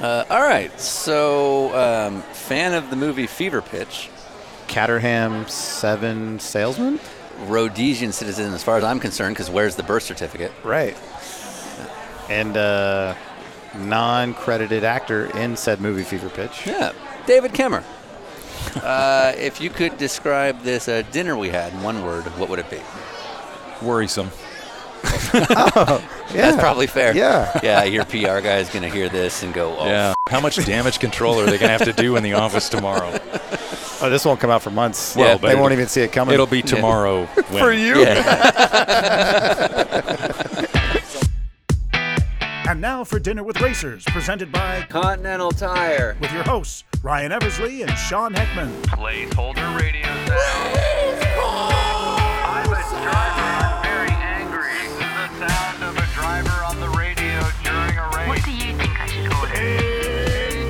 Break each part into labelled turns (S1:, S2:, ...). S1: Uh, all right. So, um, fan of the movie Fever Pitch,
S2: Caterham Seven salesman.
S1: Rhodesian citizen, as far as I'm concerned, because where's the birth certificate?
S2: Right. And uh, non-credited actor in said movie Fever Pitch.
S1: Yeah, David Kemmer. Uh, if you could describe this uh, dinner we had in one word, what would it be?
S3: Worrisome.
S1: That's probably fair.
S2: Yeah.
S1: Yeah, your PR guy is going to hear this and go, oh,
S3: Yeah. How much damage control are they going to have to do in the office tomorrow?
S2: Oh, this won't come out for months.
S3: Well,
S2: they won't
S3: baby.
S2: even see it coming.
S3: It'll be tomorrow.
S2: for you.
S1: yeah.
S4: And now for Dinner with Racers, presented by
S1: Continental Tire.
S4: with your hosts Ryan Eversley and Sean Heckman.
S5: Placeholder radio sound. I'm a driver. I'm very angry. This is the sound of a driver on the radio during a race.
S6: What do you think I should order?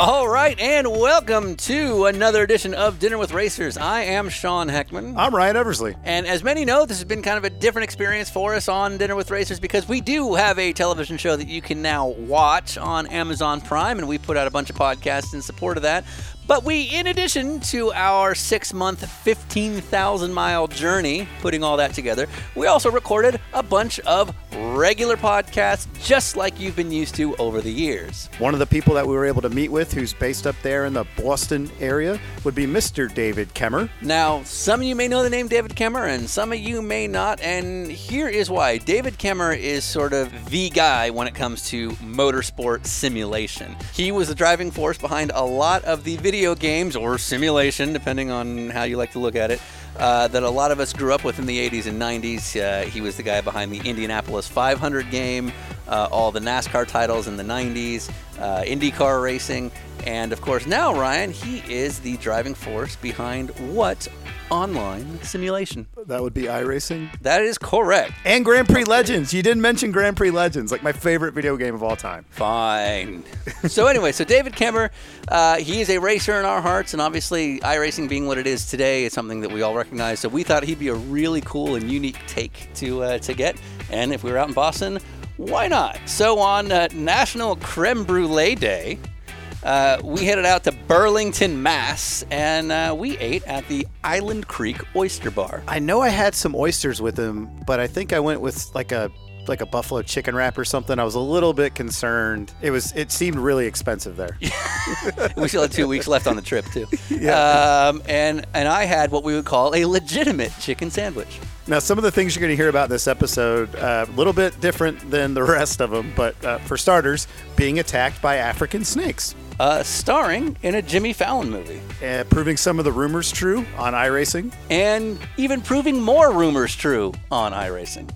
S1: All right, and welcome to another edition of Dinner with Racers. I am Sean Heckman.
S2: I'm Ryan Eversley.
S1: And as many know, this has been kind of a different experience for us on Dinner with Racers because we do have a television show that you can now watch on Amazon Prime, and we put out a bunch of podcasts in support of that. But we, in addition to our six month, 15,000 mile journey, putting all that together, we also recorded a bunch of regular podcasts just like you've been used to over the years.
S2: One of the people that we were able to meet with, who's based up there in the Boston area, would be Mr. David Kemmer.
S1: Now, some of you may know the name David Kemmer, and some of you may not. And here is why David Kemmer is sort of the guy when it comes to motorsport simulation. He was the driving force behind a lot of the video games or simulation, depending on how you like to look at it. Uh, that a lot of us grew up with in the 80s and 90s. Uh, he was the guy behind the Indianapolis 500 game, uh, all the NASCAR titles in the 90s, uh, IndyCar racing, and of course, now Ryan, he is the driving force behind what online simulation?
S2: That would be iRacing.
S1: That is correct.
S2: And Grand Prix Legends. You didn't mention Grand Prix Legends, like my favorite video game of all time.
S1: Fine. so anyway, so David Kemmer, uh, he is a racer in our hearts, and obviously, iRacing being what it is today is something that we all recognize. So we thought he'd be a really cool and unique take to uh, to get. And if we were out in Boston, why not? So on uh, National Creme Brulee Day. Uh, we headed out to Burlington, Mass, and uh, we ate at the Island Creek Oyster Bar.
S2: I know I had some oysters with him, but I think I went with like a like a buffalo chicken wrap or something. I was a little bit concerned. It was it seemed really expensive there.
S1: we still had two weeks left on the trip too. Um, and and I had what we would call a legitimate chicken sandwich.
S2: Now, some of the things you're going to hear about this episode, uh, a little bit different than the rest of them, but uh, for starters, being attacked by African snakes,
S1: Uh, starring in a Jimmy Fallon movie.
S2: uh, proving some of the rumors true on iRacing.
S1: And even proving more rumors true on iRacing.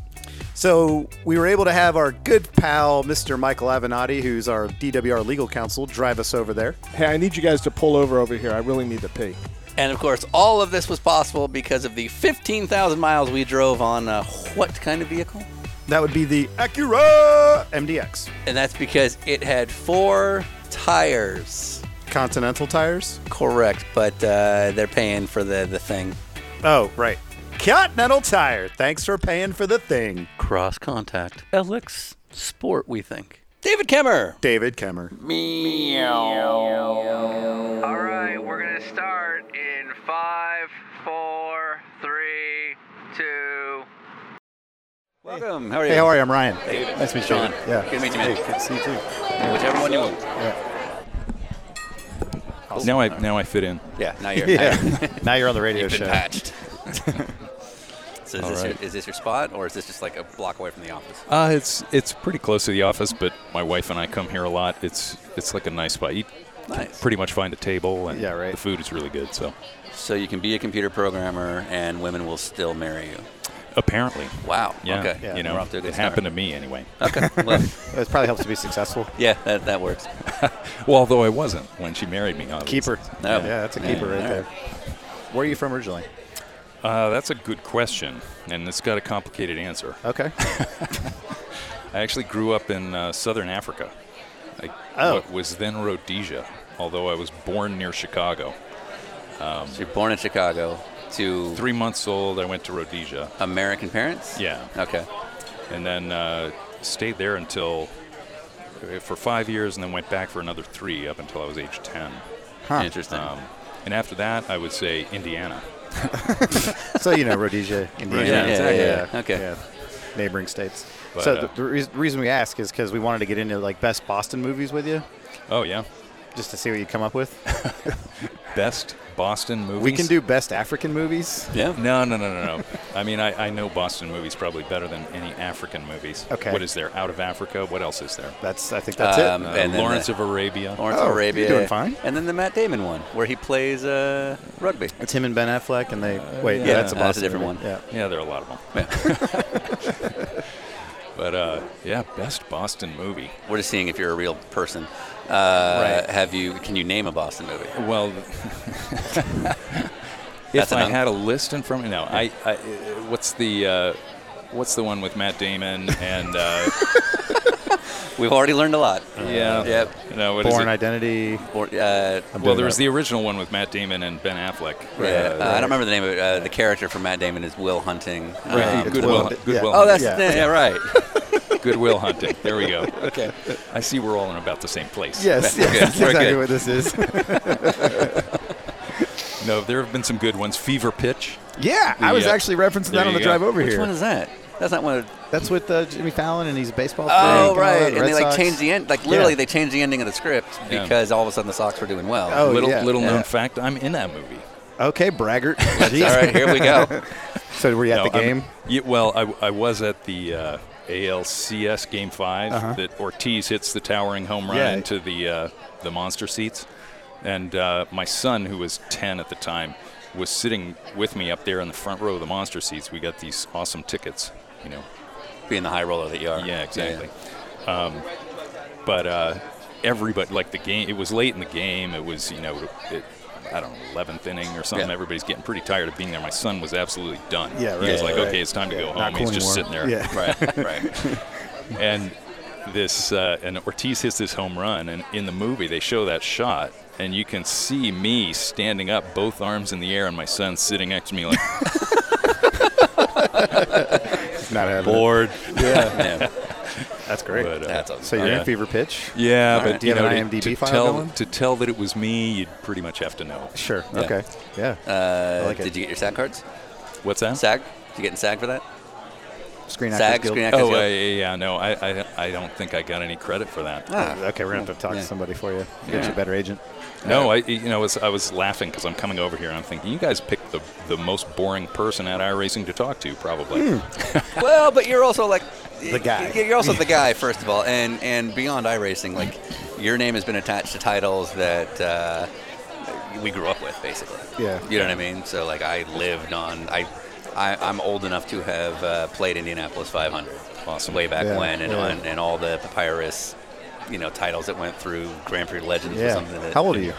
S2: So we were able to have our good pal, Mr. Michael Avenatti, who's our DWR legal counsel, drive us over there.
S7: Hey, I need you guys to pull over over here. I really need to pee.
S1: And of course, all of this was possible because of the 15,000 miles we drove on uh, what kind of vehicle?
S2: That would be the Acura MDX.
S1: And that's because it had four tires.
S2: Continental tires.
S1: Correct, but uh, they're paying for the, the thing.
S2: Oh, right. Continental Tire. Thanks for paying for the thing.
S1: Cross contact. LX Sport, we think. David Kemmer.
S2: David Kemmer.
S5: All right, we're gonna start in five, four, three, two.
S1: Welcome. How are you?
S2: Hey, how are you? I'm Ryan.
S1: Nice to meet you. Sean.
S2: Yeah.
S1: Good to meet you, man.
S2: Hey, good to see you too.
S1: Whichever one you want.
S3: Now I now I fit in.
S1: Yeah, now you're
S2: Yeah. now you're on the radio
S1: You've
S2: show.
S1: been patched. so is this,
S3: right.
S1: your, is this your spot, or is this just like a block away from the office?
S3: Uh, it's it's pretty close to the office, but my wife and I come here a lot. It's it's like a nice spot. You
S1: Nice.
S3: pretty much find a table, and
S2: Yeah, right.
S3: the food is really good. So
S1: So you can be a computer programmer, and women will still marry you.
S3: apparently,
S1: Wow.
S3: yeah,
S1: okay.
S2: Yeah.
S3: you know,
S1: We're off to a good
S3: it happened to me anyway.
S1: Okay. Well,
S2: It probably helps to be successful.
S1: yeah, that, that works.
S3: Well, although I wasn't when she married me. Obviously.
S2: Keeper.
S1: No.
S2: Yeah, that's a keeper right there. Where are you from originally?
S3: Uh, that's a good question, and it's got a complicated answer.
S2: Okay.
S3: I actually grew up in uh, southern Africa. I,
S2: Oh.
S3: What was then Rhodesia, although I was born near Chicago.
S1: So you're born in Chicago, to
S3: Three months old, I went to Rhodesia.
S1: American parents?
S3: Yeah.
S1: Okay.
S3: and then uh, stayed there until uh, for five years, and then went back for another three up until I was age ten.
S1: Interesting.
S3: Um, and after that, I would say Indiana.
S2: so you know Rhodesia, Indiana,
S1: Yeah, exactly.
S2: yeah,
S1: Okay.
S2: yeah, neighboring states.
S3: But,
S2: so
S3: uh,
S2: the, the reas- reason we ask is because we wanted to get into like best Boston movies with you,
S3: Oh yeah,
S2: just to see what you come up with.
S3: best Boston movies.
S2: We can do best African movies.
S1: Yeah.
S3: No, no, no, no, no. I mean, I, I know Boston movies probably better than any African movies.
S2: Okay.
S3: What is there? Out of Africa. What else is there?
S2: That's I think that's
S1: Um,
S2: it.
S3: Uh,
S1: And then
S3: Lawrence
S1: the-
S3: of Arabia.
S1: Lawrence of
S2: Oh, you're
S1: Arabia.
S2: doing fine.
S1: And then the Matt Damon one, where he plays uh, rugby.
S2: It's him and Ben Affleck, and they wait.
S1: yeah,
S2: that's
S1: that's
S2: a
S1: a
S2: Boston
S1: different
S2: movie.
S1: one.
S2: Yeah.
S3: Yeah, there are a lot of them. but uh, yeah, best Boston movie.
S1: We're just seeing if you're a real person. Uh,
S2: Right.
S1: Have you? Can you name a Boston movie?
S3: Well,
S1: That's
S3: if I
S1: an-
S3: had a list in front of me, no. I, I what's the uh, what's the one with Matt Damon and uh,
S1: We've already learned a lot.
S3: yeah,
S1: Yep.
S3: No, what is
S2: Born
S3: it?
S2: Identity.
S1: Or, uh,
S3: well,
S2: doing
S3: there was
S2: it.
S3: the original one with Matt Damon and Ben Affleck.
S1: yeah,
S3: Uh,
S1: uh, I don't remember the name of it. Uh, the character from Matt Damon is Will Hunting.
S3: Right,
S1: Um,
S2: It's
S3: Goodwill,
S2: Will-
S3: Hunt- Goodwill,
S2: yeah.
S1: oh, that's
S2: Yeah.
S1: yeah, right.
S3: Hunting. Goodwill Hunting. There we go.
S1: Okay.
S3: I see we're all in about the same place.
S2: Yes, yes,
S1: good.
S2: that's
S1: We're
S2: exactly
S1: good.
S2: what this is.
S3: No, there have been some good ones. Fever Pitch.
S2: yeah, I was
S3: Yeah.
S2: actually referencing
S3: There
S2: that on
S3: you
S2: the
S3: go.
S2: drive over
S1: Which
S2: here.
S1: one is that? That's not one. Of,
S2: that's with uh, Jimmy Fallon, and he's a baseball.
S1: oh,
S2: freak and all
S1: right.
S2: that,
S1: And
S2: Red
S1: they like
S2: Sox.
S1: changed the end. Like literally,
S2: Yeah.
S1: they changed the ending of the script
S3: Yeah.
S1: because all of a sudden the Sox were doing well.
S2: Oh,
S3: little
S2: yeah,
S3: little
S2: yeah.
S3: known fact, I'm in that movie.
S2: Okay, braggart. Jeez.
S1: all right, here we go.
S2: So were you at
S3: No,
S2: the
S3: I'm-
S2: game?
S3: yeah, well, I, I was at the uh, ALCS Game 5 that Ortiz hits the towering home run
S2: Uh-huh. Yeah.
S3: into the uh, the monster seats, and uh, my son, who was 10 at the time, was sitting with me up there in the front row of the monster seats. We got these awesome tickets, you know.
S1: Being the high roller that you are.
S3: Yeah, exactly. Um, but uh, everybody, like the game, it was late in the game. It was, you know, it, I don't know, 11th inning or something.
S1: Yeah.
S3: Everybody's getting pretty tired of being there. My son was absolutely done.
S2: Yeah,
S3: He was
S2: right,
S3: like,
S2: right.
S3: okay, it's time to go home.
S2: Not
S3: He's
S2: cool
S3: just sitting
S2: anymore.
S3: there.
S2: Yeah.
S3: Right, right. and this, uh, and Ortiz hits this home run, and in the movie, they show that shot. And you can see me standing up, both arms in the air, and my son sitting next to me, like
S2: Not having. it.
S3: bored.
S1: Yeah.
S2: That's great.
S3: But, uh,
S1: That's awesome.
S2: so you're
S3: Yeah.
S2: in Fever Pitch.
S3: Yeah,
S2: right.
S3: but
S2: Do you
S3: know,
S2: have an
S3: to-
S2: IMDb
S3: to,
S2: file
S3: tell
S2: going?
S3: to tell that it was me, you'd pretty much have to know.
S2: Sure.
S1: Yeah.
S2: Okay. Yeah.
S1: Uh,
S2: I like it.
S1: did you get your SAG cards?
S3: What's that?
S1: SAG? Did you get in SAG for that?
S2: Screen Actors
S1: SAG,
S2: Guild.
S1: Screen Actors
S3: Oh,
S1: Guild?
S3: uh, yeah, yeah, no, I, I, I don't think I got any credit for that.
S1: Ah,
S2: Oh, Okay, we're gonna have to talk
S1: Yeah.
S2: to somebody for you. Get
S1: Yeah.
S2: you a better agent.
S3: No, I, you know, I was, I was laughing because I'm coming over here and I'm thinking, you guys picked the, the most boring person at iRacing to talk to, probably.
S2: Hmm.
S1: Well, but you're also like
S2: The guy.
S1: y- You're also the guy, first of all, and and beyond iRacing, like your name has been attached to titles that uh, we grew up with, basically.
S2: Yeah.
S1: You know what I mean? So like I lived on I. I, I'm old enough to have uh, played Indianapolis 500,
S3: Awesome.
S1: way back
S2: Yeah,
S1: when, and,
S2: yeah.
S1: on, and all the papyrus, you know, titles that went through Grand Prix Legends or
S2: Yeah.
S1: something. That,
S2: How old are you?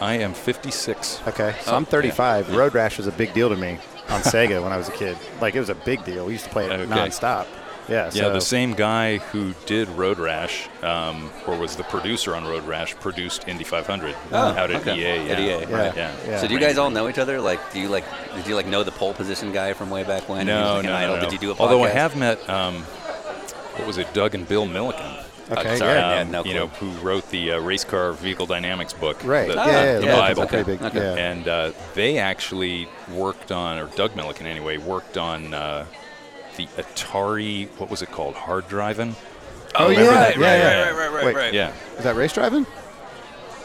S3: I am 56.
S2: Okay, so
S1: Oh,
S2: I'm 35. Road rash was a big deal to me on Sega when I was a kid. Like it was a big deal. We used to play it
S3: Okay.
S2: nonstop. Yeah.
S3: Yeah,
S2: so
S3: the same guy who did Road Rash, um, or was the producer on Road Rash, produced Indy 500 out at
S1: okay.
S3: EA. Yeah,
S1: At EA,
S2: Oh, yeah,
S3: Right,
S2: yeah.
S3: yeah.
S1: So do you guys all know each other? Like, do you like, did you like know the pole position guy from way back when? He was, like,
S3: No, no,
S1: an
S3: no,
S1: idol.
S3: no.
S1: Did you do a podcast?
S3: Although I have met, um, what was it, Doug and Bill Milliken. Um,
S2: Okay,
S1: sorry,
S2: yeah.
S1: I had no
S3: you
S1: clue.
S3: know, who wrote the uh, race car vehicle dynamics book,
S2: Right.
S3: The,
S2: yeah,
S3: the-
S2: yeah, yeah,
S3: the
S2: yeah,
S3: Bible,
S2: that's a pretty big.
S1: Okay.
S2: Yeah.
S3: and uh, they actually worked on, or Doug Milliken anyway, worked on uh, the Atari. What was it called? Hard driving.
S2: oh yeah,
S3: remember
S2: yeah,
S3: that,
S2: yeah,
S3: right,
S2: yeah.
S3: right,
S1: right, right,
S2: Wait,
S1: right.
S3: Yeah,
S2: Is that race driving?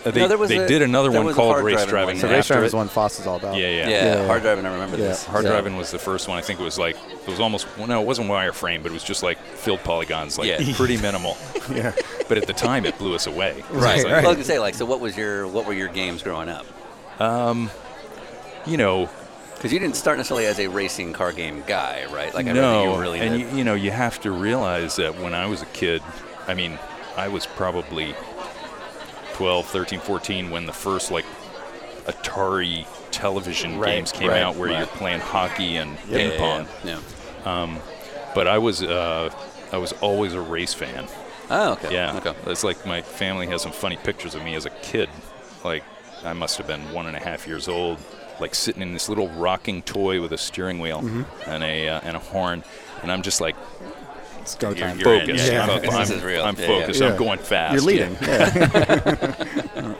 S3: Uh, they,
S1: there was
S3: they
S1: a-
S3: did another
S1: there
S3: one
S1: was a
S3: called
S1: hard
S3: Race
S1: driving
S3: Driving.
S1: one.
S2: So
S1: Yeah,
S2: race
S3: after
S2: driving is
S3: it-
S2: one Foss is all about.
S3: Yeah, yeah.
S1: Yeah,
S2: Yeah.
S1: hard driving. I remember
S2: Yeah.
S1: this.
S3: Hard
S2: Yeah.
S3: Driving was the first one. I think it was like it was almost well, no, it wasn't wireframe, but it was just like filled polygons, like
S1: Yeah.
S3: pretty minimal.
S2: yeah.
S3: But at the time, it blew us away. So it's
S2: Right,
S3: like,
S1: Well, I was gonna say, like, so what was your what were your games growing up?
S3: You know,
S1: Because you didn't start necessarily as a racing car game guy, right? Like, I don't think you
S3: no,
S1: were really
S3: and
S1: the-
S3: you, you know, you have to realize that when I was a kid, I mean, I was probably 12, 13, 14 when the first like Atari television
S2: Right,
S3: games came
S2: right,
S3: out where you're
S1: right.
S3: playing hockey and
S1: yeah,
S3: ping pong.
S1: Yeah. yeah.
S3: But I was uh, I was always a race fan.
S1: Oh, okay.
S3: Yeah.
S1: Okay.
S3: It's like my family has some funny pictures of me as a kid. Like I must have been one and a half years old, like sitting in this little rocking toy with a steering wheel and a uh, and a horn, and I'm just like
S7: It's go
S3: you're,
S7: time.
S3: you're in.
S1: Focus.
S3: You're
S1: Yeah.
S3: focused.
S1: This
S3: I'm,
S1: is real.
S3: I'm
S1: Yeah,
S3: focused.
S7: yeah.
S3: I'm going fast.
S2: You're leading.
S3: Yeah.
S2: Yeah.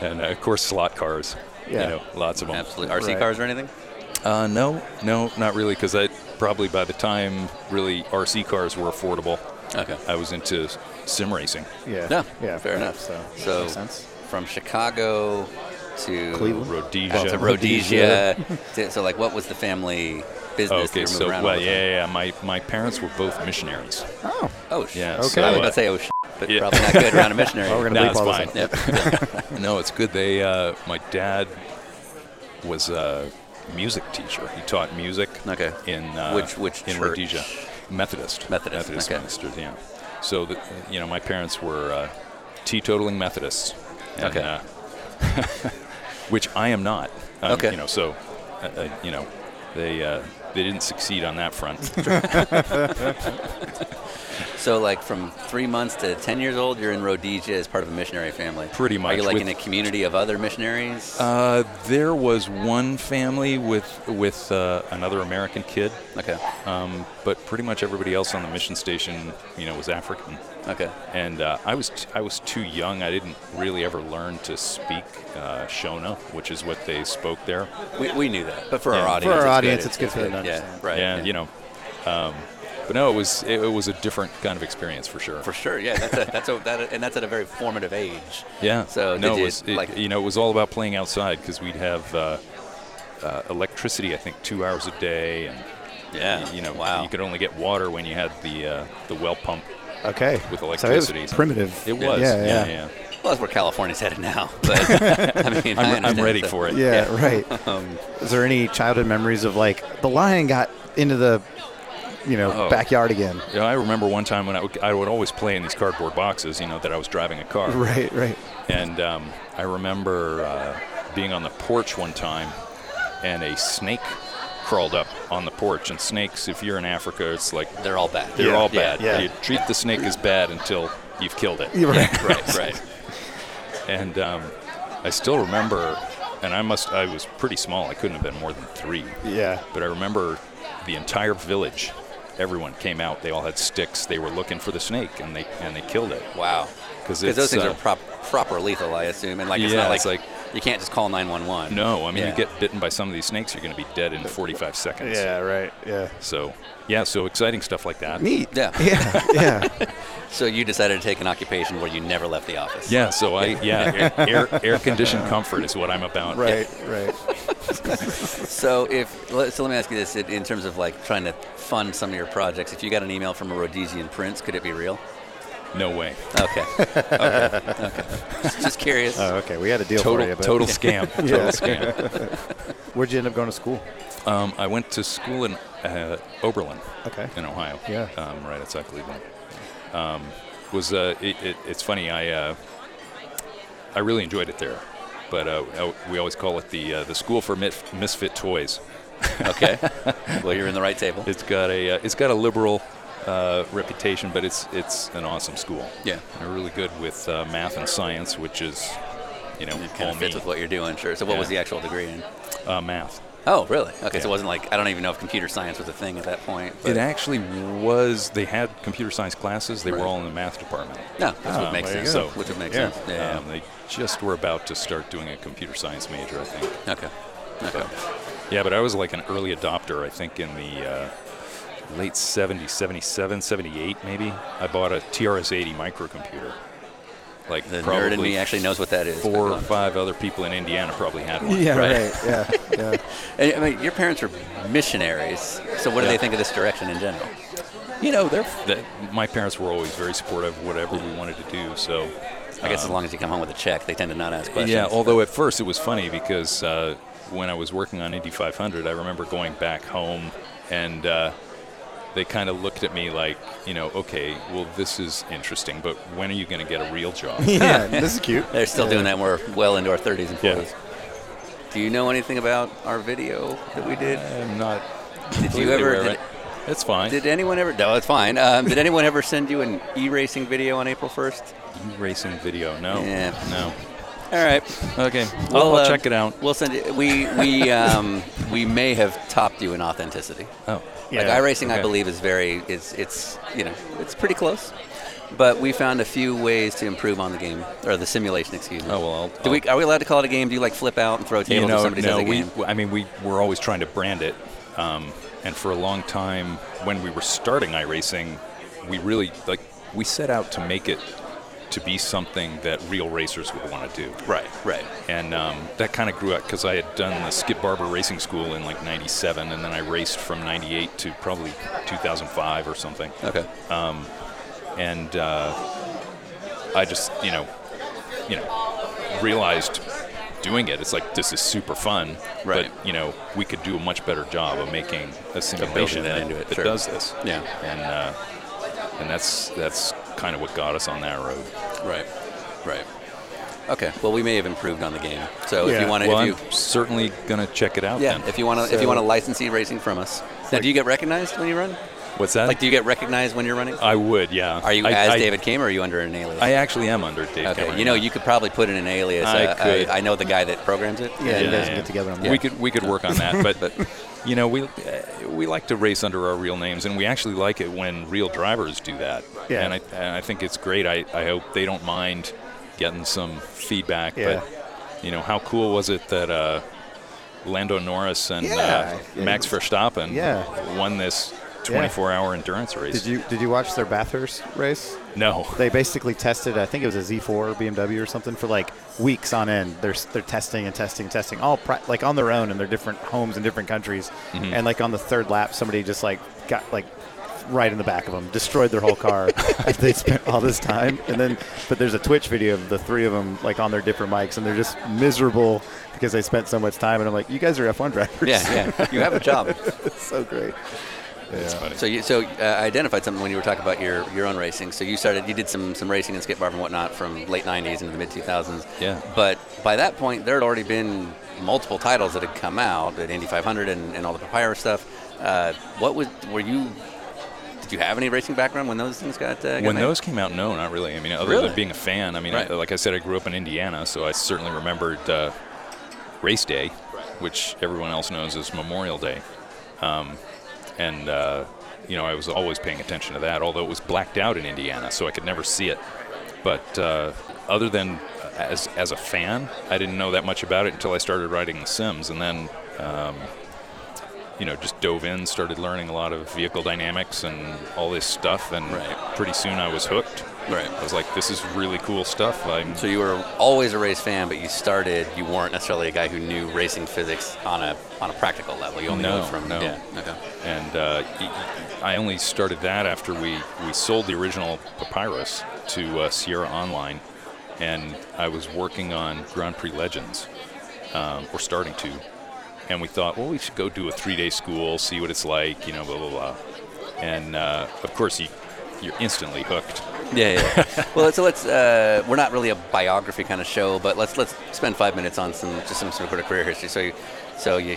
S3: And uh, of course, slot cars.
S2: Yeah.
S3: You know, lots of them.
S1: Absolutely. RC
S2: Right.
S1: cars or anything?
S3: Uh, no, no, not really, because I probably by the time really RC cars were affordable,
S1: Okay.
S3: I was into sim racing.
S2: Yeah.
S1: No,
S2: Yeah,
S1: fair enough.
S2: So,
S1: So
S2: makes sense.
S1: from Chicago to
S2: Cleveland?
S3: Rhodesia.
S1: out to Rhodesia. to- so like, what was the family
S3: Oh,
S1: business? that you
S3: okay,
S1: were
S3: so
S1: moving around all
S3: well,
S1: the
S3: yeah,
S1: time?
S3: yeah, yeah. My my parents were both missionaries.
S2: Oh,
S1: Oh, sh- So I
S2: okay.
S3: Yeah,
S1: was
S3: so,
S1: about
S3: uh,
S1: to say, oh, sh- but
S3: Yeah.
S1: probably not good around a missionary.
S2: Oh, we're gonna
S3: No,
S2: bleep
S3: it's
S2: all this
S3: fine.
S2: out.
S1: Yep.
S3: no, it's good. They, uh, my dad was a music teacher. He taught music.
S1: Okay.
S3: In uh,
S1: Which- which
S3: in
S1: church?
S3: Rhodesia, Methodist.
S1: Methodist,
S3: Methodist
S1: okay.
S3: ministers. Yeah. So the, you know, my parents were uh, teetotaling Methodists. And,
S1: Okay.
S3: Uh, which I am not. Um,
S1: Okay.
S3: You know, so uh, uh, you know, they uh, they didn't succeed on that front.
S1: So like from three months to ten years old, you're in Rhodesia as part of a missionary family.
S3: Pretty
S1: Are you
S3: much,
S1: like
S3: with-
S1: in a community of other missionaries?
S3: Uh, there was one family with with uh, another American kid,
S1: okay.
S3: um, but pretty much everybody else on the mission station, you know, was African.
S1: Okay.
S3: And uh, I was t- I was too young. I didn't really ever learn to speak uh, Shona, which is what they spoke there.
S1: We, we knew that, but for
S3: Yeah.
S1: our
S3: For
S1: audience,
S2: our
S1: it's
S2: audience,
S1: good.
S2: it's good for them to
S1: Yeah.
S2: understand.
S1: Right.
S3: and you know, um, but no, it was it, it was a different kind of experience for sure.
S1: For sure, yeah. That's a, that's a, that, and that's at a very formative age.
S3: Yeah.
S1: So
S3: no,
S1: did
S3: it
S1: you,
S3: was, it-
S1: like-
S3: you know, it was all about playing outside because we'd have uh, uh, electricity. I think two hours a day, and
S1: Yeah.
S3: you know,
S1: Wow.
S3: you could only get water when you had the uh, the well pump
S2: okay.
S3: with
S2: So it
S3: electricity.
S2: was primitive.
S3: It was.
S2: Yeah,
S3: yeah.
S2: yeah.
S3: yeah.
S1: Well, that's where California's headed now. But I mean, I
S3: I'm, I'm
S1: understand,
S3: ready
S1: so-
S3: for it.
S2: Yeah, right.
S3: Um,
S2: Is there any childhood memories of like the lion got into the, you know,
S3: Oh.
S2: backyard again?
S3: You know, I remember one time when I would, I would always play in these cardboard boxes, you know, that I was driving a car.
S2: Right, right.
S3: And um, I remember uh, being on the porch one time, and a snake crawled up on the porch. And snakes, if you're in Africa, it's like
S1: They're all bad.
S3: They're
S1: Yeah.
S3: all bad.
S2: yeah.
S3: You treat the snake as bad until you've killed it.
S2: You're right.
S3: right, right. And um, I still remember, and I must, I was pretty small. I couldn't have been more than three.
S2: Yeah.
S3: But I remember the entire village, everyone came out. They all had sticks. They were looking for the snake, and they and they killed it.
S1: Wow. Because
S3: 'Cause
S1: those
S3: it's,
S1: things
S3: uh,
S1: are prop, proper lethal, I assume, and like it's
S3: Yeah,
S1: not like,
S3: it's like-
S1: you can't just call 911.
S3: No, I mean,
S1: Yeah.
S3: you get bitten by some of these snakes, you're going to be dead in 45 seconds.
S2: Yeah, right. Yeah.
S3: So, yeah, so exciting stuff like that.
S2: Neat.
S1: Yeah.
S2: Yeah. Yeah.
S1: So you decided to take an occupation where you never left the office.
S3: Yeah, so I, yeah, air, air, air conditioned comfort is what I'm about.
S2: right. Right.
S1: So if let- so, let me ask you this: in in terms of like trying to fund some of your projects, if you got an email from a Rhodesian prince, could it be real?
S3: No way.
S1: Okay. okay. okay. Just curious.
S3: Uh,
S2: Oh, okay. We had a deal
S3: Total,
S2: for you. But
S3: total scam. Total scam.
S2: Where'd you end up going to school?
S3: Um, I went to school in uh, Oberlin,
S2: Okay.
S3: in Ohio.
S2: Yeah.
S3: Um, right outside Cleveland. Um, was uh, it, it, it's funny. I uh, I really enjoyed it there, but uh, uh, we always call it the uh, the school for Mit- misfit toys.
S1: Okay. Well, you're in the right table.
S3: It's got a uh, it's got a liberal uh, reputation, but it's it's an awesome school.
S1: Yeah.
S3: They're really good with uh, math and science, which is you know
S1: It kind
S3: all
S1: of fits
S3: me.
S1: with what you're doing, sure. So what was
S3: Yeah.
S1: the actual degree in?
S3: uh, math.
S1: Oh, really? Okay, so it
S3: Yeah.
S1: wasn't like I don't even know if computer science was a thing at that point. But
S3: It actually was. They had computer science classes. They were
S1: Right.
S3: all in the math department. Ah,
S1: no, that's what makes
S3: Oh, there you
S1: sense.
S3: go.
S1: Which would make
S3: Yeah.
S1: sense. Yeah.
S3: Um, they just were about to start doing a computer science major, I think.
S1: yeah. Okay. Okay.
S3: Yeah, but I was like an early adopter, I think, in the uh, late 70s, 77, 78, maybe. I bought a TRS 80 microcomputer. Like,
S1: The
S3: probably
S1: nerd in me actually knows what that is. but
S3: four
S1: go
S3: or
S1: on.
S3: five other people in Indiana probably had one.
S2: Yeah.
S1: Right.
S2: Right. Yeah. Yeah.
S1: And, I mean, your parents are missionaries. So what do
S3: Yeah.
S1: they think of this direction in general?
S3: You know, they're, that, my parents were always very supportive of whatever we wanted to do, so.
S1: I guess as long as you come home with a check, they tend to not ask questions.
S3: Yeah, although at first it was funny because uh, when I was working on Indy 500, I remember going back home and uh, they kind of looked at me like, you know, okay, well, this is interesting, but when are you going to get a real job?
S2: Yeah. This is cute.
S1: They're still doing that. and We're well into our 30s and
S3: Yeah.
S1: 40s. Do you know anything about our video that we did?
S3: I'm not.
S1: Did you
S3: completely
S1: ever-
S3: aware of
S1: did-
S3: it. It's fine.
S1: Did anyone ever? No, it's fine. Um, did anyone ever send you an e-racing video on April 1st?
S3: Racing video? No.
S1: Yeah.
S3: No.
S1: All right.
S3: Okay, I'll, I'll
S1: uh,
S3: check it out.
S1: We'll send it. We we um, we may have topped you in authenticity.
S3: Oh,
S1: Like iRacing, I
S3: okay.
S1: believe, is very it's it's you know it's pretty close, but we found a few ways to improve on the game or the simulation. Excuse me.
S3: Oh, well, I'll-
S1: Do we, are we allowed to call it a game? Do you like flip out and throw tables
S3: you
S1: if
S3: know,
S1: somebody
S3: no,
S1: says a
S3: we,
S1: game?
S3: I mean, we were always trying to brand it. Um, and for a long time, when we were starting iRacing, we really, like, we set out to make it to be something that real racers would want to do.
S1: Right, right.
S3: And um, that kind of grew up because I had done the Skip Barber Racing School in like 97, and then I raced from 98 to probably 2005 or something
S1: Okay.
S3: and uh, I just you know you know realized doing it it's like this is super fun
S1: Right.
S3: but you know we could do a much better job of making a
S1: building
S3: simulation
S1: that
S3: that,
S1: into it,
S3: that
S1: sure.
S3: does this
S1: Yeah.
S3: and uh, and that's that's kind of what got us on that road
S1: Right, right. Okay. Well, we may have improved on the game. So if you
S2: Yeah.
S1: want to,
S3: well
S1: if
S3: I'm
S1: you
S3: certainly gonna check it out
S1: yeah,
S3: then
S1: if you want to, if you want to licensee racing from us. Now, do you get recognized when you run?
S3: what's that
S1: Like, do you get recognized when you're running?
S3: I would yeah
S1: Are you
S3: I,
S1: as
S3: I-
S1: David Kamer? Or are you under an alias?
S3: I actually am under Dave
S1: okay.
S3: Cameron,
S1: You know,
S3: yeah.
S1: you could probably put in an alias.
S3: I
S1: Uh,
S3: could.
S1: I, I know the guy that programs it.
S2: Yeah, you
S3: Yeah,
S2: guys
S3: yeah.
S2: can get together on
S1: Yeah.
S2: that.
S3: We could we could work on that, but,
S1: But-
S3: you know we uh, we like to race under our real names, and we actually like it when real drivers do that.
S2: Yeah.
S3: and I and I think it's great. I, I hope they don't mind getting some feedback.
S2: Yeah.
S3: But you know how cool was it that uh, Lando Norris and
S2: Yeah.
S3: uh, Max Verstappen
S2: Yeah.
S3: won this 24-hour endurance race?
S2: Did you did you watch their Bathurst race?
S3: No.
S2: They basically tested. I think it was a Z4 BMW or something for like weeks on end. They're s- they're testing and testing and testing all pri- like on their own in their different homes in different countries. And like on the third lap, somebody just like got like right in the back of them, destroyed their whole car. after they spent all this time, and then but there's a Twitch video of the three of them like on their different mics, and they're just miserable because they spent so much time. And I'm like, you guys are F1 drivers.
S1: Yeah, yeah. You have a job.
S2: it's so great.
S1: So you so uh, I identified something when you were talking about your, your own racing. So you started you did some some racing in skip barb and whatnot from late '90s into the mid 2000s.
S3: Yeah.
S1: But by that point, there had already been multiple titles that had come out at Indy 500 and, and all the papyrus stuff. Uh, what was were you? Did you have any racing background when those things got? Uh, got
S3: when
S1: made?
S3: those came out, no, not really. I mean, other
S1: Really?
S3: than being a fan, I mean,
S1: Right.
S3: I, like I said, I grew up in Indiana, so I certainly remembered uh, race day, which everyone else knows as Memorial Day. Um, and, uh, you know, I was always paying attention to that, although it was blacked out in Indiana, so I could never see it. But uh, other than uh, as, as a fan, I didn't know that much about it until I started riding The Sims, and then um, you know, just dove in, started learning a lot of vehicle dynamics and all this stuff, and
S1: Right.
S3: pretty soon I was hooked.
S1: Right.
S3: I was like, this is really cool stuff. I'm,
S1: So you were always a race fan, but you started. You weren't necessarily a guy who knew racing physics on a on a practical level. You only
S3: No,
S1: knew it from
S3: no.
S1: yeah. Okay.
S3: and uh, y- y- I only started that after we, we sold the original Papyrus to uh, Sierra Online, and I was working on Grand Prix Legends, um, or starting to, and we thought, well, we should go do a three-day school, see what it's like, you know, blah blah blah, and uh, of course you you're instantly hooked.
S1: Yeah, yeah, yeah. well, so let's. Uh, we're not really a biography kind of show, but let's let's spend five minutes on some just some sort of career history. So, you, so you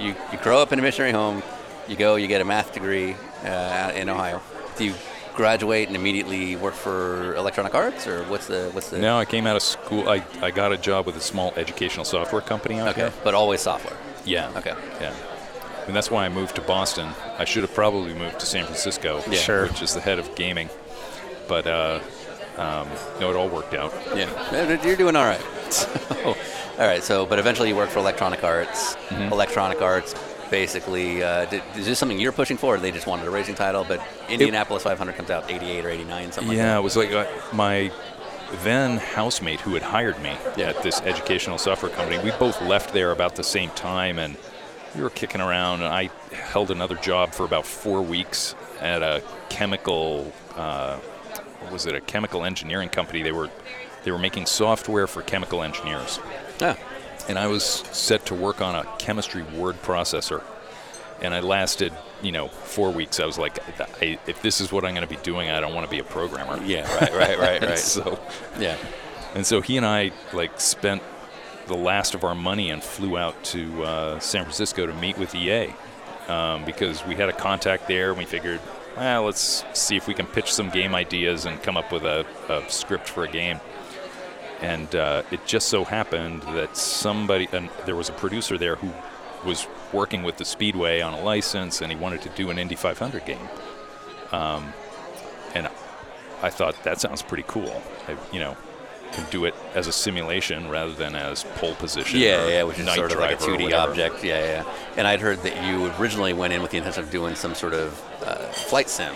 S1: you you grow up in a missionary home. You go. You get a math degree uh, out in Ohio. Do you graduate and immediately work for Electronic Arts, or what's the what's the
S3: No, I came out of school. I, I got a job with a small educational software company out
S1: Okay,
S3: here.
S1: but always software.
S3: Yeah.
S1: Okay.
S3: Yeah. And that's why I moved to Boston. I should have probably moved to San Francisco,
S1: Yeah.
S2: Sure.
S3: which is the head of gaming. But uh, um, no, it all worked out.
S1: Yeah, you're doing all right. So, all right. So, but eventually you work for Electronic Arts.
S3: Mm-hmm.
S1: Electronic Arts, basically, uh, did, is this something you're pushing for? Or they just wanted a racing title, but Indianapolis 500 comes out 88 or 89, something
S3: yeah,
S1: like
S3: it was like uh, my then housemate who had hired me
S1: Yeah.
S3: at this educational software company. We both left there about the same time, and we were kicking around. And I held another job for about four weeks at a chemical. Uh, what was it? A chemical engineering company. They were they were making software for chemical engineers
S1: that. Yeah.
S3: and I was set to work on a chemistry word processor. And I lasted, you know, four weeks. I was like, I, if this is what I'm going to be doing, I don't want to be a programmer.
S1: Yeah, right, right, right,
S3: And
S1: right.
S3: so,
S1: Oh, Yeah.
S3: and so he and I like spent the last of our money and flew out to uh, San Francisco to meet with E EA um, because we had a contact there, and we figured, well, let's see if we can pitch some game ideas and come up with a, a script for a game. and uh, it just so happened that somebody and there was a producer there who was working with the speedway on a license and he wanted to do an indy 500 game um, and i thought that sounds pretty cool I, you know can do it as a simulation rather than as pole position
S1: Yeah,
S3: or
S1: yeah, which is
S3: night
S1: sort of like a
S3: driver or
S1: 2D
S3: whatever.
S1: object. Yeah, yeah. And I'd heard that you originally went in with the intention of doing some sort of uh, flight sim.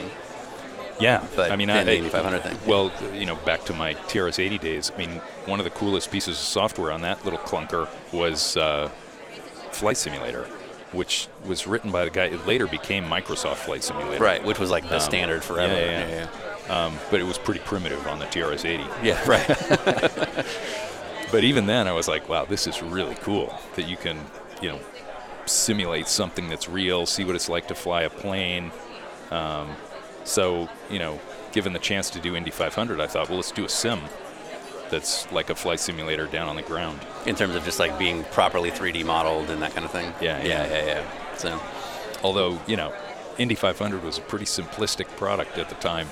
S3: Yeah,
S1: But
S3: I mean,
S1: then
S3: I,
S1: the 8500 thing.
S3: Well, you know, back to my TRS-80 days. I mean, one of the coolest pieces of software on that little clunker was uh, Flight Simulator, which was written by the guy. It later became Microsoft Flight Simulator.
S1: Right, which was like the
S3: Um,
S1: standard forever.
S3: yeah, yeah, yeah. Um, but it was pretty primitive on the TRS-80.
S1: Yeah, right.
S3: But even then, I was like, wow, this is really cool that you can, you know, simulate something that's real, see what it's like to fly a plane. Um, so, you know, given the chance to do Indy 500, I thought, well, let's do a sim that's like a flight simulator down on the ground.
S1: In terms of just like being properly 3D modeled and that kind of thing.
S3: Yeah,
S1: yeah,
S3: yeah.
S1: yeah. yeah. So,
S3: Although, you know, Indy 500 was a pretty simplistic product at the time.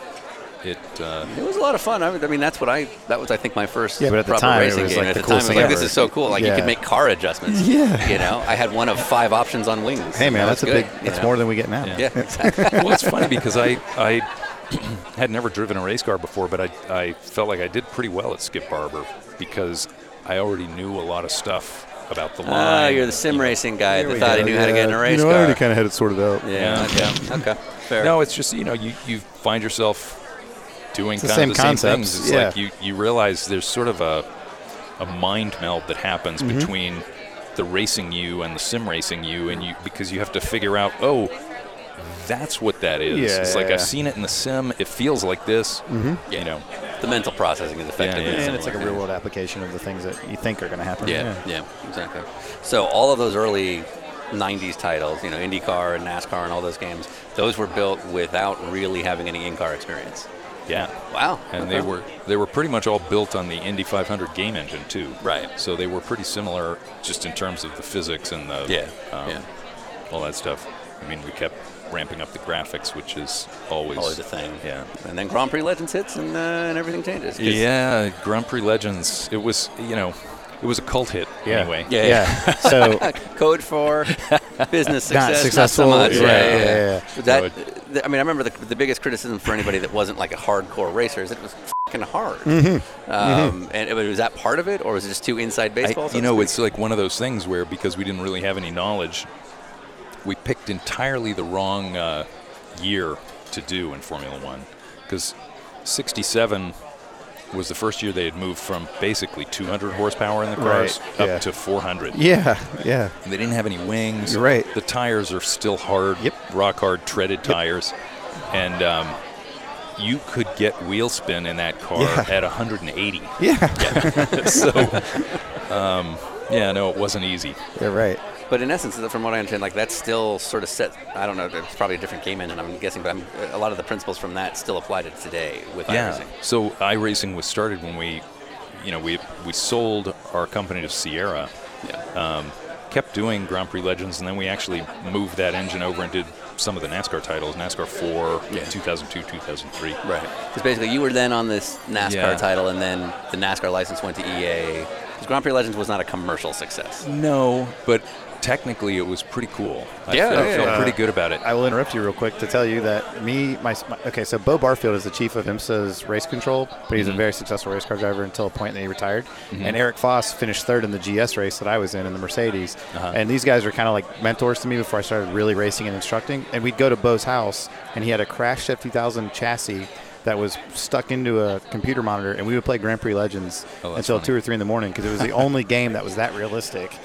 S3: It, uh,
S1: It was a lot of fun. I would- I mean, that's what I. That was, I think, my first.
S2: Yeah, but at the
S1: proper
S2: time, it
S1: racing
S2: was
S1: game.
S2: like
S1: at
S2: the
S1: the time, I was
S2: coolest
S1: like,
S2: thing
S1: this
S2: ever.
S1: is so cool. Like you
S2: Yeah.
S1: can make car adjustments.
S2: Yeah.
S1: You know, I had one of five options on wings.
S2: Hey man,
S1: That
S2: that's a
S1: was
S2: big.
S1: good, you
S2: That's
S1: know?
S2: more than we get now.
S1: Yeah, exactly.
S3: well, it's funny because I, I had never driven a race car before, but I, I felt like I did pretty well at Skip Barber because I already knew a lot of stuff about the line.
S1: Ah, you're the sim racing guy that
S2: we
S1: thought he
S2: go,
S1: knew how to get in a race
S7: you know, I
S1: car.
S7: already kind of had it sorted out.
S1: yeah,
S3: Yeah.
S1: Okay. okay. Fair.
S3: No, it's just you know you, you find yourself doing
S2: the
S3: kind
S2: same
S3: of the same
S2: concepts,
S3: things. It's like
S2: yeah.
S3: you, you realize there's sort of a a mind meld that happens
S2: Mm-hmm.
S3: between the racing you and the sim racing you, and you because you have to figure out oh. That's what that is.
S2: Yeah,
S3: it's like
S2: yeah,
S3: I've
S2: yeah.
S3: seen it in the sim. It feels like this. Mm-hmm. You know,
S1: The mental processing is effective.
S3: yeah,
S1: in
S2: And it's like a
S1: similar
S2: real world application of the things that you think are going to happen.
S1: Yeah, yeah, exactly. So all of those early '90s titles, you know, IndyCar and NASCAR and all those games, those were built without really having any in-car experience.
S3: yeah.
S1: Wow.
S3: and they
S1: Okay.
S3: were they were pretty much all built on the Indy 500 game engine too.
S1: Right.
S3: So they were pretty similar just in terms of the physics and the
S1: Yeah.
S3: um,
S1: yeah.
S3: all that stuff. I mean, we kept ramping up the graphics, which is always
S1: Always a thing.
S3: Yeah.
S1: And then Grand Prix Legends hits, and uh, and everything changes. 'Cause-
S3: Yeah, Grand Prix Legends. It was you know, it was a cult hit
S2: Yeah.
S3: anyway.
S1: Yeah.
S2: Yeah. so
S1: Code for business success.
S2: Not successful,
S1: Not so much.
S2: yeah,
S1: right,
S2: yeah, yeah.
S1: But That, th- I mean, I remember the, the biggest criticism for anybody that wasn't like a hardcore racer is it was fucking hard. Um, And it, was that part of it, or was it just too inside
S3: I-
S1: baseball? so
S3: you
S1: to
S3: know,
S1: speak?
S3: it's like one of those things where because we didn't really have any knowledge, we picked entirely the wrong uh, year to do in Formula One because '67 was the first year they had moved from basically 200 horsepower in the cars
S2: Right,
S3: up
S2: yeah.
S3: to 400.
S2: yeah, yeah.
S3: They didn't have any wings.
S2: You're right.
S3: The tires are still hard,
S2: Yep.
S3: rock hard treaded tires, and um, you could get wheel spin in that car
S2: Yeah.
S3: at 180.
S2: Yeah,
S3: so, um, yeah, no, it wasn't easy.
S2: you're right.
S1: But in essence, from what I understand, like that's still sort of set. I don't know. It's probably a different game engine. I'm guessing, but I'm, a lot of the principles from that still apply to today with iRacing.
S3: So iRacing was started when we, you know, we we sold our company to Sierra,
S1: Yeah.
S3: kept doing Grand Prix Legends, and then we actually moved that engine over and did some of the NASCAR titles, NASCAR 4,
S1: Yeah.
S3: 2002, 2003.
S1: right. Because basically, you were then on this NASCAR
S3: Yeah.
S1: title, and then the NASCAR license went to EA. 'Cause Grand Prix Legends was not a commercial success.
S3: No, but technically it was pretty cool. I
S1: Yeah,
S3: felt,
S1: yeah,
S3: felt
S2: yeah.
S3: pretty good about it.
S2: I will interrupt you real quick to tell you that me, my, my okay, so Bo Barfield is the chief of IMSA's race control, but
S3: Mm-hmm.
S2: he's a very successful race car driver until a point that he retired. And Eric Foss finished third in the GS race that I was in in the Mercedes.
S3: Uh-huh.
S2: And these guys were kind of like mentors to me before I started really racing and instructing. And we'd go to Bo's house, and he had a crashed F 2000 chassis that was stuck into a computer monitor, and we would play Grand Prix Legends
S3: Oh, that's
S2: until
S3: funny.
S2: two or three in the morning because it was the only game that was that realistic.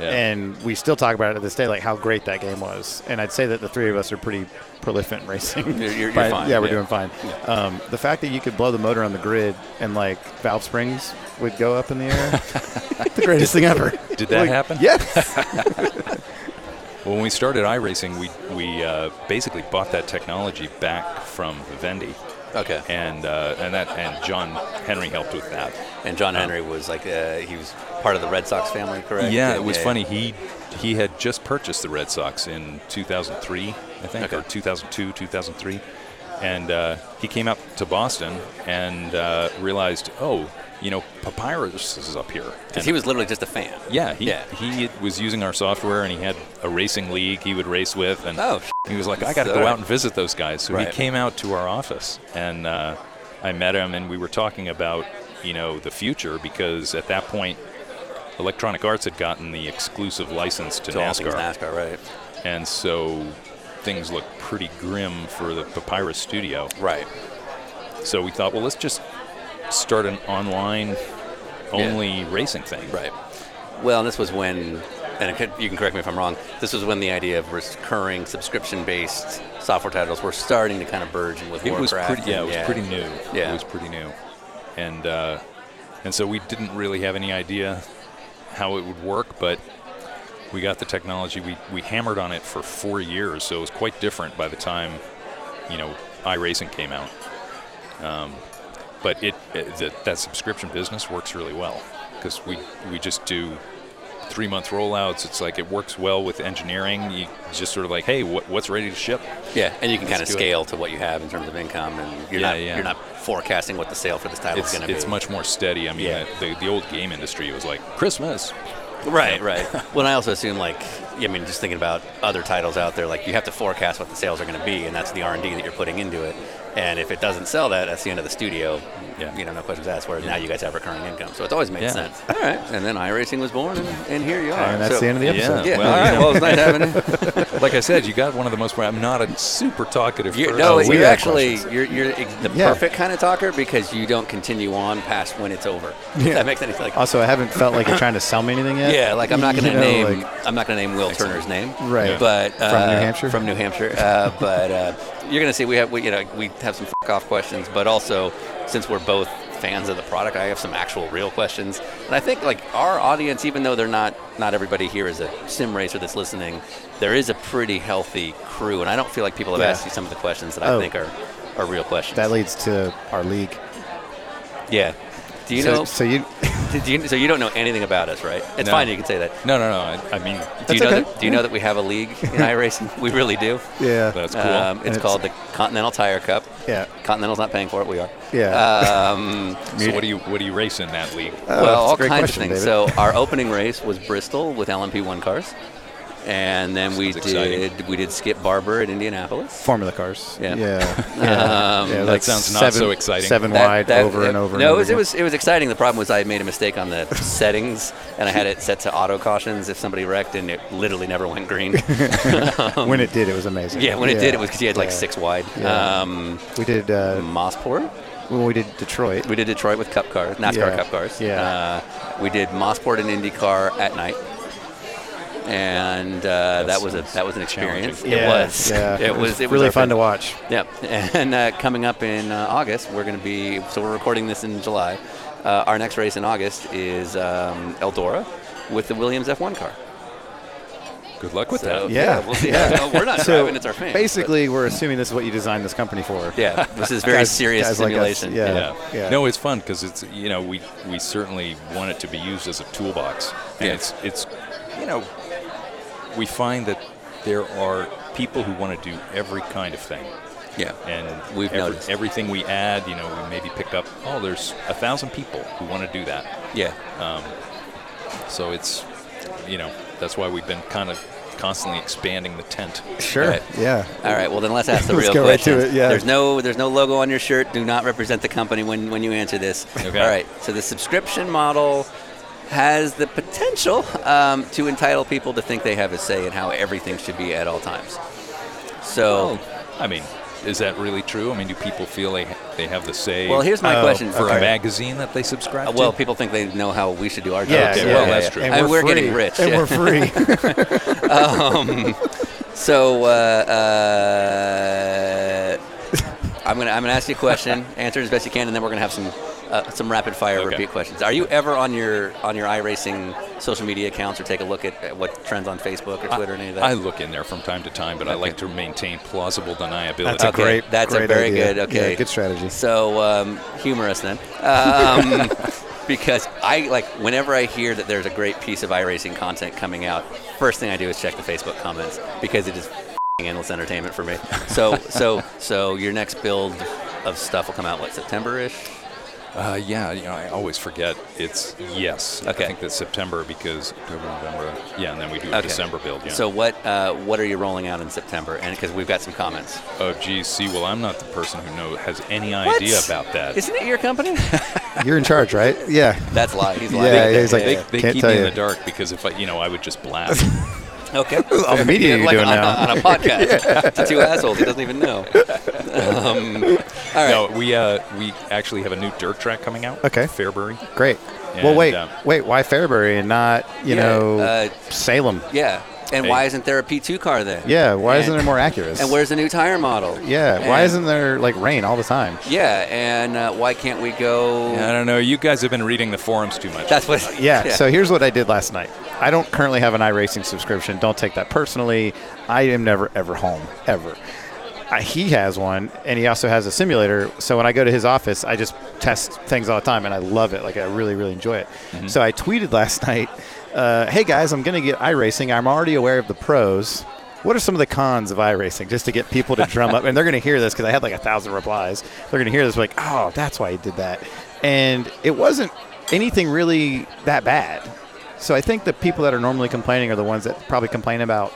S3: Yeah.
S2: And we still talk about it to this day, like how great that game was. And I'd say that the three of us are pretty prolific in racing.
S1: You're- you're- you're
S2: But,
S1: fine,
S2: Yeah, we're
S1: yeah.
S2: doing fine. Um, the fact that you could blow the motor on the grid and like valve springs would go up in the air, the greatest thing ever.
S3: Did that
S2: Like,
S3: happen?
S2: Yes.
S3: Well, when we started iRacing, we, we uh, basically bought that technology back from Vivendi.
S1: Okay.
S3: And, uh, and, that, and John Henry helped with that.
S1: And John Henry was like uh, he was part of the Red Sox family, correct?
S3: Yeah, it was funny. He he had just purchased the Red Sox in 2003, I think, or
S1: Okay.
S3: 2002, 2003, and uh, he came up to Boston and uh, realized, oh, you know, Papyrus is up here.
S1: Because he was literally just a fan.
S3: Yeah, he,
S1: Yeah.
S3: he was using our software and he had a racing league he would race with. And
S1: Oh,
S3: he was like, I got to
S1: So-
S3: go out and visit those guys. So
S1: Right.
S3: he came out to our office and uh, I met him and we were talking about, you know, the future because at that point, Electronic Arts had gotten the exclusive license to
S1: So all things
S3: NASCAR.
S1: NASCAR, right?
S3: And so things look pretty grim for the Papyrus studio.
S1: Right.
S3: So we thought, well, let's just start an online only racing thing.
S1: Right. Well, this was when, and it could, you can correct me if I'm wrong, this was when the idea of recurring subscription based software titles were starting to kind of burgeon with
S3: It was
S1: Warcraft.
S3: pretty. Yeah,
S1: and-
S3: it was pretty new.
S1: Yeah.
S3: It was pretty new, and uh, and so we didn't really have any idea how it would work, but we got the technology. We we hammered on it for four years, so it was quite different by the time you know iRacing came out. Um, but it, it that, that subscription business works really well because we we just do three month rollouts. It's like it works well with engineering. You just sort of like, hey, what, what's ready to ship?
S1: Yeah, and you can kind of
S3: do it.
S1: scale to what you have in terms of income, and you're
S3: Yeah,
S1: not
S3: yeah.
S1: you're not forecasting what the sale for this title
S3: it's,
S1: is going to be.
S3: it's much more steady. I mean,
S1: Yeah.
S3: the, the old game industry was like Christmas.
S1: right, right. well, and I also assume like I mean, just thinking about other titles out there, like you have to forecast what the sales are going to be, and that's the R and D that you're putting into it. And if it doesn't sell that, that's the end of the studio.
S3: Yeah.
S1: You know, no questions asked. Whereas now you guys have recurring income, so it's always made sense. All right, and then iRacing was born, and, and here you are.
S2: And that's
S1: So-
S2: the end of the
S3: yeah.
S2: episode.
S1: Yeah.
S3: Well,
S1: all
S3: you
S1: right.
S3: know.
S1: Well, it's nice having you.
S3: Like I said, you got one of the most. I'm not a super talkative
S1: you
S3: person. Oh,
S1: no,
S2: we
S1: you're
S2: got
S1: actually you're, you're ex- the
S2: Yeah.
S1: perfect kind of talker because you don't continue on past when it's over. If that makes any sense. Like,
S2: Also, I haven't felt like you're trying to sell me anything yet.
S1: Yeah, like I'm not
S2: You
S1: going to
S2: know,
S1: name
S2: like-
S1: I'm not going to name Will Turner's name,
S2: Right.
S1: But uh,
S2: New Hampshire?
S1: from New Hampshire. Uh, but uh, you're going to see we have we, you know we have some f- off questions, but also since we're both fans of the product, I have some actual real questions, and I think like our audience, even though they're not not everybody here is a sim racer that's listening, there is a pretty healthy crew, and I don't feel like people have
S2: Yeah.
S1: asked you some of the questions that I
S2: Oh.
S1: think are are real questions.
S2: that leads to our league.
S1: yeah. Do you
S2: so,
S1: know?
S2: so you
S1: do you, so you don't know anything about us, right? It's
S3: No.
S1: fine. You can say that.
S3: No, no, no. I, I
S1: Do
S3: mean,
S1: you,
S2: That's
S1: know
S2: okay.
S1: that, do you know that we have a league in iRacing? We really do.
S2: yeah
S3: that's cool.
S1: Um,
S2: And
S1: it's
S2: it's-
S1: called the Continental Tire Cup.
S2: Yeah.
S1: Continental's not paying for it. We are.
S2: yeah Oh,
S1: Um,
S3: so what do you what do you race in that league?
S1: well,
S2: that's a
S1: all
S2: great
S1: kinds
S2: question,
S1: of things.
S2: David.
S1: So our opening race was Bristol with LMP1 cars, and then we
S3: Sounds exciting.
S1: did we did Skip Barber at Indianapolis.
S2: formula cars.
S1: Yeah.
S2: yeah.
S1: Um,
S2: Yeah,
S1: That
S2: like
S3: sounds not
S2: seven-
S3: so exciting.
S2: Seven
S1: That-
S2: wide,
S1: that-
S2: over and over.
S1: No,
S2: and
S1: it, was,
S2: over
S1: it was it was exciting. The problem was I made a mistake on the settings, and I had it set to auto cautions if somebody wrecked, and it literally never went green.
S2: again. when it did, it was amazing.
S1: yeah, when it did, it was because you had like
S2: Yeah.
S1: six wide.
S2: Yeah.
S1: Um,
S2: We did uh,
S1: Mossport.
S2: when we did Detroit.
S1: We did Detroit with Cup cars, NASCAR
S2: Yeah.
S1: Cup cars.
S2: Yeah.
S1: Uh, we did Mossport and IndyCar at night, and uh, that, was a
S3: sounds
S1: that was an experience.
S3: challenging.
S1: It
S2: yeah,
S1: was.
S2: Yeah,
S1: It was. It was
S2: really
S1: our
S2: fun
S1: first-
S2: to watch.
S1: Yep. And uh, coming up in uh, August, we're going to be. So we're recording this in July. Uh, our next race in August is um, Eldora with the Williams F1 car.
S3: Good luck with
S1: So,
S3: that.
S2: Yeah.
S1: we'll see.
S2: Yeah.
S1: Well, we're not
S2: So
S1: driving; it's our fans. but-
S2: Basically, we're assuming this is what you designed this company for.
S1: yeah, this is very
S2: Guys-
S1: serious
S2: guys like us,
S1: simulation.
S2: yeah.
S3: Yeah.
S2: Yeah.
S3: No, it's fun because it's you know we we certainly want it to be used as a toolbox, and
S1: Yeah.
S3: it's it's you know we find that there are people who want to do every kind of thing.
S1: yeah.
S3: and
S1: We've
S3: every-
S1: noticed.
S3: everything we add. You know, we maybe pick up. Oh, there's a thousand people who want to do that.
S1: Yeah.
S3: So it's, you know, that's why we've been kind of constantly expanding the tent.
S2: Sure.
S1: Right.
S2: Yeah.
S1: All right. Well, then let's ask the
S2: Let's
S1: real
S2: go right to
S1: questions.
S2: it, yeah.
S1: There's no there's no logo on your shirt. Do not represent the company when when you answer this.
S3: Okay.
S1: All right. So the subscription model has the potential um, to entitle people to think they have a say in how everything should be at all times. So.
S3: I mean, is that really true? I mean, do people feel they they have the say? uh,
S1: Well, here's my
S2: Oh,
S1: question
S3: for
S1: All
S3: a
S1: right.
S3: magazine that they subscribe
S1: Uh,
S3: to.
S1: Well, people think they know how we should do our job.
S2: Yeah,
S3: Okay,
S2: yeah,
S3: well,
S2: yeah,
S3: that's
S2: yeah.
S3: true.
S2: And
S1: I mean,
S2: we're,
S1: we're
S2: free.
S1: getting rich,
S2: And
S1: yeah.
S2: we're free.
S1: So uh, uh, I'm gonna I'm gonna ask you a question. Answer it as best you can, and then we're gonna have some uh, some rapid fire
S3: Okay.
S1: repeat questions. Are you ever on your on your iRacing social media accounts, or take a look at, at what trends on Facebook or Twitter, or any of that?
S3: I look in there from time to time, but I like to maintain plausible deniability.
S2: That's a
S1: Okay,
S2: great.
S1: that's a
S2: great
S1: very
S2: idea.
S1: good- okay.
S2: Yeah, good strategy.
S1: So um, humorous then, um, because I like whenever I hear that there's a great piece of iRacing content coming out, first thing I do is check the Facebook comments because it is f***ing endless entertainment for me. So so so your next build of stuff will come out what September ish.
S3: Uh, yeah, you know, I always forget. It's yes.
S1: Okay.
S3: I think that's September because October, November. Yeah, and then we do a
S1: Okay.
S3: December build. Yeah.
S1: So what uh, what are you rolling out in September? And because we've got some comments.
S3: oh geez, see, well, I'm not the person who know has any
S1: What?
S3: idea about that.
S1: Isn't it your company?
S2: You're in charge, right? Yeah.
S1: That's a lie. He's lying.
S2: Yeah, yeah, he's like-
S3: they
S2: Yeah.
S3: they
S2: Can't
S3: keep
S2: tell
S3: me in
S2: you.
S3: the dark because if I, you know, I would just blast.
S1: Okay.
S2: On the media you're
S1: like
S2: doing
S1: on,
S2: now.
S1: A, on a podcast to two assholes he doesn't even know. Um, all right.
S3: no, we uh, we actually have a new dirt track coming out.
S2: Okay.
S3: Fairbury.
S2: Great. well,
S3: And,
S2: wait,
S3: um,
S2: wait. Why Fairbury and not you
S1: Yeah,
S2: know
S1: uh,
S2: Salem?
S1: Yeah. And
S3: Hey.
S1: why isn't there a P2 car then?
S2: Yeah. Why isn't
S1: And-
S2: there more accurate?
S1: And where's the new tire model?
S2: Yeah. why
S1: And-
S2: isn't there like rain all the time?
S1: Yeah, and uh, why can't we go?
S3: I don't know. You guys have been reading the forums too much.
S1: That's what.
S2: Yeah, So here's what I did last night. I don't currently have an iRacing subscription. Don't take that personally. I am never ever home ever. I, he has one, and he also has a simulator. So when I go to his office, I just test things all the time, and I love it. Like I really, really enjoy it. So I tweeted last night, uh, "Hey guys, I'm going to get iRacing. I'm already aware of the pros." What are some of the cons of iRacing? Just to get people to drum up, and they're going to hear this because I had like a thousand replies. They're going to hear this like, "Oh, that's why he did that," and it wasn't anything really that bad. So I think the people that are normally complaining are the ones that probably complain about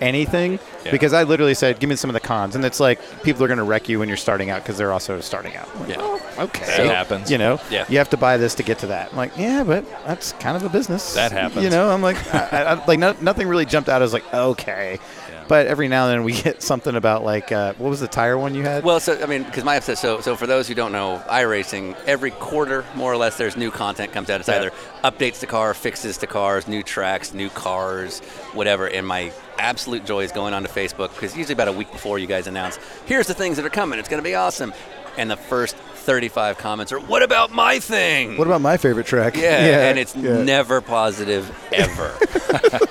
S2: anything
S3: Yeah.
S2: because I literally said, "Give me some of the cons," and it's like people are going to wreck you when you're starting out because they're also starting out. I'm like,
S3: Yeah.
S2: "Oh, okay,
S3: That happens.
S2: You know,
S3: Yeah.
S2: you have to buy this to get to that. I'm like, yeah, but that's kind of a business.
S3: That happens.
S2: You know, I'm like, I, I, like no, nothing really jumped out as like okay,
S3: Yeah.
S2: but every now and then we get something about like uh, what was the tire one you had?
S1: Well, so I mean, because my upset. So, so for those who don't know, iRacing every quarter, more or less, there's new content comes out. It's either updates to car, fixes to cars, new tracks, new cars, whatever. And my absolute joy is going onto Facebook because usually about a week before you guys announce, here's the things that are coming. It's going to be awesome. And the first 35 comments are, "What about my thing?"
S7: What about my favorite track?
S1: Yeah, and it's
S7: yeah.
S1: never positive ever.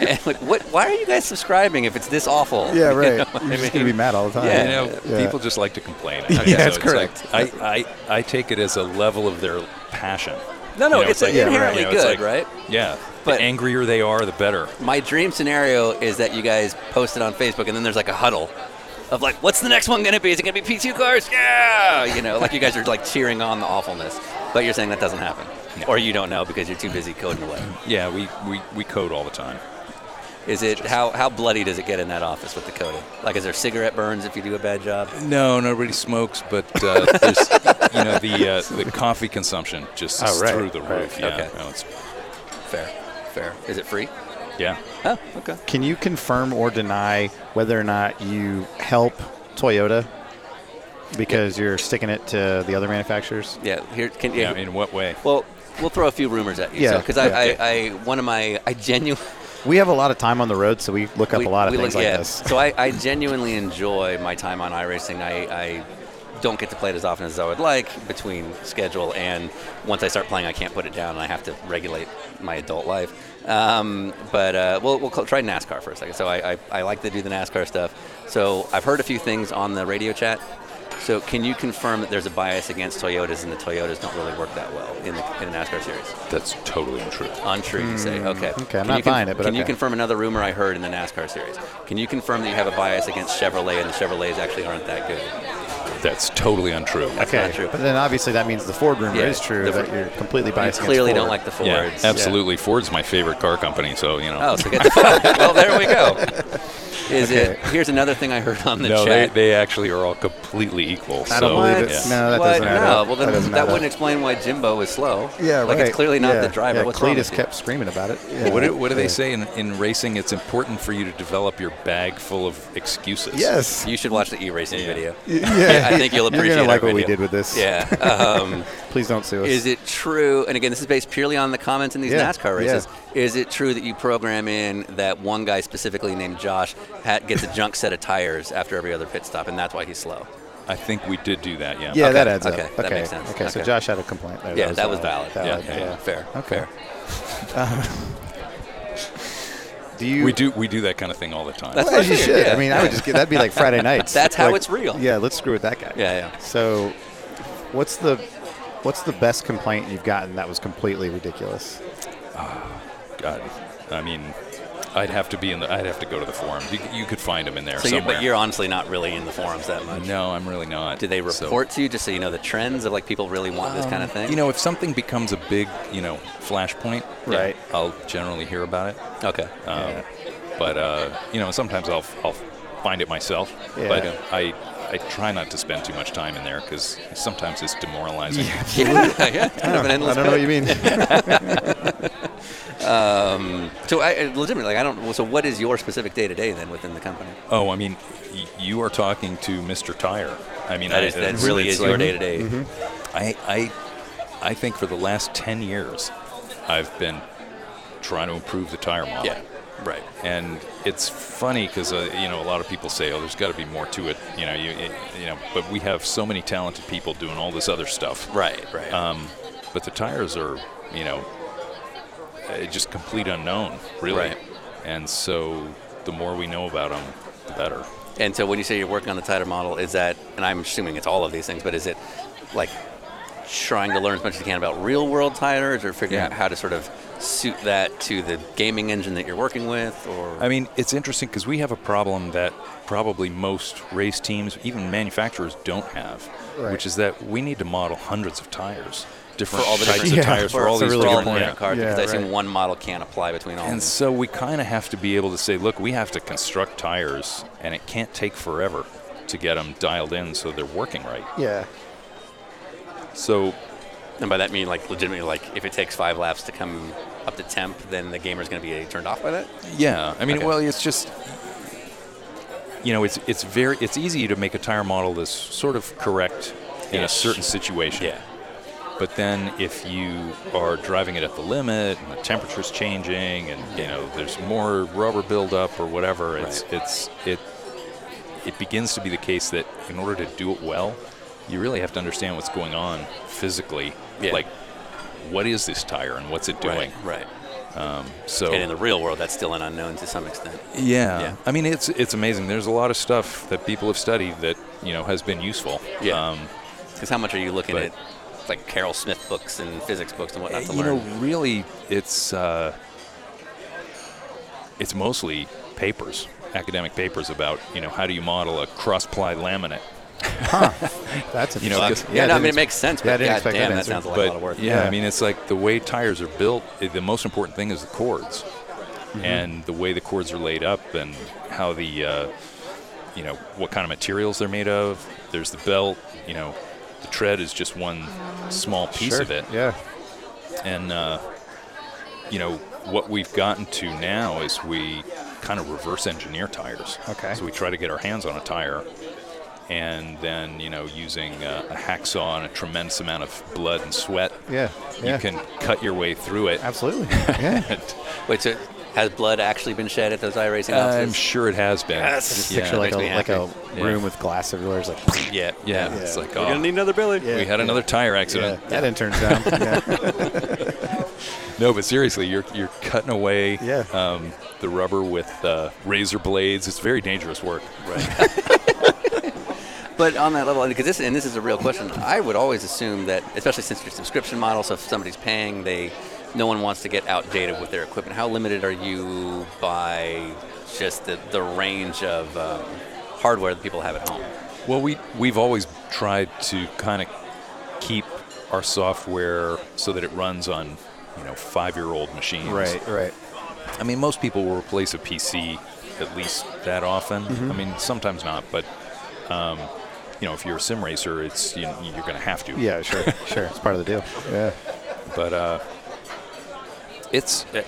S1: and like, what? Why are you guys subscribing if it's this awful?
S7: Yeah, right. You're
S1: I
S7: just
S1: mean?
S7: gonna be mad all the time.
S1: Yeah.
S3: You know,
S7: Yeah.
S3: people just like to complain.
S2: Yeah, that's
S3: it's
S2: correct.
S3: like- I, I, I take it as a level of their passion.
S1: No, no,
S3: You know,
S1: it's, like
S3: you know,
S1: inherently
S3: it's
S1: good,
S3: like-
S1: right?
S3: Yeah.
S1: But-
S3: the angrier they are, the better.
S1: My dream scenario is that you guys post it on Facebook, and then there's like a huddle of like, what's the next one going to be? Is it going to be P2 cars? Yeah, you know, like you guys are like cheering on the awfulness, but you're saying that doesn't happen, or you don't know because you're too busy coding away.
S3: Yeah, we, we, we code all the time.
S1: Is it how how bloody does it get in that office with the coding? Like, is there cigarette burns if you do a bad job?
S3: No, nobody smokes, but uh, there's, you know the uh, the coffee consumption just is
S2: Oh, right,
S3: through the
S2: right.
S3: roof. Yeah,
S1: Okay.
S3: no, it's-
S1: Fair, fair. Is it free?
S3: yeah.
S1: Oh, okay.
S2: Can you confirm or deny whether or not you help Toyota because you're sticking it to the other manufacturers?
S1: Yeah. Here can
S3: yeah.
S1: yeah.
S3: In what way?
S1: well, we'll throw a few rumors at you.
S2: Yeah,
S1: Because I,
S2: yeah.
S1: I, I one of my I genuinely.
S2: We have a lot of time on the road, so we look up
S1: we-
S2: a lot of
S1: we
S2: things
S1: look-
S2: like
S1: yeah.
S2: this.
S1: So I, I genuinely enjoy my time on iRacing. I, I don't get to play it as often as I would like between schedule and once I start playing, I can't put it down and I have to regulate my adult life. Um, but uh, we'll, we'll call, try NASCAR for a second. So I, I, I like to do the NASCAR stuff. So I've heard a few things on the radio chat. So can you confirm that there's a bias against Toyotas and the Toyotas don't really work that well in the, in the NASCAR series?
S3: That's totally untrue.
S1: Untrue, you say. Okay. Okay, I'm
S2: Hmm, not buying it, but
S1: can you
S2: okay.
S1: confirm another rumor I heard in the NASCAR series? Can you confirm that you have a bias against Chevrolet and the Chevrolets actually aren't that good?
S3: That's totally untrue.
S2: Okay,
S1: not true.
S2: but then obviously that means the Ford rumor
S1: Yeah,
S2: is true
S1: the-
S2: that you're completely
S1: I
S2: biased. against
S1: clearly don't
S2: Ford.
S1: like the Fords.
S3: Yeah, absolutely. Ford's my favorite car company, so you know.
S1: Oh, so get the Ford. Well, there we go. Is it? Here's another thing I heard on the
S3: no, they,
S1: chat.
S3: they actually are all completely equal.
S2: I don't
S3: so,
S2: believe it.
S3: yeah.
S2: No, that
S1: what?
S2: doesn't
S1: no.
S2: add up.
S1: Well,
S2: That
S1: then that,
S2: doesn't add
S1: wouldn't
S2: up.
S1: explain why Jimbo is slow.
S7: Yeah,
S1: Like
S7: right.
S1: it's clearly not
S7: Yeah,
S1: the driver.
S2: Yeah,
S1: What's wrong
S2: Cletus
S1: with you?
S2: kept screaming about it. Yeah.
S3: What do, what do they say in, in racing? It's important for you to develop your bag full of excuses.
S7: Yes.
S1: You should watch the e-racing
S3: Yeah.
S1: video.
S7: Yeah.
S1: I think you'll
S2: You're
S1: appreciate.
S2: gonna like
S1: our
S2: what we
S1: video.
S2: did with this.
S1: Yeah. Um,
S2: Please don't sue us.
S1: Is it true? And again, this is based purely on the comments in these
S2: Yeah,
S1: NASCAR
S2: yeah.
S1: races. Is it true that you program in that one guy specifically named Josh ha- gets a junk set of tires after every other pit stop, and that's why he's slow?
S3: I think we did do that. Yeah.
S2: Yeah, that
S1: Okay,
S2: adds
S1: okay,
S2: up.
S1: that
S2: Okay,
S1: makes sense.
S2: okay. So
S1: Okay.
S2: Josh had a complaint. There.
S1: yeah, that was valid. Yeah,
S2: Valid,
S1: yeah, yeah. fair.
S2: Okay.
S1: Fair.
S2: Do you?
S3: We do we do that kind of thing all the time.
S1: That's-
S2: Well, you
S1: Yeah.
S2: should. I mean, I would just get that'd be like Friday nights.
S1: That's how
S2: Like,
S1: it's real.
S2: Yeah, let's screw with that guy.
S1: Yeah, yeah.
S2: So, what's the what's the best complaint you've gotten that was completely ridiculous?
S3: God, I mean, I'd have to be in the. I'd have to go to the forums. You, you could find them in there
S1: So, you,
S3: somewhere.
S1: but you're honestly not really in the forums that much.
S3: no, I'm really not.
S1: Do they
S3: So-
S1: report to you just so you know the trends of like people really want this kind of thing?
S3: Um, You know, if something becomes a big, you know, flashpoint, yeah,
S2: Right.
S3: I'll generally hear about it.
S1: Okay.
S3: Um, But uh, you know, sometimes I'll I'll find it myself.
S2: Yeah.
S3: But uh, I I try not to spend too much time in there because sometimes it's demoralizing.
S1: yeah, yeah. Kind of an
S2: I
S1: endless
S2: don't know what you mean.
S1: So I I- legitimately, like, I don't. So what is your specific day to day then within the company?
S3: Oh, I mean, y- you are talking to Mr. Tire. I mean,
S1: That
S3: I,
S1: is that
S3: it's-
S1: really
S3: it's
S1: is your
S3: like-
S1: day to day.
S3: I I I think for the last ten years, I've been trying to improve the tire model.
S1: Yeah. Right.
S3: and it's funny because uh, you know a lot of people say, "Oh, there's got to be more to it," you know, you you know. But we have so many talented people doing all this other stuff,
S1: Right. Right.
S3: Um, but the tires are, you know, uh, just complete unknown, really.
S1: Right.
S3: And so the more we know about them, the better.
S1: and so when you say you're working on the tighter model, is that? And I'm assuming it's all of these things, but is it like trying to learn as much as you can about real world titers, or figuring
S3: Yeah.
S1: out how to sort of suit that to the gaming engine that you're working with, or
S3: I mean, it's interesting because we have a problem that probably most race teams, even manufacturers, don't have, which is that we need to model hundreds of tires, different
S1: all the
S3: types
S1: different-
S3: of tires for all
S1: for
S3: these
S1: all
S3: different
S1: the different
S3: yeah.
S1: cars?
S2: Yeah,
S1: because I assume
S2: right.
S1: one model can't apply between all.
S3: And
S1: of
S3: so we kind of have to be able to say, look, we have to construct tires, and it can't take forever to get them dialed in so they're working right.
S2: yeah.
S3: So
S1: them. And by that mean like legitimately, like if it takes five laps to come up to temp, then the gamer's going to be turned off by that.
S3: Yeah, I mean,
S1: Okay.
S3: well, it's just you know, it's it's very it's easy to make a tire model that's sort of correct in a
S1: Yes.
S3: certain situation. But then if you are driving it at the limit and the temperature's changing and you know there's more rubber buildup or whatever, it's
S1: Right.
S3: it's it it begins to be the case that in order to do it well, you really have to understand what's going on physically.
S1: Yeah.
S3: Like what is this tire and what's it doing?
S1: Right.
S3: So
S1: And in the real world, that's still an unknown to some extent.
S3: Yeah.
S1: Yeah.
S3: I mean, it's it's amazing. There's a lot of stuff that people have studied that you know has been useful. Um,
S1: Yeah. Because how much are you looking
S3: But-
S1: at, like Carol Smith books and physics books and whatnot to
S3: you
S1: learn?
S3: know, really, it's uh, it's mostly papers, academic papers about you know how do you model a cross ply laminate.
S2: That's
S3: You
S2: interesting.
S3: know, because-
S1: yeah, no, I mean it makes sense,
S2: yeah, I
S1: but
S2: didn't
S1: god
S2: expect
S1: damn,
S2: that
S1: that
S2: answer.
S1: sounds like a
S3: but
S1: lot of work.
S3: yeah,
S2: Yeah.
S3: I mean, it's like the way tires are built. i- The most important thing is the cords,
S2: Mm-hmm.
S3: and the way the cords are laid up, and how the uh, you know what kind of materials they're made of. There's the belt. You know, the tread is just one small piece
S2: Sure.
S3: of it,
S2: Yeah.
S3: and uh, you know what we've gotten to now is we kind of reverse engineer tires.
S2: Okay.
S3: So we try to get our hands on a tire. And then, you know, using uh, a hacksaw and a tremendous amount of blood and sweat,
S2: Yeah. Yeah.
S3: you can cut your way through it.
S2: Absolutely. Yeah.
S1: Wait, so has blood actually been shed at those iRacing
S3: I'm
S1: offices?
S3: sure it has been.
S1: Yes.
S2: Just
S3: Yeah,
S2: picture like a
S1: makes me
S2: like a
S3: Yeah.
S2: room with glass everywhere. It's like
S1: yeah,
S3: yeah,
S2: Yeah.
S3: It's like,
S1: We're
S3: oh,
S1: gonna need another Billy.
S2: Yeah.
S3: we had another tire accident.
S2: yeah, that intern's down. Yeah.
S3: No, but seriously, you're you're cutting away
S2: Yeah.
S3: um, the rubber with uh, razor blades. It's very dangerous work. Right.
S1: But on that level, because this and this is a real question, I would always assume that, especially since it's a subscription model, so if somebody's paying, they no one wants to get outdated with their equipment. How limited are you by just the, the range of um, hardware that people have at home?
S3: well, we we've always tried to kind of keep our software so that it runs on you know five year old machines.
S2: right. Right.
S3: I mean, most people will replace a PC at least that often.
S1: Mm-hmm.
S3: I mean, sometimes not, but um, you know, if you're a sim racer, it's you, you're going to have to.
S2: Yeah. Sure. Sure. It's part of the deal. Yeah.
S3: But uh, it's uh,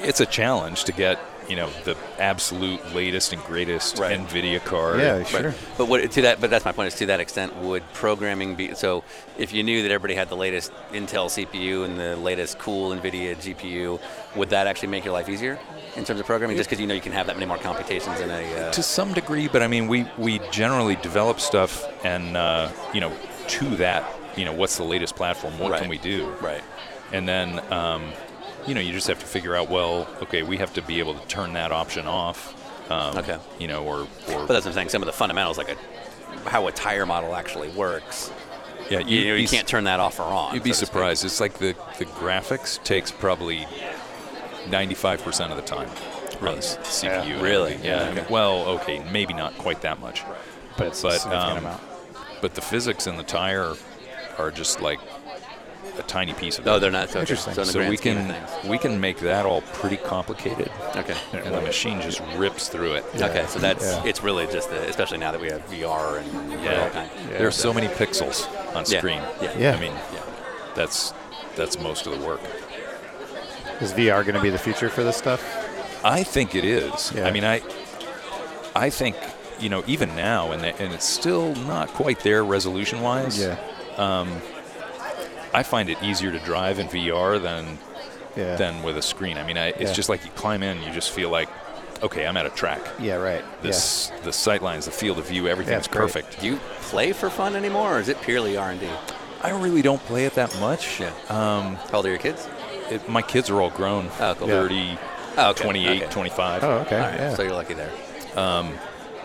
S3: it's a challenge to get you know the absolute latest and greatest
S1: Right.
S3: NVIDIA card.
S2: Yeah. Sure.
S1: But what to that? But that's my point. Is to that extent, would programming be so? If you knew that everybody had the latest Intel CPU and the latest cool NVIDIA GPU, would that actually make your life easier in terms of programming? Just because you know you can have that many more computations in a. Uh,
S3: to some degree, but I mean, we we generally develop stuff and uh, you know to that you know what's the latest platform? What
S1: Right.
S3: can we do?
S1: right.
S3: And then, um, you know, you just have to figure out, well, okay, we have to be able to turn that option off. Um,
S1: Okay.
S3: You know, or, or
S1: But that's what I'm saying. Some of the fundamentals, like a, how a tire model actually works,
S3: yeah,
S1: you,
S3: you'd
S1: know,
S3: be
S1: you
S3: s-
S1: can't turn that off or on.
S3: You'd be
S1: so to speak.
S3: surprised. It's like the, the graphics takes probably 95% of the time. Really? CPU.
S1: Yeah.
S3: and
S1: Really?
S3: everything. Yeah.
S1: Yeah, okay.
S3: Well, okay, maybe not quite that much.
S2: but it's
S3: but,
S2: a significant
S3: um,
S2: amount.
S3: But the physics in the tire are just like a tiny piece of
S1: Oh,
S3: it.
S1: they're not. Okay.
S2: Interesting.
S1: So, in the
S3: So
S1: grand
S3: we
S1: scheme of
S3: can
S1: things.
S3: we can make that all pretty complicated,
S1: Okay.
S3: and the machine just rips through it.
S1: Okay. So that's. It's really just, the, especially now that we have VR and all kind.
S3: There are so many pixels on
S1: Yeah.
S3: screen.
S1: Yeah.
S2: Yeah.
S3: I mean, that's that's most of the work.
S2: Is VR going to be the future for this stuff?
S3: I think it is.
S2: Yeah.
S3: I mean, I I think you know even now, and and it's still not quite there resolution wise. I find it easier to drive in VR than
S2: Yeah.
S3: than with a screen. I mean, I, it's
S2: Yeah.
S3: just like you climb in, you just feel like, okay, I'm at a track.
S2: Yeah. Right.
S3: This the sight lines, the field of view, everything's
S2: it's great.
S3: perfect.
S1: Do you play for fun anymore, or is it purely R and D?
S3: I really don't play it that much.
S1: Yeah.
S3: Um,
S1: How old are your kids?
S3: it, my kids are all grown.
S1: Oh, cool. Yeah.
S3: 30,
S1: Oh, okay.
S3: 28,
S1: Okay.
S3: 25.
S2: Yeah. Oh, okay.
S1: All right.
S2: yeah.
S1: So you're lucky there.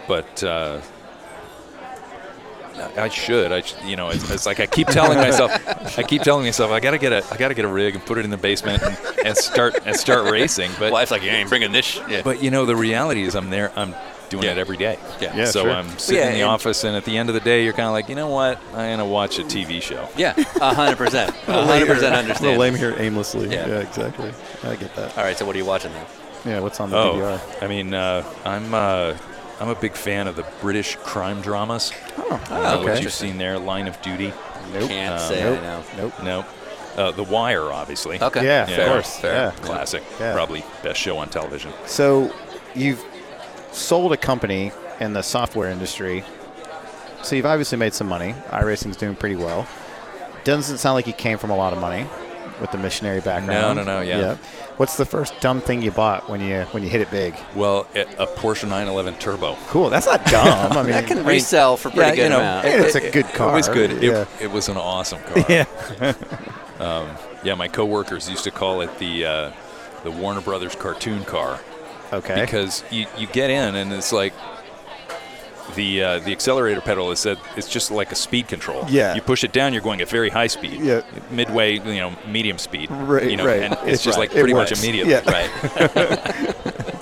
S3: but uh, I- I should. I, sh- you know, it's, it's like I keep telling myself, I keep telling myself, I gotta get a, I gotta get a rig and put it in the basement and, and start and start racing. But
S1: Wife's like, you ain't bringing this. Sh-. Yeah.
S3: but you know, the reality is, I'm there. I'm doing
S1: Yeah.
S3: it every day.
S1: Yeah.
S2: Yeah,
S3: so
S2: sure.
S3: I'm sitting
S1: Yeah,
S3: in the
S1: and-
S3: office, and at the end of the day, you're kind of like, you know what? I'm gonna watch a TV show.
S1: yeah. A hundred percent. A hundred percent
S2: A little
S1: understand.
S2: lame here aimlessly.
S1: Yeah.
S2: Yeah. exactly. I get that.
S1: All right. So what are you watching then?
S2: Yeah, what's on the
S3: Oh,
S2: DVR?
S3: I mean, uh, I'm uh, I'm a big fan of the British crime dramas.
S2: Oh,
S3: Uh,
S1: okay.
S3: What you've seen there, Line of Duty.
S2: Nope.
S1: Can't
S3: Um,
S1: say
S2: Uh, nope.
S1: I know.
S2: Nope.
S3: No. Uh, the Wire, obviously.
S1: Okay.
S2: Yeah, of
S3: Yeah.
S2: course.
S1: Fair.
S2: Yeah.
S3: Classic.
S2: Yeah.
S3: Probably best show on television.
S2: So you've sold a company in the software industry. So you've obviously made some money. iRacing's doing pretty well. Doesn't sound like you came from a lot of money with the missionary background.
S3: no, no, yeah.
S2: What's the first dumb thing you bought when you when you hit it big?
S3: Well, a a Porsche 911 Turbo.
S2: Cool. That's not dumb. I mean,
S1: That can resell for pretty
S3: yeah,
S1: good
S3: you know,
S1: amount.
S2: it's a good car.
S3: It was good. It-
S2: Yeah.
S3: It, was an awesome car. Um,
S2: yeah.
S3: Yeah, my coworkers used to call it the uh, the Warner Brothers cartoon car
S2: Okay.
S3: because you, you get in and it's like the uh, the accelerator pedal is that it's just like a speed control.
S2: Yeah.
S3: You push it down, you're going at very high speed.
S2: Yeah.
S3: Midway, you know, medium speed.
S2: Right,
S3: You know,
S2: right.
S3: And it's,
S2: It's
S3: just
S2: right.
S3: like
S2: It
S3: pretty much
S2: works.
S3: immediately.
S2: Yeah.
S3: Right.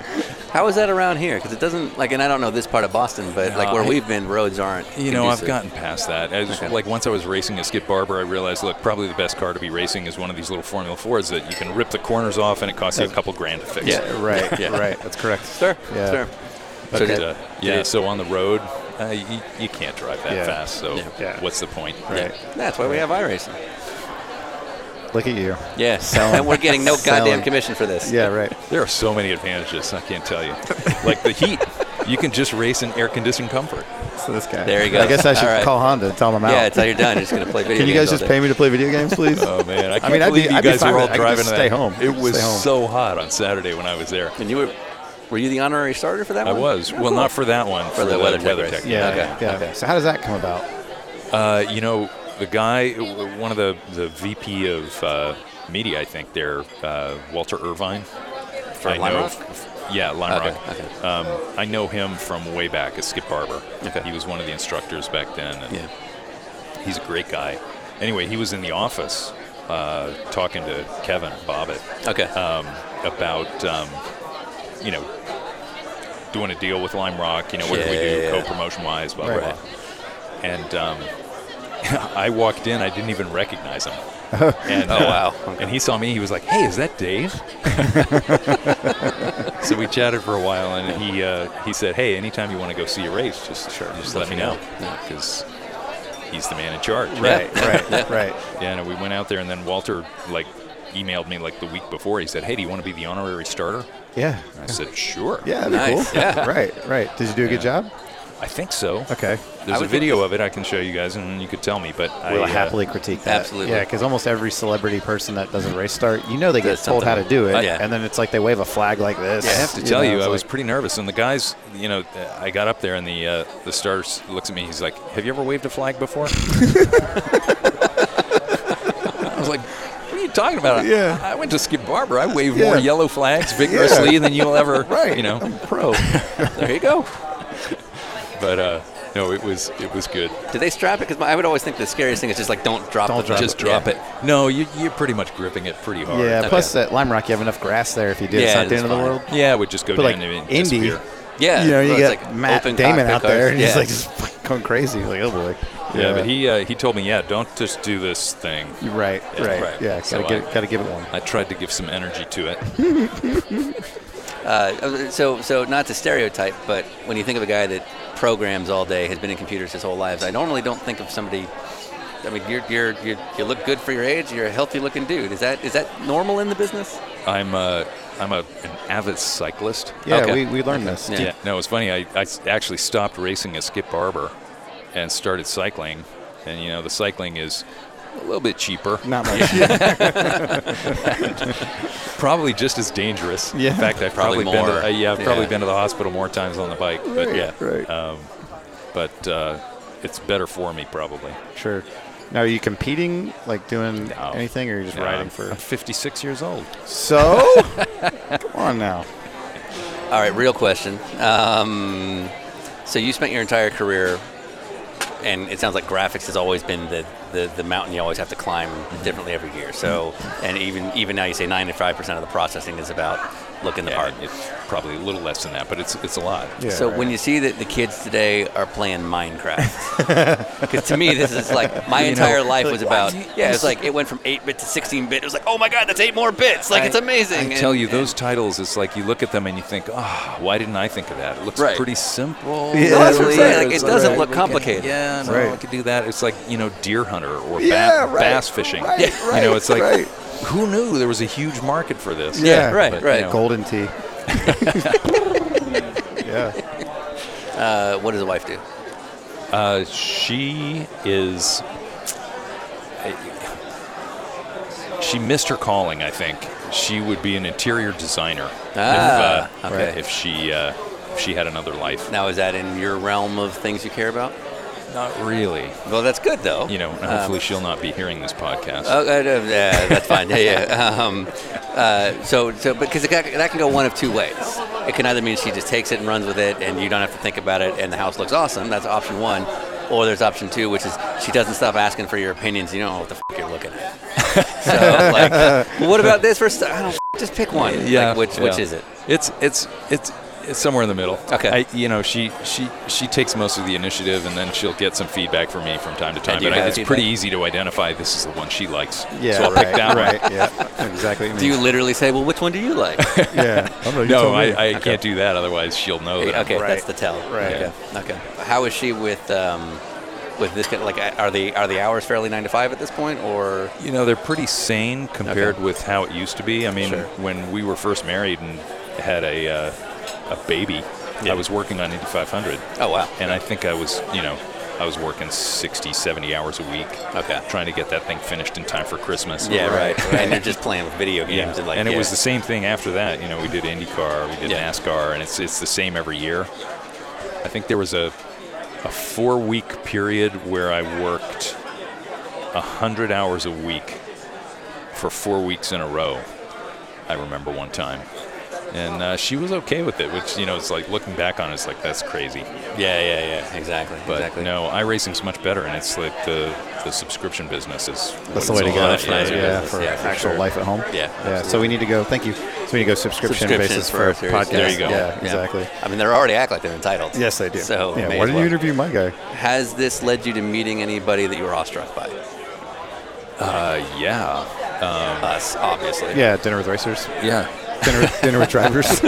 S1: How is that around here? Because it doesn't like, and I don't know this part of Boston, but like
S3: No,
S1: where
S3: I-
S1: we've been, roads aren't.
S3: You know, I've
S1: conducive.
S3: gotten past that. I just,
S1: Okay.
S3: Like once I was racing at Skip Barber, I realized, look, probably the best car to be racing is one of these little Formula Fours that you can rip the corners off, and it costs you a couple grand to fix.
S1: Yeah.
S2: Right.
S1: Yeah.
S2: Right. That's correct.
S1: Sure.
S2: Yeah.
S1: Sure.
S3: But,
S1: So did-
S3: uh, yeah. So on the road, uh, you, you can't drive that
S2: Yeah.
S3: fast. So
S1: Yeah.
S2: Yeah.
S3: what's the point?
S2: Right.
S1: That's why we have iRacing.
S2: Look at you.
S1: Yes.
S2: Selling.
S1: And we're getting no goddamn
S2: Selling.
S1: commission for this.
S2: Yeah. Right.
S3: There are so many advantages. I can't tell you. like the heat, you can just race in air-conditioned comfort.
S2: So this guy.
S1: There you go.
S2: I guess I should
S1: All right.
S2: call Honda and tell them I'm out.
S1: Yeah, it's how you're done. You're just gonna play video
S2: Can you
S1: games
S2: guys
S1: all
S2: just
S1: day.
S2: pay me to play video games, please?
S3: Oh man, I can't
S2: mean, I'd
S3: believe
S2: be-
S3: you
S2: I'd be
S3: guys
S2: fine
S3: were all
S2: with it. I could
S3: driving
S2: just
S3: to
S2: stay
S3: that.
S2: home.
S3: It was
S2: Stay home.
S3: so hot on Saturday when I was there.
S1: And you were, were you the honorary starter for that
S3: I
S1: one?
S3: was.
S1: Oh,
S3: well,
S1: cool.
S3: not for that one.
S1: For the WeatherTech race.
S3: WeatherTech.
S2: Yeah.
S1: Okay,
S2: Yeah. So how does that come about?
S3: Uh, you know, the guy, one of the, the VP of uh, media, I think there, uh, Walter Irvine.
S1: For
S3: I
S1: Lime
S3: know,
S1: Rock?
S3: Yeah, Lime
S1: Okay,
S3: Rock.
S1: okay.
S3: Um, I know him from way back at Skip Barber.
S1: Okay.
S3: He was one of the instructors back then. and
S1: Yeah.
S3: He's a great guy. Anyway, he was in the office uh, talking to Kevin Bobbitt
S1: Okay.
S3: um, about, um, you know, doing a deal with Lime Rock, you know, what do we
S1: Yeah,
S3: do
S1: yeah, yeah.
S3: co-promotion wise, blah,
S2: Right.
S3: blah, blah. And um, I walked in, I didn't even recognize him. And, uh,
S1: Oh, wow.
S3: And he saw me, he was like, hey, is that Dave? so we chatted for a while, and he uh, he said, hey, anytime you want to go see a race, just, just let me know. Because he's the man in charge.
S2: Right. Right. Right.
S3: Yeah, and we went out there, and then Walter like emailed me like the week before. He said, "Hey, do you want to be the honorary starter?"
S2: Yeah.
S3: And I said, "Sure."
S2: Yeah. That'd be
S1: Nice,
S2: cool.
S1: yeah.
S2: Right. Right. Did you do a good job?
S3: I think so.
S2: Okay.
S3: There's a
S1: would-
S3: video of it I can show you guys, and you could tell me. But I,
S2: We'll
S3: uh,
S2: happily critique that.
S1: Absolutely.
S2: Yeah, because almost every celebrity person that does a race start, you know, they get
S1: Does
S2: told how to
S1: something.
S2: do it,
S1: Oh, yeah.
S2: and then it's like they wave a flag like this.
S3: I have to tell
S2: know,
S3: you,
S2: it's
S3: I was
S2: like-
S3: pretty nervous, and the guys, you know, I got up there, and the uh, the starter s- looks at me. He's like, "Have you ever waved a flag before?" I was like. What are you talking about?
S2: Yeah.
S3: I went to Skip Barber. I waved
S2: Yeah.
S3: more yellow flags vigorously than you'll ever, you know.
S2: pro.
S1: there you go.
S3: But uh, No, it was it was good.
S1: Did they strap it? Because I would always think the scariest thing is just like don't drop
S2: Don't
S1: the
S2: drop
S3: Just drop it. No, you, you're pretty much gripping it pretty hard.
S2: Yeah.
S1: Okay.
S2: Plus, at Lime Rock, you have enough grass there. If you did, it's
S1: Yeah,
S2: not the
S1: it's
S2: end of the
S1: fine.
S2: world.
S3: Yeah, it would just go
S2: But like
S3: down and
S2: Indy,
S3: disappear.
S1: Yeah,
S2: you know, you
S1: it's
S2: got
S1: like
S2: Matt
S1: open
S2: Damon
S1: cockpit
S2: out there,
S1: cars.
S2: and he's
S1: Yeah.
S2: like just fucking going crazy. He's like, oh boy.
S3: Yeah, but he uh, he told me, yeah, don't just do this thing.
S2: You're right,
S3: Yeah,
S2: right,
S3: right.
S2: yeah. Gotta
S3: So
S2: get,
S3: I-
S2: gotta give it one.
S3: I tried to give some energy to it.
S1: Uh, so, so not to stereotype, but when you think of a guy that programs all day, has been in computers his whole lives, I normally don't think of somebody. I mean, you're, you're, you're, you look good for your age. You're a healthy-looking dude. Is that is that normal in the business?
S3: I'm a, I'm a, an avid cyclist.
S2: Yeah,
S1: Okay.
S2: we, we learned this.
S1: Yeah.
S3: Yeah. No, it's funny. I, I s- actually stopped racing at Skip Barber and started cycling. And, you know, the cycling is a little bit cheaper,
S2: Not much.
S3: probably just as dangerous.
S2: Yeah.
S3: In fact, I've
S1: Probably
S3: probably, been
S1: more.
S3: to, uh, yeah, I've probably
S1: Yeah.
S3: been to the hospital more times on the bike. But yeah.
S7: right.
S3: Um, but uh, it's better for me probably.
S2: Sure. Now, are you competing, like doing
S3: No.
S2: anything, or are you just
S3: Yeah,
S2: riding
S3: I'm-
S2: for?
S3: I'm 56 years old.
S2: So, come on now.
S1: All right, real question. Um, so you spent your entire career, and it sounds like graphics has always been the, the, the mountain you always have to climb differently every year. So, and even even now you say 95% of the processing is about looking the
S3: Yeah,
S1: part.
S3: it's probably a little less than that, but it's it's a lot.
S2: Yeah,
S1: so
S2: right.
S1: when you see that the kids today are playing Minecraft, because to me this is like my entire life was about. Yeah, it's like it went from 8-bit to 16-bit. It was like, oh my god, that's eight more bits. Like it's amazing.
S3: I tell
S1: And-
S3: you, those titles, it's like you look at them and you think, ah, why didn't I think of that? It looks
S1: Right.
S3: pretty simple.
S2: Yeah,
S1: No, that's what I'm
S2: right.
S1: saying. Like,
S2: It's
S1: it doesn't
S2: right.
S1: look complicated.
S3: Yeah, no,
S2: Right.
S3: I could do that. It's like you know, deer hunter or ba-
S7: Yeah, right,
S3: bass fishing.
S7: right,
S3: you know, it's like
S7: right.
S3: who knew there was a huge market for this?
S1: Yeah, right,
S3: But,
S1: right.
S3: you know,
S2: Golden tea. yeah.
S1: Uh, what does a wife do?
S3: uh, she is. She missed her calling. I think she would be an interior designer
S1: Ah,
S3: if, uh,
S1: okay.
S3: if she uh, if she had another life.
S1: Now, is that in your realm of things you care about?
S3: Not really.
S1: Well, that's good though.
S3: You know, and hopefully she'll not be hearing this podcast.
S1: Um, Oh, uh, uh, yeah, that's fine. Yeah, yeah. Um, uh, so, so because that, that can go one of two ways. It can either mean she just takes it and runs with it, and you don't have to think about it, and the house looks awesome. That's option one. Or there's option two, which is she doesn't stop asking for your opinions. You don't know what the f- you're looking at. so, like, well, what about this versus? I don't f- just pick one. Like, which which
S3: yeah.
S1: is it?
S3: It's it's it's it's somewhere in the middle.
S1: Okay.
S3: I, you know, she she she takes most of the initiative, and then she'll get some feedback from me from time to time.
S1: you
S3: But I,
S1: have
S3: it's
S1: feedback?
S3: pretty easy to identify this is the one she likes.
S2: Yeah.
S3: So I'll
S2: right,
S3: pick that one.
S2: right. Yeah. Exactly. what
S1: Do you
S2: mean.
S1: literally say, well, which one do you like?
S2: Yeah. I don't know, you
S3: No,
S2: tell me.
S3: I, I can't do that. Otherwise, she'll know that.
S1: Yeah,
S3: I'm-
S1: okay,
S2: Right.
S1: that's the tell.
S2: Right.
S1: Okay. okay. How is she with um, with this? kind of- Like, are the are the hours fairly nine to five at this point, or
S3: You know, they're pretty sane compared
S1: Okay.
S3: with how it used to be. I mean,
S1: Sure.
S3: when we were first married and had a uh, a baby,
S1: Yeah.
S3: I was working on Indy 500.
S1: oh wow,
S3: and I think I was, you know, I was working 60, 70 hours a week.
S1: Okay.
S3: Trying to get that thing finished in time for Christmas.
S1: yeah, right. and you're just playing with video
S3: Yeah.
S1: games and like,
S3: and it
S1: yeah.
S3: was the same thing after that. You know, we did IndyCar, we did
S1: Yeah.
S3: NASCAR, and it's it's the same every year. I think there was a a four week period where I worked hundred hours a week for four weeks in a row. I remember one time, and uh, she was okay with it, which you know, it's like looking back on, it, it's like that's crazy.
S1: yeah, yeah, yeah, exactly,
S3: But
S1: exactly.
S3: no, iRacing's much better, and it's like the, the subscription business is
S2: That's
S3: what's
S2: the way to
S3: all
S2: go.
S3: about,
S1: much
S2: for-
S1: nicer
S2: yeah,
S1: business,
S2: for
S1: yeah, for
S2: actual
S1: sure.
S2: life at home.
S1: Yeah,
S2: Yeah. So we need to go. Thank you. So we need to go subscription
S1: Subscriptions
S2: basis
S1: for our
S2: for,
S1: series.
S2: podcasts.
S3: There you go.
S2: Yeah. Exactly.
S1: I mean, they already act like they're entitled.
S2: Yes, I do.
S1: So
S2: yeah.
S1: may
S2: Why
S1: as
S2: didn't you
S1: well.
S2: interview my guy?
S1: Has this led you to meeting anybody that you were awestruck by?
S3: Uh, yeah,
S1: Us, obviously.
S2: Yeah. Dinner with racers.
S3: yeah.
S2: Dinner. with- dinner with drivers.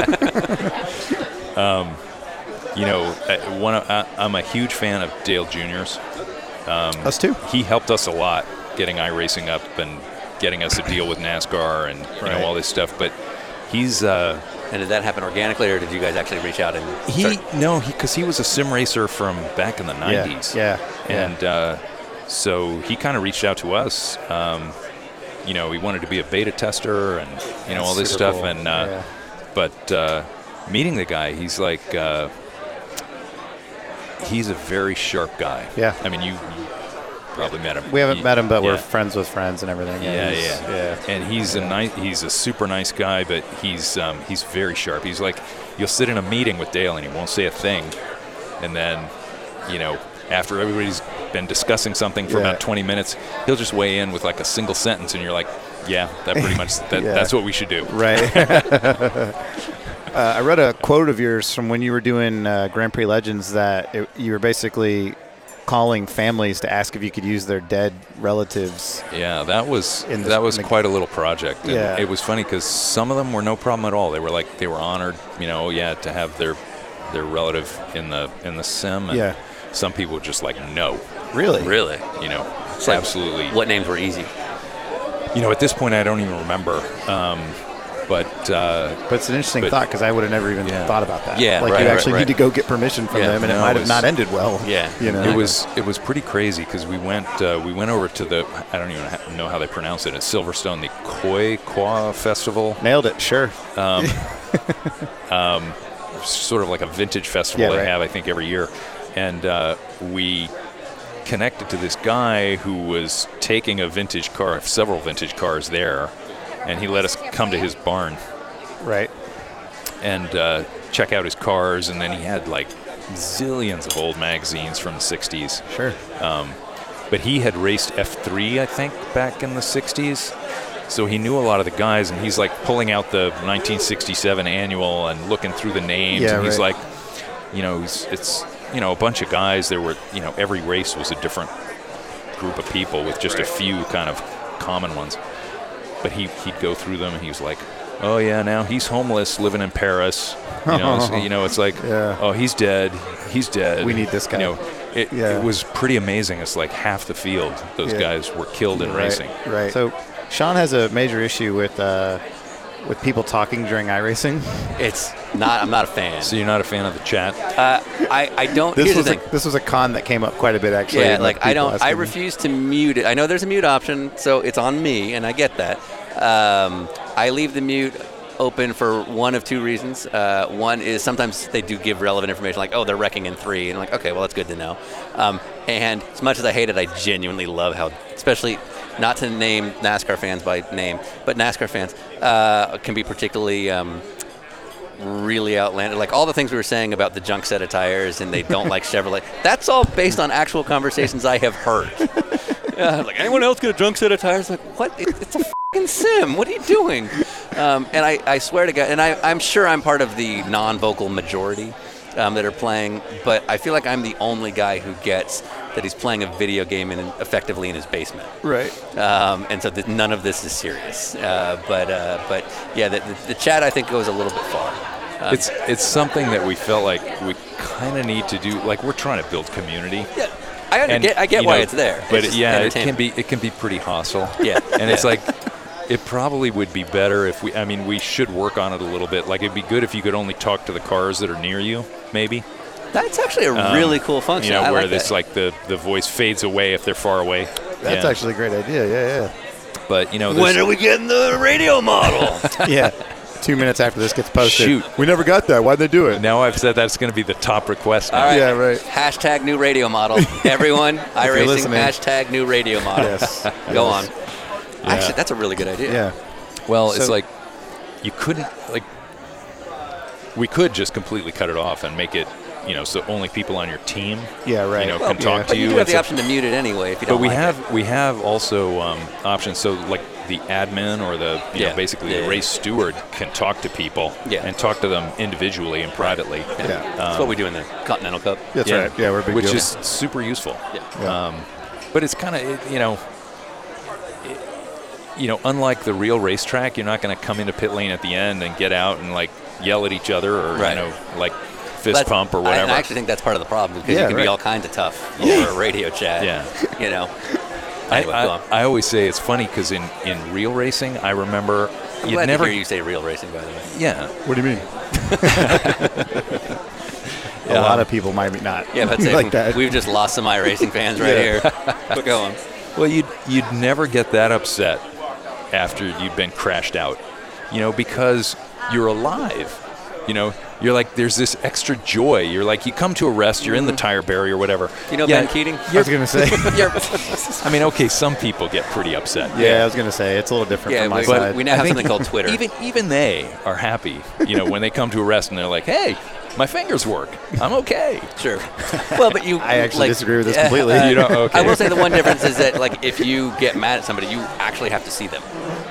S3: You know, uh, one of, I, I'm a huge fan of Dale Junior's.
S2: Us too.
S3: He helped us a lot getting iRacing up and getting us a deal with NASCAR and you
S2: Right.
S3: know all this stuff. But he's uh,
S1: And did that happen organically, or did you guys actually reach out and
S3: he
S1: start-
S3: no, because he, was a sim racer from back in the '90s.
S2: Yeah. yeah.
S3: And uh, so he kind of reached out to us. Um, you know, he wanted to be a beta tester and you know all this
S2: Super
S3: stuff.
S2: cool.
S3: And uh,
S2: Yeah.
S3: but uh, meeting the guy, he's like uh, he's a very sharp guy.
S2: Yeah.
S3: I mean, you, you probably met him.
S2: We haven't
S3: You-
S2: met him, but we're
S3: yeah.
S2: friends with friends and everything.
S3: Yeah,
S2: he's-
S3: yeah,
S2: yeah.
S3: And he's a nice, he's a super nice guy, but he's um, he's very sharp. He's like, you'll sit in a meeting with Dale and he won't say a thing, and then you know, after everybody's been discussing something for
S2: Yeah.
S3: about 20 minutes, he'll just weigh in with like a single sentence, and you're like, yeah, that pretty much that,
S2: Yeah.
S3: that's what we should do.
S2: Right. uh, I read a quote of yours from when you were doing uh, Grand Prix Legends that it, you were basically calling families to ask if you could use their dead relatives.
S3: Yeah, that was
S2: In the-
S3: that was
S2: in the-
S3: quite a little project. And
S2: Yeah.
S3: it was funny because some of them were no problem at all. They were like they were honored, you know, yeah, to have their their relative in the in the sim. And
S2: Yeah.
S3: Some people were just like no,
S2: Really?
S1: Really?
S3: you know,
S1: It's like,
S3: absolutely.
S1: What names were easy?
S3: You know, at this point, I don't even remember. Um, but uh,
S2: But it's an interesting
S3: But-
S2: thought because I would have never even
S3: Yeah.
S2: thought about that.
S3: Yeah,
S2: Like
S3: right,
S2: you
S3: right,
S2: actually
S3: right.
S2: need to go get permission from
S3: Yeah,
S2: them, and it
S3: no,
S2: might
S3: it's-
S2: have not ended well.
S1: Yeah.
S2: You know.
S3: It was it was pretty crazy because we went uh, we went over to the I don't even ha- know how they pronounce it at Silverstone the Koi Kwa Festival,
S2: Nailed it. Sure.
S3: sort of like a vintage festival
S2: Yeah,
S3: they
S2: right.
S3: have I think every year, and uh, we connected to this guy who was taking a vintage car, several vintage cars there, and he let us come to his barn
S2: Right.
S3: and uh, check out his cars, and then he had like zillions of old magazines from the '60s.
S2: Sure.
S3: but he had raced F3, I think, back in the 60s. So he knew a lot of the guys, and he's like pulling out the 1967 annual and looking through the names,
S2: Yeah,
S3: and he's
S2: right.
S3: like, you know, he's, it's you know a bunch of guys. There were you know every race was a different group of people with just a few kind of common ones. But he he'd go through them, and he was like, oh yeah, now he's homeless, living in Paris. You know, it's, you know, it's like,
S2: Yeah.
S3: oh, he's dead, he's dead.
S2: We need this guy.
S3: You know, it,
S2: Yeah.
S3: it was pretty amazing. It's like half the field; those
S2: Yeah.
S3: guys were killed in racing.
S2: Right. Right. So Sean has a major issue with uh, with people talking during iRacing.
S1: It's not. I'm not a fan.
S3: So you're not a fan of the chat?
S1: Uh, I, I don't.
S2: This
S1: here's
S2: was
S1: the
S2: a,
S1: thing.
S2: this was a con that came up quite a bit actually.
S1: yeah,
S2: and,
S1: like I
S2: people
S1: don't. I
S2: asking me.
S1: refuse to mute it. I know there's a mute option, so it's on me, and I get that. Um, I leave the mute open for one of two reasons. Uh, one is sometimes they do give relevant information, like oh they're wrecking in three, and I'm like okay, well that's good to know. Um, and as much as I hate it, I genuinely love how, especially not to name NASCAR fans by name, but NASCAR fans uh, can be particularly. Um, really outlandish. Like all the things we were saying about the junk set of tires and they don't like Chevrolet. That's all based on actual conversations I have heard. Yeah, like anyone else get a junk set of tires? Like what? It, it's a fucking sim. What are you doing? Um, and I, I swear to God, and I, I'm sure I'm part of the non-vocal majority um, that are playing, but I feel like I'm the only guy who gets that he's playing a video game in effectively in his basement.
S2: Right.
S1: Um, and so that none of this is serious. Uh, but uh, but yeah, the, the, the chat I think goes a little bit far.
S3: it's it's something that we felt like we kind of need to do. Like we're trying to build community.
S1: Yeah, I under,
S3: And,
S1: get, I get
S3: you
S1: why
S3: know,
S1: it's there.
S3: But
S1: It's just
S3: yeah, it can
S1: entertainment.
S3: be it can be pretty hostile.
S1: Yeah,
S3: and it's
S1: yeah.
S3: like it probably would be better if we. I mean, we should work on it a little bit. Like it'd be good if you could only talk to the cars that are near you, maybe.
S1: That's actually a really cool function.
S3: um, You know,
S1: I
S3: where
S1: like
S3: it's
S1: that.
S3: like the the voice fades away if they're far away.
S2: That's
S3: Yeah.
S2: actually a great idea. Yeah,
S3: But you know,
S1: when
S3: there's-
S1: are we getting the radio model?
S2: yeah, yeah. Two minutes after this gets posted,
S3: Shoot.
S2: we never got that. Why'd they do it?
S3: now I've said that's going to be the top request. now.
S1: All right.
S2: Yeah, right.
S1: Hashtag new radio model. Everyone, iRacing,
S2: listening.
S1: hashtag new radio model.
S2: Yes.
S1: Go on.
S2: Yes.
S1: Actually, that's a really good idea.
S2: Yeah.
S3: Well, it's
S2: So-
S3: like you couldn't like we could just completely cut it off and make it you know so only people on your team
S2: Yeah, right.
S3: you know
S2: Well,
S3: can talk
S2: yeah.
S3: to
S1: But you
S3: you.
S1: do have
S3: and
S1: the
S3: so-
S1: option to mute it anyway if you don't
S3: but we
S1: like
S3: have
S1: it.
S3: we have also um, options. So like the admin or the you
S1: Yeah.
S3: know basically
S1: Yeah,
S3: the
S1: yeah.
S3: race steward can talk to people
S1: Yeah.
S3: and talk to them individually and privately.
S2: Yeah.
S1: That's what we do in the Continental Cup.
S2: That's right. Yeah, we're a big
S3: which
S2: deal.
S3: is super useful.
S1: Yeah.
S2: Yeah.
S3: Um, but it's kind of you know, it- you know, unlike the real racetrack, you're not going to come into pit lane at the end and get out and like yell at each other or
S1: Right.
S3: you know like fist
S1: That's-
S3: pump or
S1: I- and
S3: whatever.
S1: I, actually think that's part of the problem because
S2: Yeah,
S1: you can be
S2: right.
S1: all kinds of tough over a radio chat.
S3: Yeah.
S1: You know.
S3: I,
S1: Anyway, go
S3: I,
S1: on.
S3: I always say it's funny because in in real racing, I remember
S1: I'm
S3: you'd
S1: glad
S3: never
S1: to hear you say real racing, by the way.
S3: yeah
S2: What do you mean? A lot of people might be not.
S1: uh, Yeah, that's it.
S2: like that.
S1: We've just lost some iRacing fans right
S2: Yeah.
S1: here. But go on.
S3: Well, you'd you'd never get that upset after you'd been crashed out, you know, because you're alive. You know, you're like there's this extra joy. You're like you come to a rest, you're in the tire barrier, whatever.
S1: Mm-hmm. You know
S3: Yeah,
S1: Ben Keating?
S2: I was gonna say.
S1: You're-
S3: I mean, okay, some people get pretty upset.
S2: yeah, I was gonna say it's a little different
S1: yeah,
S2: from my
S1: we,
S2: side.
S1: we now
S3: I
S1: have
S3: think
S1: something called Twitter.
S3: Even even they are happy, you know, when they come to a rest and they're like, "Hey, My fingers work. I'm okay.
S1: Sure. Well, but you.
S2: I actually
S1: like-
S2: disagree with this
S1: Yeah,
S2: completely.
S1: uh,
S3: You don't- okay.
S1: I will say the one difference is that like if you get mad at somebody, you actually have to see them.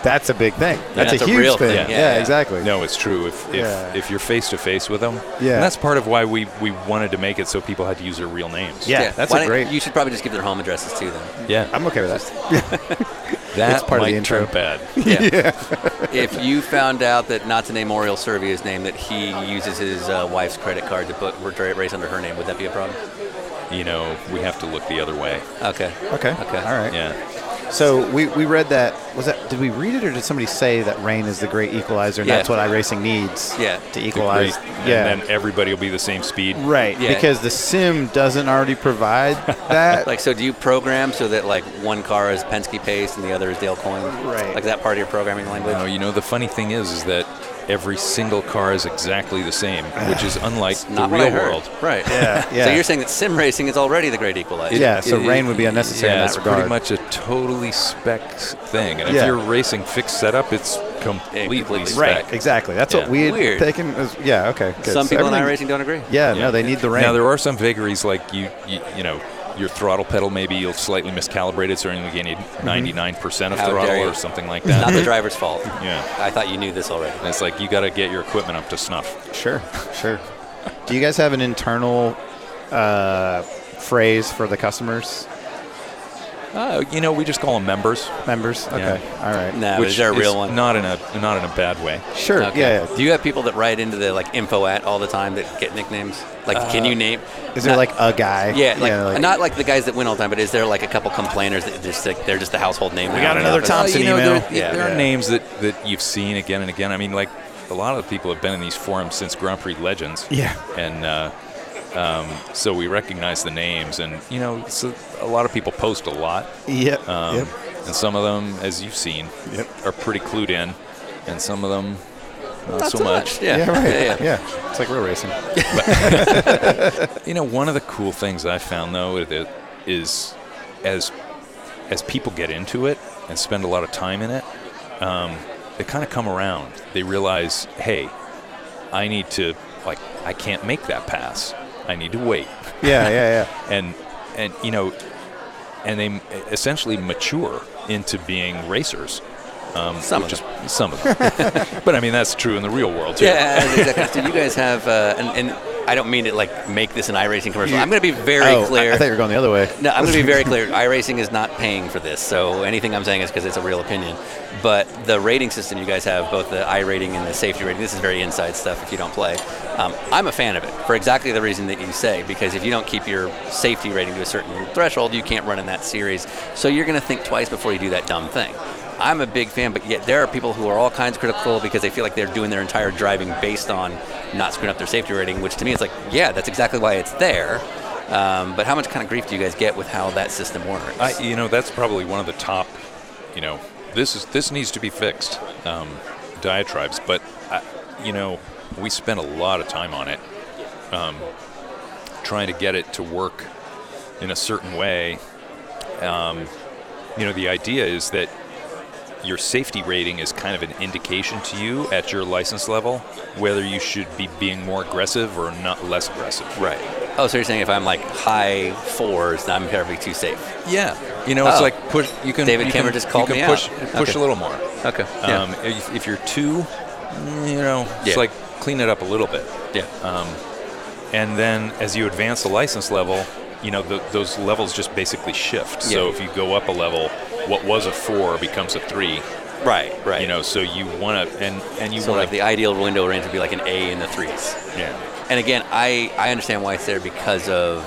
S2: That's a big thing. That's,
S1: that's
S2: a
S1: a
S2: huge
S1: real
S2: thing.
S1: thing.
S2: Yeah,
S1: Yeah, yeah.
S2: exactly.
S3: No, it's true. If if,
S2: Yeah.
S3: if you're face to face with them,
S2: Yeah.
S3: and that's part of why we, we wanted to make it so people had to use their real names.
S2: Yeah, that's
S1: why
S2: a
S1: don't-
S2: great.
S1: You should probably just give their home addresses to them.
S3: yeah.
S2: I'm okay with that.
S3: That's
S2: part of the intro.
S3: Bad.
S1: Yeah. if you found out that not to name Oriel Servia's name, that he uses his uh, wife's credit card to put Detroit Race under her name, would that be a problem?
S3: you know, we have to look the other way.
S1: Okay.
S2: Okay.
S1: Okay.
S2: All right.
S3: Yeah.
S2: So we, we read that. Was that? Did we read it, or did somebody say that rain is the great equalizer, and
S1: Yeah.
S2: that's what iRacing needs?
S1: Yeah.
S2: To
S3: The
S2: equalize.
S3: great-
S2: yeah.
S3: And then everybody will be the same speed.
S2: right.
S1: Yeah.
S2: Because the sim doesn't already provide that.
S1: Like, so do you program so that like one car is Penske Pace and the other is Dale Coyne?
S2: Right.
S1: Like that part of your programming language?
S3: No, you know, the funny thing is, is that every single car is exactly the same, which is unlike the
S1: Not what I
S3: real
S1: heard.
S3: world.
S1: Right.
S2: yeah. Yeah.
S1: So you're saying that sim racing is already the great equalizer?
S2: yeah. So
S3: it-
S2: rain would be unnecessary
S3: Yeah,
S2: in
S3: it's
S2: that regard.
S3: pretty much a totally spec thing. And
S2: Yeah.
S3: if you're racing fixed setup, it's completely,
S1: completely
S3: spec.
S2: right. Exactly. That's what
S3: Yeah.
S2: we had
S1: Weird.
S2: taken. As, yeah. Okay. Good.
S1: Some
S2: So
S1: people in
S2: everything-
S1: iRacing don't agree.
S2: Yeah, No, they need the rain.
S3: Now there are some vagaries like you, you, you know, your throttle pedal maybe you'll slightly miscalibrate it, so you're only getting
S2: Mm-hmm.
S3: 99 percent of
S1: How dare
S3: throttle
S1: you.
S3: or something like
S1: Not
S3: that.
S1: the driver's fault.
S3: yeah,
S1: I thought you knew this already.
S3: and it's like you got to get your equipment up to snuff.
S2: Sure, sure. Do you guys have an internal uh, phrase for the customers,
S3: Uh, you know, we just call them members,
S2: members? Okay, all right.
S1: No,
S3: which
S1: is there a real
S3: is
S1: one?
S3: Not in a not in a bad way.
S2: Sure.
S1: Okay.
S2: Yeah. yeah.
S1: Do you have people that write into the like info at all the time that get nicknames? Like, can
S3: Uh,
S1: you name?
S2: Is there
S1: not-
S2: like a guy?
S1: Yeah, like, not like the guys that win all the time, but is there like a couple complainers that just like they're just the household name? We
S2: got another
S1: oh,
S3: Well,
S2: Thompson
S3: you know,
S2: email.
S3: There,
S2: Yeah,
S3: there
S2: yeah.
S3: are names that, that you've seen again and again. I mean, like a lot of people have been in these forums since Grand Prix Legends.
S2: Yeah.
S3: And uh, um, so we recognize the names, and you know, so a lot of people post a lot,
S2: yeah.
S3: um,
S2: yep.
S3: and some of them, as you've seen,
S2: Yep.
S3: are pretty clued in, and some of them not, so much.
S1: Yeah.
S2: Yeah. Right.
S1: yeah, yeah.
S2: yeah. It's like real racing.
S3: You know, one of the cool things I found though is that- is as as people get into it and spend a lot of time in it, um, they kind of come around. They realize, hey, I need to like I can't make that pass. I need to wait,
S2: Yeah. Yeah.
S3: and and you know, and they essentially mature into being racers.
S1: Some of
S3: Just
S1: them.
S3: some of them, but I mean that's true in the real world too.
S1: Yeah, that's exactly. so you guys have, uh, and, and I don't mean to like make this an iRacing commercial. I'm going to be
S2: Yeah.
S1: very
S2: oh, I-
S1: clear.
S2: I, thought you were going the other way.
S1: No, I'm going to be very clear. iRacing is not paying for this, so anything I'm saying is because it's a real opinion. But the rating system you guys have, both the I rating and the safety rating, this is very inside stuff if you don't play. Um, I'm a fan of it for exactly the reason that you say, because if you don't keep your safety rating to a certain threshold, you can't run in that series. So you're going to think twice before you do that dumb thing. I'm a big fan, but yet there are people who are all kinds critical because they feel like they're doing their entire driving based on not screwing up their safety rating, which to me is like, yeah, that's exactly why it's there. Um, but how much kind of grief do you guys get with how that system works?
S3: I, you know, that's probably one of the top. You know, this is this needs to be fixed. Um, diatribes, but I, you know, we spent a lot of time on it, um, trying to get it to work in a certain way. Um, you know, the idea is that your safety rating is kind of an indication to you at your license level whether you should be being more aggressive or not less aggressive.
S1: right. Oh, so you're saying if I'm like high fours, I'm terribly too safe.
S3: Yeah, you know, it's
S1: Oh.
S3: like push. You can.
S1: David
S3: you
S1: Cameron
S3: can,
S1: just called
S3: you
S1: me
S3: can
S1: out.
S3: push, Push
S1: Okay.
S3: a little more.
S1: Okay. Yeah.
S3: Um, if, if you're two, mm, you know,
S1: Yeah.
S3: it's like clean it up a little bit. Um,
S1: yeah.
S3: And then as you advance the license level, you know, th those levels just basically shift. So
S1: Yeah.
S3: if you go up a level, what was a four becomes a three.
S1: right. Right.
S3: You know, so you want to, and and you
S1: so
S3: want
S1: like the ideal window range would be like an A in the threes.
S3: yeah.
S1: And again, I, I understand why it's there because of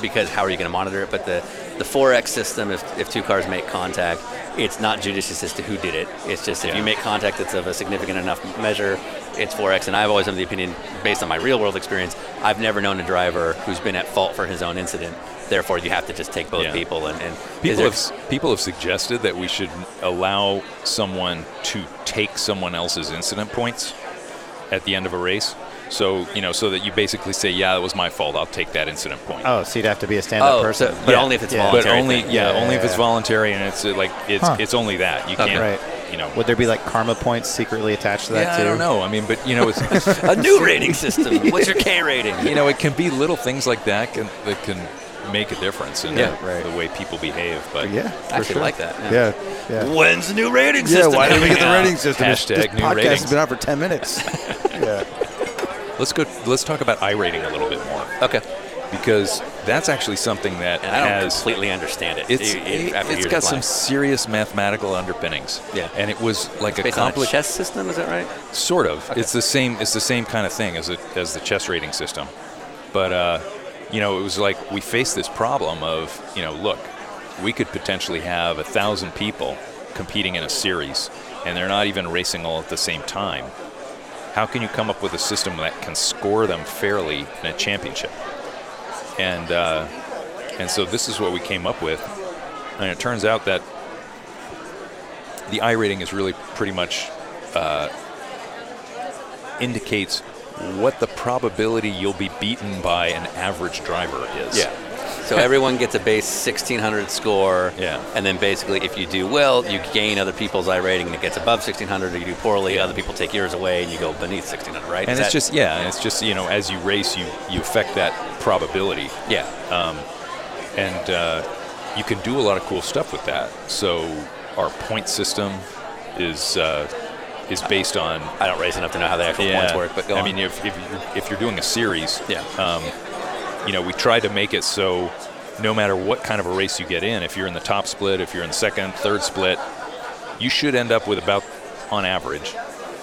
S1: because how are you going to monitor it? But the the 4X system, if, if two cars make contact, it's not judicious as to who did it. It's just if
S3: Yeah.
S1: you make contact that's of a significant enough measure, it's 4X. And I've always been of the opinion, based on my real world experience, I've never known a driver who's been at fault for his own incident. Therefore, you have to just take both
S3: Yeah.
S1: people and, and is
S3: People
S1: there-
S3: have s- people have suggested that we should allow someone to take someone else's incident points at the end of a race. So you know, so that you basically say, "Yeah, that was my fault. I'll take that incident point."
S2: Oh, so you'd have to be a stand-up
S1: oh,
S2: person.
S1: so, but
S3: Yeah.
S1: only if it's
S2: Yeah.
S3: but
S1: voluntary.
S3: only
S1: thing.
S3: yeah,
S2: Yeah,
S3: only
S2: yeah,
S3: if it's
S2: yeah.
S3: voluntary and it's uh, like it's
S2: Huh.
S3: it's only that you
S1: Okay.
S3: can't
S2: Right.
S3: you know.
S2: Would there be like karma points secretly attached to that
S3: yeah,
S2: too?
S3: I don't know. I mean, but you know, it's,
S1: A new rating system. What's your K rating?
S3: you know, it can be little things like that can, that can make a difference in
S1: Yeah,
S3: the,
S2: right.
S3: the way people behave. But
S2: Yeah,
S1: I
S2: for
S1: actually
S2: sure.
S1: like that. Yeah.
S2: Yeah, yeah.
S1: When's the new rating system? coming out?
S2: system?
S3: Hashtag new ratings.
S2: out for 10 minutes. yeah.
S3: let's go. Let's talk about I rating a little bit more
S1: Okay.
S3: because that's actually something that
S1: And I don't
S3: has
S1: completely understand it.
S3: It's,
S1: You- you-
S3: it,
S1: after
S3: has
S1: years
S3: got
S1: of
S3: some
S1: playing.
S3: serious mathematical underpinnings.
S1: Yeah.
S3: And it was like a
S1: based on a
S3: complex
S1: chess system. Is that right?
S3: sort of. It's the same it's the same kind of thing as a, as the chess rating system. But uh, you know, it was like we faced this problem of, you know, look, we could potentially have a thousand people competing in a series and they're not even racing all at the same time. How can you come up with a system that can score them fairly in a championship? And uh, and so this is what we came up with. And it turns out that the I rating is really pretty much indicates what the probability you'll be beaten by an average driver is.
S1: So everyone gets a base 1600 score.
S3: Yeah.
S1: And then basically, if you do well, you gain other people's I rating, and it gets above 1600. Or you do poorly, other people take yours away, and you go beneath 1600. Right?
S3: And
S1: Is
S3: it's
S1: that-
S3: just yeah, and it's just you know as you race you you affect that probability.
S1: yeah.
S3: and uh, you can do a lot of cool stuff with that. So our point system is uh, is based on
S1: I don't race enough to know how the actual points work, but go
S3: I
S1: on.
S3: mean if if you're, if you're doing a series,
S1: yeah.
S3: you know, we tried to make it so no matter what kind of a race you get in, if you're in the top split, if you're in the second, third split, you should end up with about, on average,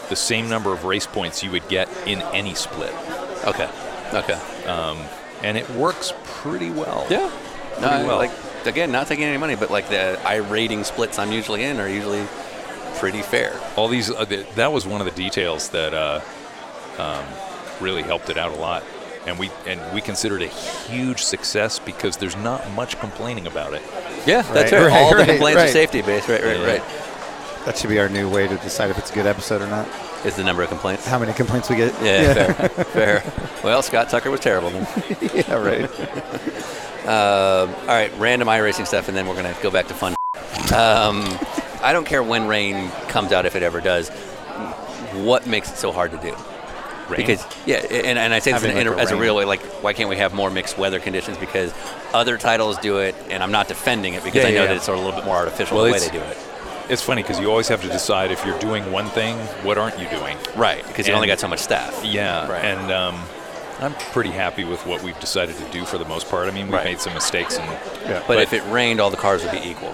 S3: the same number of race points you would get in any split.
S1: okay. Okay.
S3: And it works pretty well.
S1: Yeah. No,
S3: Pretty
S1: I-
S3: well.
S1: like again, not taking any money, but like the I rating splits I'm usually in are usually pretty fair.
S3: All these, uh, th- that was one of the details that uh, um, really helped it out a lot. And we and we considered it a huge success because there's not much complaining about it.
S1: Yeah, that's right.
S2: right.
S1: All the
S2: right,
S1: complaints are
S2: right.
S1: safety based. Right, right,
S3: Yeah.
S1: right.
S2: That should be our new way to decide if it's a good episode or not.
S1: Is the number of complaints?
S2: How many complaints we get.
S1: Yeah, fair. fair. Well, Scott Tucker was terrible. Then.
S2: yeah right.
S1: All right, random iRacing stuff, and then we're going to go back to fun. um, I don't care when rain comes out, if it ever does. What makes it so hard to do?
S3: Rain.
S1: Because yeah, and, and I say this in,
S2: Mm. Having,
S1: in,
S2: like,
S1: a-
S2: a
S1: as a
S2: rain.
S1: real way, like why can't we have more mixed weather conditions? Because other titles do it, and I'm not defending it because
S3: Yeah,
S1: I know
S3: yeah,
S1: that
S3: yeah.
S1: it's sort of a little bit more artificial
S3: Well,
S1: the way
S3: it's-
S1: they do it.
S3: It's funny because you always have to decide if you're doing one thing, what aren't you doing?
S1: Right, because you only
S3: And-
S1: got so much staff.
S3: Yeah,
S1: Right.
S3: and um, I'm pretty happy with what we've decided to do for the most part. I mean, we've
S1: Right.
S3: made some mistakes, and
S2: Yeah.
S1: but, if it rained, all the cars would be equal.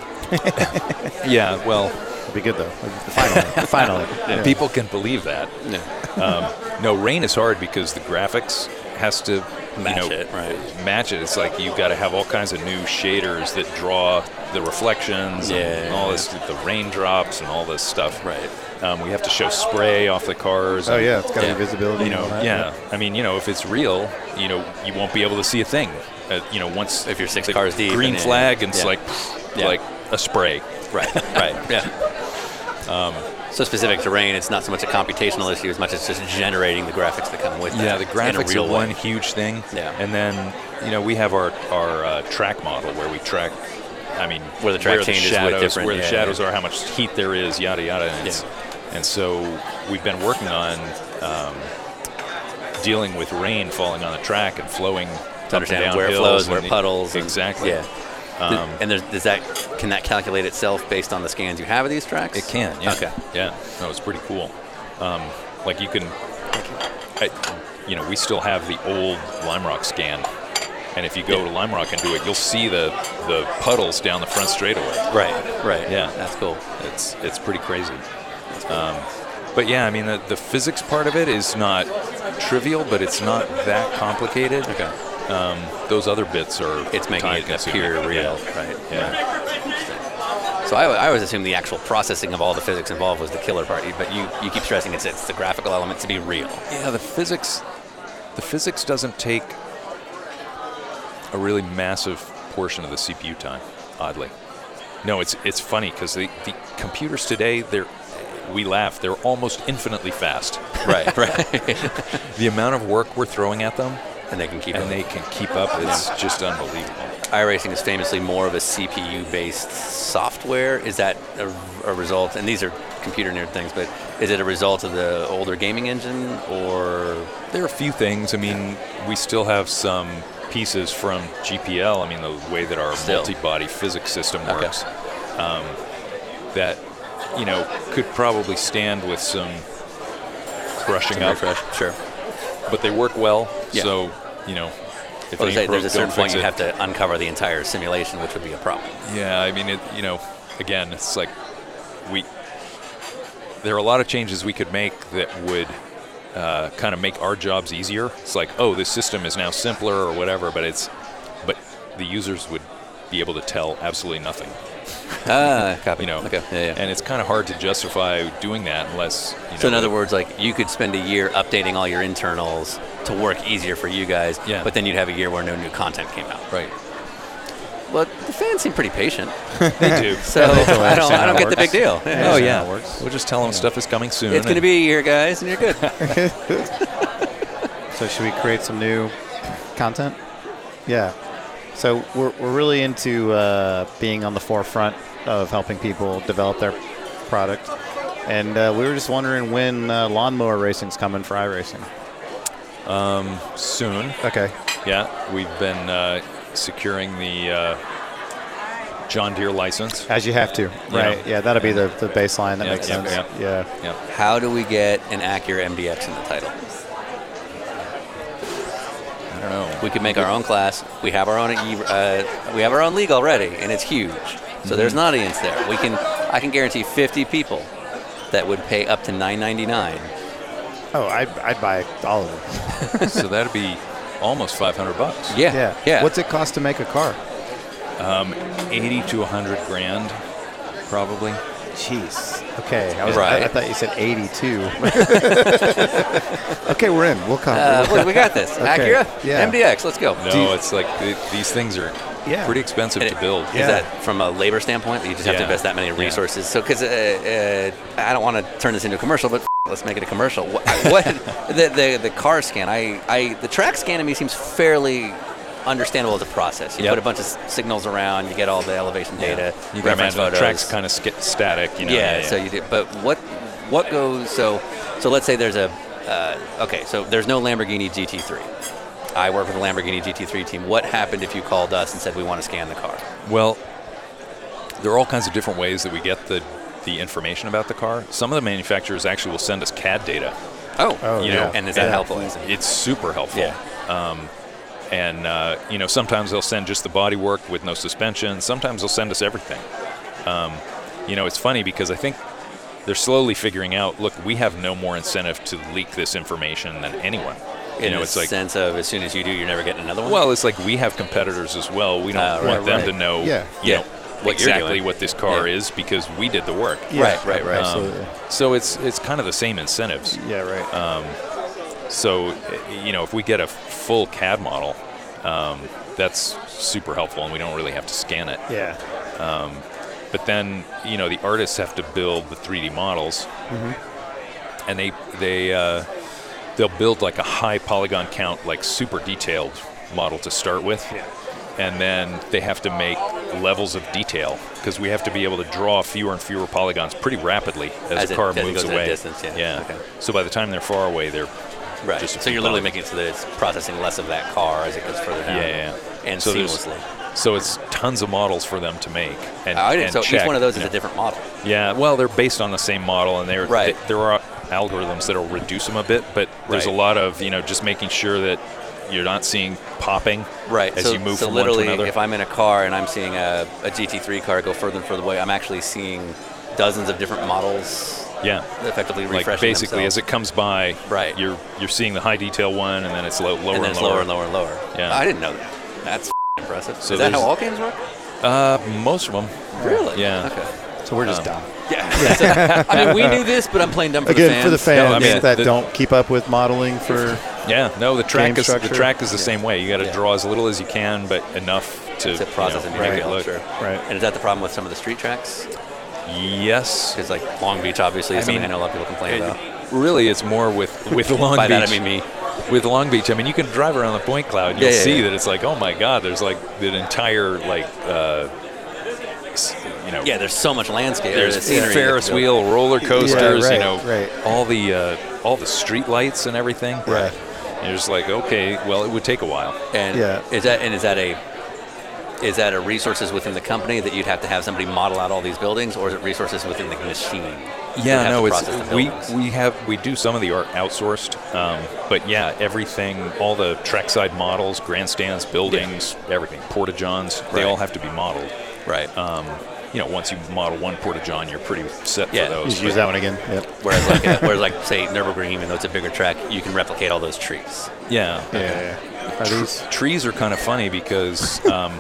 S3: yeah, well,
S2: It'd be good, though. Finally. Finally. Yeah.
S3: people can believe that. Um,
S1: Yeah.
S3: No, rain is hard because the graphics has to you
S1: Match
S3: know,
S1: it, right.
S3: Match it. It's like you've got to have all kinds of new shaders that draw the reflections
S1: Yeah.
S3: and all this, the raindrops and all this stuff.
S1: Right.
S3: Um, we have to show spray off the cars.
S2: Oh,
S3: and-
S2: yeah. It's got to
S1: Yeah.
S2: be visibility.
S3: you
S2: and
S3: know
S2: all that.
S3: yeah i mean you know if it's real you know you won't be able to see a thing uh, you know once
S1: If you're six
S3: the
S1: cars deep
S3: green
S1: and-
S3: flag and it's
S1: yeah.
S3: like pfft,
S1: Yeah.
S3: like a spray
S1: Right, right, yeah. Um, so specific to rain, it's not so much a computational issue as much as just generating the graphics that come with it.
S3: yeah the
S1: in a
S3: graphics
S1: real
S3: are
S1: way.
S3: one huge thing
S1: Yeah.
S3: and then you know we have our our uh, track model where we track i mean
S1: Where the track changes with
S3: shadows
S1: different-
S3: where the
S1: yeah,
S3: shadows are how much heat there is yada yada and, it's- and so we've been working on um, dealing with rain falling on the track and flowing
S1: to
S3: up and
S1: understand
S3: down
S1: where it
S3: hills
S1: flows,
S3: and
S1: where it
S3: the-
S1: puddles. and-
S3: exactly
S1: yeah. Th- and there's, does that can that calculate itself based on the scans you have of these tracks?
S3: It can, yeah.
S1: Okay.
S3: Yeah, no, it's pretty cool. Um, like you can, I, you know, we still have the old Lime Rock scan, and if you go to Lime Rock and do it, you'll see the the puddles down the front straightaway.
S1: Right. Right.
S3: Yeah.
S1: That's cool.
S3: It's it's pretty crazy. Um, but yeah, I mean the, the physics part of it is not trivial, but it's not that complicated.
S1: Okay.
S3: Um, those other bits are
S1: It's making it
S3: time-consuming.
S1: appear
S3: Yeah.
S1: real. Right.
S3: Yeah.
S1: So I, I always assume the actual processing of all the physics involved was the killer part, but you, you keep stressing it's it's the graphical element to be real.
S3: Yeah, the physics, the physics doesn't take a really massive portion of the CPU time. Oddly, no, it's it's funny because the, the computers today they're we laugh they're almost infinitely fast.
S1: Right. right.
S3: the amount of work we're throwing at them
S1: and they can keep
S3: and
S1: it.
S3: they can keep up. It's just unbelievable.
S1: iRacing is famously more of a CPU-based software. Is that a, a result? And these are computer nerd things, but is it a result of the older gaming engine, or
S3: There are a few things. I mean, we still have some pieces from GPL. I mean, the way that our
S1: Still.
S3: multi-body physics system works, um, that you know could probably stand with some brushing up,
S1: refresh? Sure.
S3: but they work well.
S1: Yeah.
S3: So you know, if
S1: Well,
S3: they
S1: say,
S3: ain't broke,
S1: there's a
S3: don't
S1: certain point
S3: fix
S1: you
S3: it.
S1: have to uncover the entire simulation, which would be a problem.
S3: Yeah, I mean, it, you know, again, it's like we. There are a lot of changes we could make that would uh, kind of make our jobs easier. It's like, oh, this system is now simpler or whatever, but it's, but the users would be able to tell absolutely nothing,
S1: Ah, copy.
S3: you know.
S1: Okay. Yeah, yeah.
S3: And it's kind of hard to justify doing that unless. You
S1: So in
S3: know,
S1: other words, like you could spend a year updating all your internals to work easier for you guys,
S3: Yeah.
S1: but then you'd have a year where no new content came out.
S3: right?
S1: Well, the fans seem pretty patient,
S3: They do.
S1: so
S2: Oh,
S1: I don't, I don't get the big deal. Yeah.
S3: oh
S2: how
S3: yeah,
S2: it works.
S3: we'll just tell them stuff is coming soon.
S1: It's going to
S3: and-
S1: be a year, guys, and you're good.
S2: So should we create some new content? Yeah. So we're, we're really into uh, being on the forefront of helping people develop their product. And uh, we were just wondering when uh, lawnmower racing's coming for iRacing.
S3: soon.
S2: Okay.
S3: Yeah, we've been uh, securing the uh, John Deere license.
S2: As you have to, right? Yeah, that'll be the, the baseline. That
S3: Yeah,
S2: makes
S3: yeah,
S2: sense.
S3: yeah.
S2: Yeah.
S3: Yeah.
S1: How do we get an Acura MDX in the title?
S3: I don't know.
S1: We could make our own class. We have our own. e- Uh, we have our own league already, and it's huge. So there's
S2: Mm-hmm.
S1: an audience there. We can. I can guarantee 50 people that would pay up to 9.99.
S2: Oh, I'd, I'd buy all of them.
S3: so that'd be almost 500 bucks.
S1: Yeah.
S2: Yeah.
S1: Yeah.
S2: What's it cost to make a car?
S3: 80 to 100 grand, probably.
S2: Jeez. Okay. I, was,
S1: Right.
S2: I, I thought you said 82. okay, we're in. We'll come.
S1: Uh, look, we got this. Acura,
S2: Yeah.
S1: MDX. Let's go.
S3: No, it's like th- these things are
S2: Yeah.
S3: pretty expensive
S1: And
S3: to
S1: it-
S3: build.
S1: Is that from a labor standpoint? that You just have to
S3: Yeah.
S1: invest that many
S3: Yeah.
S1: resources. So, because uh, uh, I don't want to turn this into a commercial, but let's make it a commercial. What, what the, the the car scan? I, I the track scan to me seems fairly understandable as a process. You
S3: Yep.
S1: put a bunch of s- signals around, you get all the elevation data,
S3: You can
S1: reference
S3: imagine the
S1: photos.
S3: track's kind of sk- static. You know?
S1: yeah, So you do, but what what goes? So so let's say there's a uh, okay. So there's no Lamborghini GT3. I work with the Lamborghini GT3 team. What happened if you called us and said we want to scan the car?
S3: Well, there are all kinds of different ways that we get the, the information about the car. Some of the manufacturers actually will send us CAD data.
S1: Oh,
S2: Oh,
S1: you
S2: yeah.
S1: know, and is that
S2: Yeah.
S1: helpful?
S3: It's super helpful.
S1: Yeah.
S3: Um, and uh, you know, sometimes they'll send just the body work with no suspension. Sometimes they'll send us everything. Um, you know, it's funny because I think they're slowly figuring out. Look, we have no more incentive to leak this information than anyone. You
S1: In
S3: know,
S1: the
S3: it's like
S1: sense of as soon as you do, you're never getting another one.
S3: well, it's like we have competitors as well. We don't
S1: Ah, right,
S3: want them
S2: right.
S3: to know.
S2: Yeah.
S3: You
S1: Yeah.
S3: know,
S1: What you're
S3: exactly
S1: doing.
S3: what this car
S1: Yeah.
S3: is because we did the work.
S1: right, right, right.
S3: Um,
S2: Absolutely.
S3: so it's it's kind of the same incentives.
S2: yeah, right.
S3: So, uh, you know, if we get a full CAD model, um, that's super helpful, and we don't really have to scan it.
S2: yeah.
S3: But then, you know, the artists have to build the 3D models,
S1: Mm-hmm.
S3: and they they uh, they'll build like a high polygon count, like super detailed model to start with, and then they have to make levels of detail because we have to be able to draw fewer and fewer polygons pretty rapidly as,
S1: As
S3: the
S1: it-
S3: car
S1: as it
S3: moves
S1: goes in
S3: away.
S1: distance, yeah. Okay.
S3: So by the time they're far away, they're
S1: right.
S3: just
S1: so
S3: a few
S1: you're literally
S3: polygons.
S1: making it so that it's processing less of that car as it goes further down.
S3: Yeah, yeah, yeah.
S1: and
S3: So there's-
S1: seamlessly.
S3: So it's tons of models for them to make. And,
S1: I didn't,
S3: and
S1: so
S3: check,
S1: each one of those
S3: you
S1: is a
S3: know.
S1: different model.
S3: Yeah, well, they're based on the same model, and they're,
S1: Right.
S3: they- there are algorithms that'll reduce them a bit, but there's
S1: Right.
S3: a lot of you know just making sure that you're not seeing popping
S1: Right.
S3: as
S1: so,
S3: you move
S1: so
S3: from one to
S1: literally,
S3: another.
S1: if I'm in a car and I'm seeing a, a GT3 car go further and further away, I'm actually seeing dozens of different models
S3: yeah.
S1: effectively refreshing
S3: Like basically,
S1: themselves.
S3: as it comes by,
S1: Right.
S3: You're you're seeing the high detail one, and then it's low, lower
S1: and then
S3: and
S1: it's
S3: lower.
S1: lower and lower and lower.
S3: Yeah.
S1: I didn't know that. That's impressive.
S3: So
S1: is that how
S3: there's-
S1: all games work?
S3: Uh, most of them.
S1: Really?
S3: Yeah.
S1: Okay.
S2: So we're just dumb.
S1: Yeah. So, I mean, we knew this, but I'm playing dumb for the
S2: Again,
S1: fans.
S2: for the fans
S3: No, I mean,
S2: that
S3: the-
S2: don't keep up with modeling for.
S3: Yeah. No, the track
S2: Game
S3: is the
S2: structure.
S3: track is the same way. You got to
S1: Yeah.
S3: draw as little as you can, but enough to,
S1: to process
S3: you
S1: and
S3: know,
S1: be
S3: make
S1: very
S3: it look.
S1: sure.
S2: Right.
S1: And is that the problem with some of the street tracks?
S3: Yes.
S1: Because like Long Beach, obviously, is
S3: I
S1: something
S3: mean,
S1: I know a lot of people complain
S3: It-
S1: about.
S3: really, it's more with with Long
S1: By
S3: Beach.
S1: that I mean me.
S3: with Long Beach, I mean, you can drive around the Point Cloud and you'll
S1: Yeah, yeah,
S3: see
S1: yeah.
S3: that it's like, oh my God, there's like the entire like, uh, s- you know,
S1: Yeah, there's so much landscape. or
S3: there's
S1: the scenery.
S3: Ferris wheel, roller coasters,
S2: right,
S3: you know,
S2: right.
S3: all the uh, all the street lights and everything.
S2: Right.
S3: And you're just like, okay, well, it would take a while.
S1: And
S2: Yeah.
S1: is that and is that a is that a resources within the company that you'd have to have somebody model out all these buildings, or is it resources within the machine? that have
S3: Yeah,
S1: to
S3: no, it's
S1: process the
S3: we
S1: buildings?
S3: we have we do some of the art outsourced, um, but yeah, everything, all the trackside models, grandstands, buildings, everything, porta johns, they
S1: Right.
S3: all have to be modeled.
S1: right.
S3: Um, you know, once you model one porta john, you're pretty set
S1: Yeah.
S3: for those.
S2: Just use that one again. Yep.
S1: whereas like uh, whereas like say Nurburgring, even though it's a bigger track, you can replicate all those trees.
S3: Yeah.
S2: Yeah. yeah. Are these?
S3: Trees are kind of funny because um,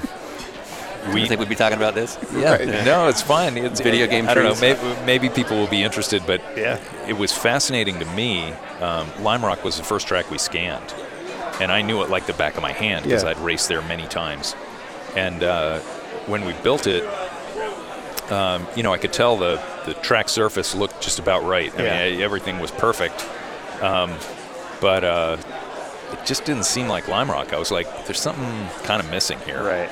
S1: You
S3: we
S1: think we'd be talking about this?
S3: Yeah, no, it's fine. It's
S1: Video game
S3: I don't know.
S1: trees.
S3: Maybe, maybe people will be interested, but
S2: Yeah.
S3: it was fascinating to me. Um, Lime Rock was the first track we scanned, and I knew it like the back of my hand because
S2: Yeah.
S3: I'd raced there many times. And uh, when we built it, um, you know, I could tell the the track surface looked just about right. I
S2: Yeah.
S3: mean, e- everything was perfect. Um, but uh, it just didn't seem like Lime Rock. I was like, there's something kind of missing here
S2: Right.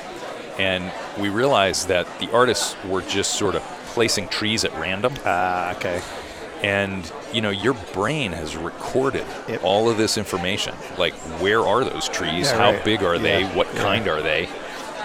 S3: and we realized that the artists were just sort of placing trees at random
S2: Ah, okay.
S3: and you know your brain has recorded
S2: Yep.
S3: all of this information like where are those trees
S2: Yeah,
S3: how
S2: right.
S3: big are they
S2: Yeah.
S3: what kind are they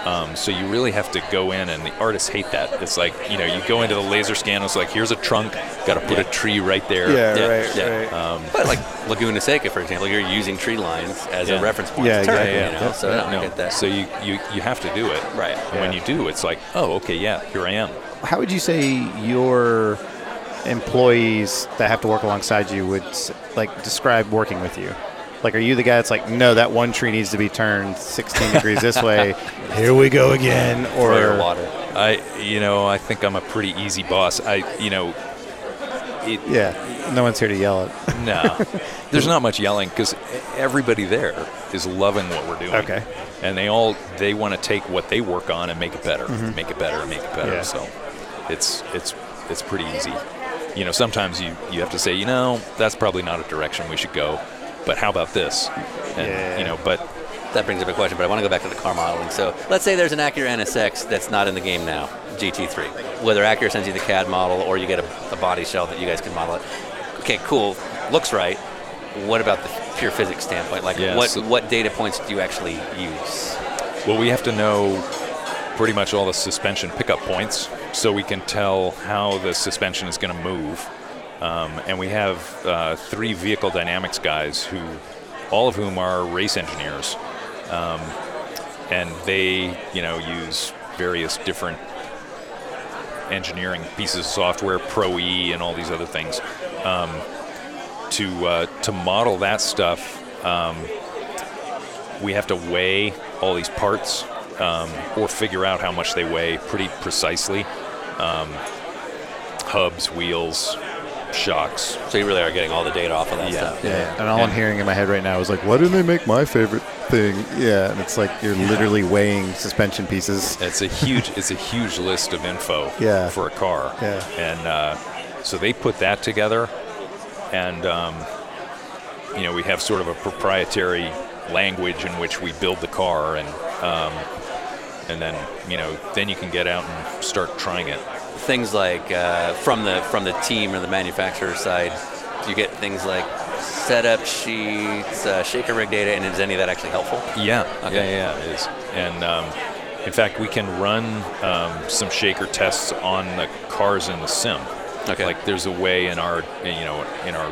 S3: um, so you really have to go in and the artists hate that it's like you know you go into the laser scan it's like here's a trunk got to put a tree right there Um,
S2: Yeah,
S1: Yeah,
S2: right,
S1: yeah.
S2: right.
S1: But like Laguna Seca, for example, you're using tree lines as
S3: Yeah.
S1: a reference point.
S2: Yeah,
S1: to turn,
S2: exactly.
S1: You
S2: Yeah,
S1: know?
S2: yeah,
S1: So no, I get that.
S3: so you, you you have to do it
S1: Right.
S3: and when
S2: Yeah.
S3: you do it's like oh okay yeah here i am
S2: How would you say your employees that have to work alongside you would s- like describe working with you? Like, are you the guy that's like, no, that one tree needs to be turned 16 degrees this way. Here we go again.
S1: Clear
S2: Or
S1: water.
S3: I, you know, I think I'm a pretty easy boss. I, you know, it,
S2: yeah, no one's here to yell at.
S3: no, there's not much yelling because everybody there is loving what we're doing.
S2: Okay.
S3: And they all they want to take what they work on and make it better, make it better, make it
S2: Mm-hmm.
S3: better.
S2: Yeah.
S3: So it's it's it's pretty easy. You know, sometimes you you have to say, you know, that's probably not a direction we should go, but how about this? And
S2: Yeah.
S3: you know, but
S1: That brings up a question, but I want to go back to the car modeling. So let's say there's an Acura NSX that's not in the game now, GT3. Whether Acura sends you the CAD model or you get a, a body shell that you guys can model it. Okay, cool. Looks right. What about the pure physics standpoint? Like,
S3: Yeah,
S1: what
S3: so-
S1: what data points do you actually use?
S3: Well, we have to know pretty much all the suspension pickup points so we can tell how the suspension is going to move. Um, and we have uh, three vehicle dynamics guys who, all of whom are race engineers. Um, and they, you know, use various different engineering pieces of software, Pro E, and all these other things, um, to uh, to model that stuff we have to weigh all these parts um, or figure out how much they weigh pretty precisely. Um, hubs, wheels, shocks.
S1: So you really are getting all the data off of that stuff.
S2: Yeah. And all I'm hearing in my head right now is like, why didn't they make my favorite thing? Yeah. And it's like you're literally weighing suspension pieces.
S3: It's a huge it's a huge list of info
S2: Yeah.
S3: for a car.
S2: Yeah.
S3: And uh, so they put that together, and um, you know we have sort of a proprietary language in which we build the car, and um, and then you know then you can get out and start trying it.
S1: Things like uh, from the from the team or the manufacturer side, you get things like setup sheets, uh, shaker rig data, and is any of that actually helpful?
S3: Yeah,
S1: Okay.
S3: yeah, yeah, it is. And um, in fact, we can run um, some shaker tests on the cars in the sim.
S1: Okay.
S3: Like there's a way in our you know in our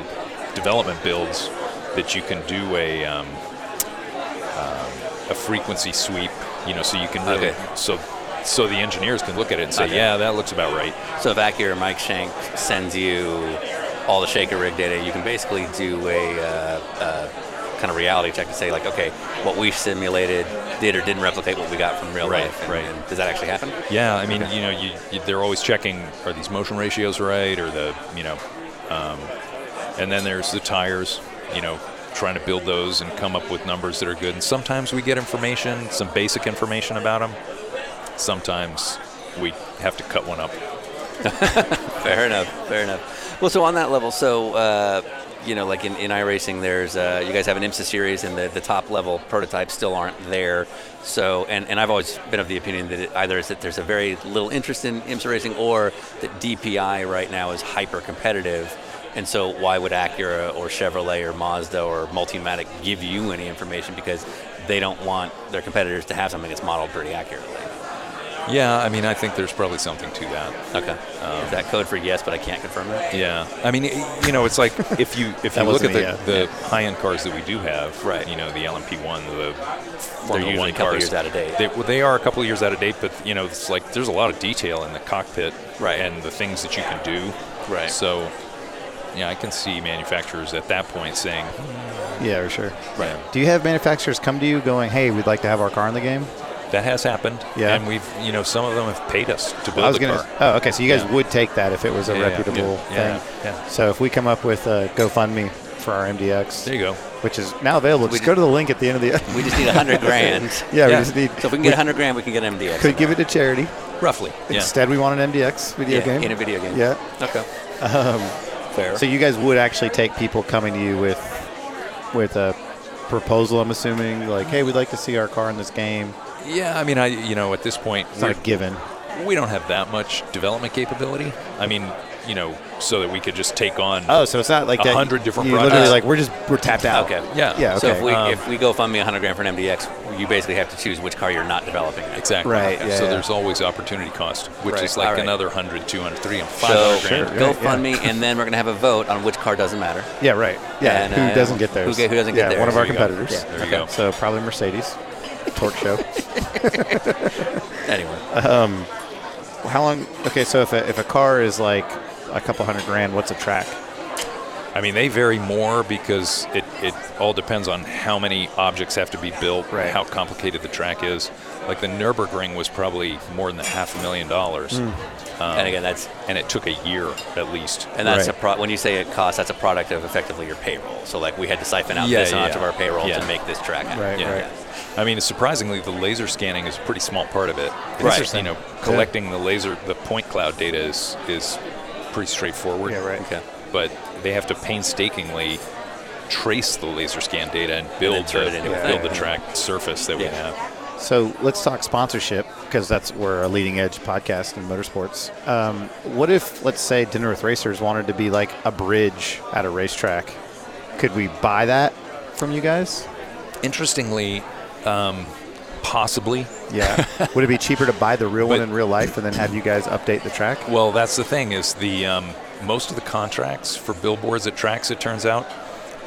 S3: development builds that you can do a um, um, a frequency sweep. You know, so you can really
S1: Okay.
S3: so so the engineers can look at it and say,
S1: Okay.
S3: yeah, that looks about right.
S1: So if Acura Mike Shank sends you all the shaker rig data, you can basically do a uh, uh, kind of reality check to say like, okay, what we simulated did or didn't replicate what we got from real
S3: Right,
S1: life.
S3: right.
S1: does that actually happen?
S3: Yeah, I mean, you know, you, you, they're always checking are these motion ratios right, or the you know, um, and then there's the tires, you know, trying to build those and come up with numbers that are good. And sometimes we get information, some basic information about them. Sometimes we have to cut one up.
S1: Fair enough. Fair enough. Well, so on that level, so uh, you know, like in, in iRacing, there's uh, you guys have an IMSA series, and the, the top level prototypes still aren't there. So, and, and I've always been of the opinion that it either is that there's a very little interest in IMSA racing, or that DPI right now is hyper competitive. And so, why would Acura or Chevrolet or Mazda or Multimatic give you any information because they don't want their competitors to have something that's modeled pretty accurately?
S3: Yeah, I mean, I think there's probably something to that.
S1: Okay, is that code for yes, but I can't confirm that?
S3: Yeah, I mean, it- you know, it's like if you if you
S2: That
S3: look
S2: wasn't
S3: at the,
S2: me, yeah.
S3: the high-end cars that we do have,
S1: Right.
S3: You know, the LMP1, the Formula
S1: usually
S3: One
S1: a couple
S3: cars,
S1: years out of date.
S3: They, well, they are a couple of years out of date, but you know, it's like there's a lot of detail in the cockpit,
S1: Right.
S3: And the things that you can do,
S1: Right.
S3: So, yeah, I can see manufacturers at that point saying, "Hmm,
S2: Yeah, for sure.
S3: right,
S2: Do you have manufacturers come to you going, "Hey, we'd like to have our car in the game"?
S3: that has happened.
S2: Yeah.
S3: and we've you know some of them have paid us to build
S2: I was
S3: the
S2: gonna.
S3: car.
S2: Oh, okay. So you guys
S3: Yeah.
S2: would take that if it was a
S3: Yeah, yeah,
S2: reputable
S3: yeah, yeah,
S2: thing.
S3: yeah.
S2: So if we come up with a GoFundMe for our MDX,
S3: There you go.
S2: which is now available, just go to the link at the end of the.
S1: We just need a hundred grand.
S2: yeah, we
S3: Yeah.
S2: just need.
S1: So if we can get a hundred grand, we can get an MDX.
S2: could give it to charity.
S3: Roughly, yeah.
S2: Instead, we want an MDX video
S1: Yeah,
S2: game.
S1: in a video game.
S2: Yeah. Um,
S1: Okay. Fair.
S2: So you guys would actually take people coming to you with with a proposal, I'm assuming, like, hey, we'd like to see our car in this game.
S3: Yeah, I mean, I you know at this point
S2: It's
S3: we're-
S2: not a given.
S3: we don't have that much development capability. I mean, you know, so that we could just take on.
S2: Oh, so it's not like
S3: A
S2: that.
S3: hundred different
S2: You
S3: products.
S2: literally like we're just we're tapped out.
S1: okay.
S3: Yeah.
S2: Yeah. Okay. Uh,
S1: So if we
S3: Um,
S1: if we go fund me a hundred grand for an MDX, you basically have to choose which car you're not developing. Next.
S3: Exactly.
S2: Right, yeah,
S3: so
S2: yeah.
S3: there's always opportunity cost, which
S1: Right,
S3: is like
S1: all right.
S3: another 100, 200, 300,
S1: So
S3: 500 grand.
S2: Sure,
S1: go
S2: right,
S1: fund me, and then we're gonna have a vote on which car doesn't matter.
S2: yeah. Right. Yeah.
S1: And,
S2: who
S1: uh,
S2: doesn't get theirs?
S1: who get- who doesn't get
S2: yeah,
S1: theirs?
S2: One of
S1: There
S2: our
S3: you go.
S2: competitors.
S1: Yeah.
S3: There you go.
S2: So probably Mercedes. Torque show.
S1: Anyway,
S2: Uh-huh. How long? Okay. So if a, if a car is like a couple hundred grand, what's a track?
S3: I mean, they vary more because it, it all depends on how many objects have to be built,
S2: Right.
S3: how complicated the track is. Like the Nürburgring was probably more than a half a million dollars,
S1: Um, and again, that's
S3: and it took a year at least.
S1: and that's
S2: Right.
S1: a pro- when you say it costs, that's a product of effectively your payroll. So like we had to siphon out
S3: Yeah,
S1: this
S3: yeah,
S1: much of our payroll
S3: yeah.
S1: to make this track. happen.
S2: Right,
S3: Yeah.
S2: right.
S3: I mean, surprisingly, the laser scanning is a pretty small part of it. It's,
S1: Right.
S3: You know, collecting the laser, the point cloud data is is pretty straightforward.
S2: Yeah, right.
S1: Okay.
S3: But they have to painstakingly trace the laser scan data and build
S1: turn
S3: the,
S1: it into a
S3: build
S1: thing.
S3: the track surface that we
S1: Yeah.
S3: have.
S2: So let's talk sponsorship because that's we're a leading edge podcast in motorsports. Um, what if, let's say, Dinner with Racers wanted to be like a bridge at a racetrack? Could we buy that from you guys?
S3: Interestingly, um, possibly.
S2: Yeah. Would it be cheaper to buy the real one
S3: But-
S2: in real life and then have you guys update the track?
S3: Well, that's the thing is the um, most of the contracts for billboards at tracks, it turns out,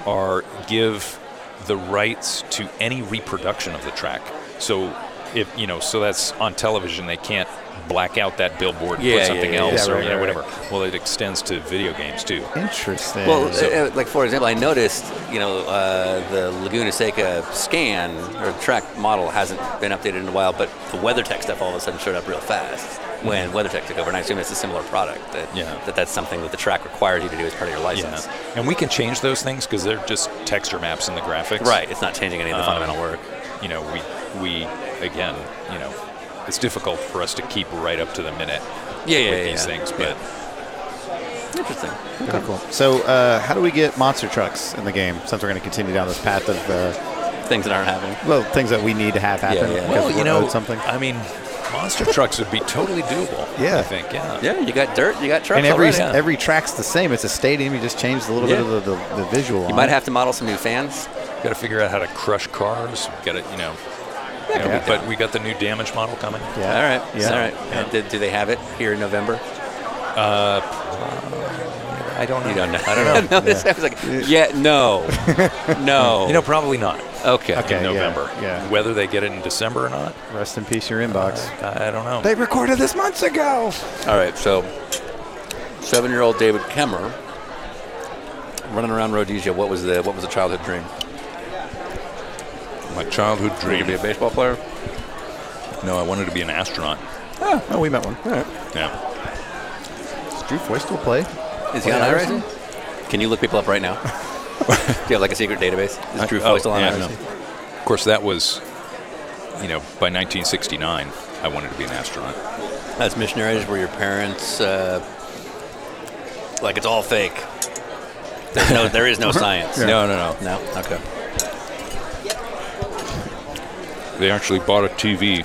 S3: are give the rights to any reproduction of the track. So if you know, so that's on television, they can't black out that billboard and
S1: Yeah, yeah,
S3: put something
S1: yeah,
S3: else
S2: yeah.
S3: or
S2: Yeah,
S3: you know,
S2: right, right,
S3: whatever. Well, it extends to video games too.
S2: Interesting.
S1: Well, uh, uh, like for example, I noticed you know uh, the Laguna Seca scan or track model hasn't been updated in a while, but the WeatherTech stuff all of a sudden showed up real fast when WeatherTech took over, and I assume it's a similar product. That,
S3: Yeah.
S1: that that's something that the track requires you to do as part of your license.
S3: Yeah, and we can change those things because they're just texture maps in the graphics.
S1: Right, it's not changing any of the
S3: Um,
S1: fundamental work.
S3: You know, we we again, you know, it's difficult for us to keep right up to the minute
S1: Yeah, yeah,
S3: with
S1: yeah,
S3: these
S1: yeah.
S3: things, but.
S1: Yeah. Interesting.
S2: Kinda cool. So, uh, how do we get monster trucks in the game since we're going to continue down this path of uh,
S1: Things that aren't happening.
S2: well, things that we need to have happen?
S1: yeah.
S2: because
S3: Well,
S2: we're
S3: Oh, you know,
S2: owed something.
S3: I mean, monster trucks would be totally doable.
S2: Yeah.
S3: I think. Yeah.
S1: Yeah, you got dirt, you got trucks.
S2: and every
S1: already.
S3: yeah.
S2: every track's the same. It's a stadium. You just changed a little
S1: Yeah.
S2: bit of the, the, the visual.
S1: you might have to model some new fans.
S3: Got to figure out how to crush cars. Got to, you know. you know,
S2: yeah.
S3: But we got the new damage model coming.
S2: Yeah.
S1: All right,
S2: Yeah.
S1: all right. Uh, do- do they have it here in November?
S3: I don't know.
S1: You don't know.
S3: I don't know.
S1: no, this I was like, yeah, no, no.
S3: you know, probably not.
S1: okay.
S2: Okay.
S3: in
S2: yeah,
S3: November.
S2: yeah.
S3: Whether they get it in December or not,
S2: Rest in peace, your inbox.
S3: I I don't know.
S2: they recorded this months ago.
S1: All right, so seven-year-old David Kemmer running around Rhodesia. What was the what was the childhood dream?
S3: My childhood
S1: Dream to be a baseball player.
S3: No, I wanted to be an astronaut.
S2: Oh, we met one. All right.
S3: Yeah.
S2: Does Drew Foy still play?
S1: Is he on
S2: Play
S1: iRacing? Can you look people up right now? Do you have like a secret database? Is Drew
S3: Oh,
S1: Foy still on
S3: yeah,
S1: iRacing?
S3: no. Of course, that was, you know, by 1969, I wanted to be an astronaut.
S1: As missionaries, were your parents uh, like it's all fake? No, there is no science.
S3: No, no, no.
S1: No. Okay.
S3: They actually bought a TV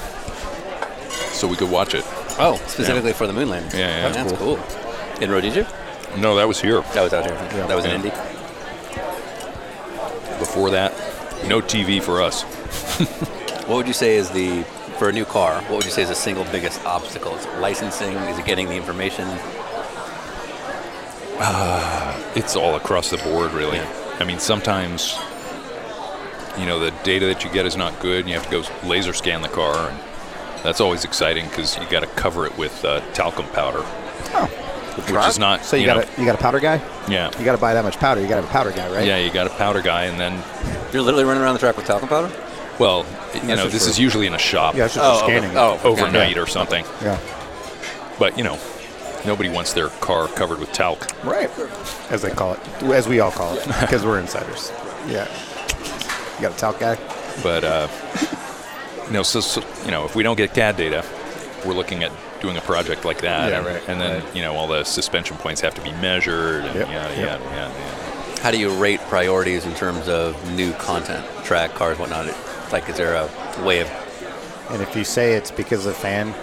S3: so we could watch it.
S1: Oh, specifically for the moon landing.
S3: Yeah, yeah,
S1: That's
S3: that's
S1: cool. In Rhodesia?
S3: No, that was here.
S1: That was out here. That was in
S3: Yeah.
S1: Indy.
S3: Before that, no TV for us.
S1: What would you say is the for a new car? What would you say is the single biggest obstacle? Is it licensing? Is it getting the information?
S3: It's all across the board, really. I mean, sometimes, you know, the data that you get is not good, and you have to go laser scan the car, and that's always exciting because you got to cover it with uh, talcum powder, which is not.
S2: Oh, So you,
S3: know,
S2: got a you got a powder guy.
S3: Yeah.
S2: You got to buy that much powder. You got to have a powder guy, right?
S3: Yeah, you got a powder guy, and then,
S1: You're literally running around the track with talcum powder.
S3: well, you know,
S2: just
S3: this
S2: for-
S3: is usually in a shop
S2: Yeah, it's just
S1: Oh,
S2: for scanning.
S1: okay. Oh, okay.
S3: overnight or something.
S2: Yeah.
S3: But you know, nobody wants their car covered with talc.
S2: Right. As they call it, as we all call it, because we're insiders. Yeah. You got a talc guy.
S3: But uh, you know, so, so you know, if we don't get CAD data, we're looking at doing a project like that.
S2: Yeah,
S3: and,
S2: right,
S3: and then you know, all the suspension points have to be measured. And
S2: Yep,
S3: yada,
S2: yep.
S3: yada, yada, yada.
S1: How do you rate priorities in terms of new content, track, cars, whatnot? It's Like, is there a way of?
S2: And if you say it's because of fan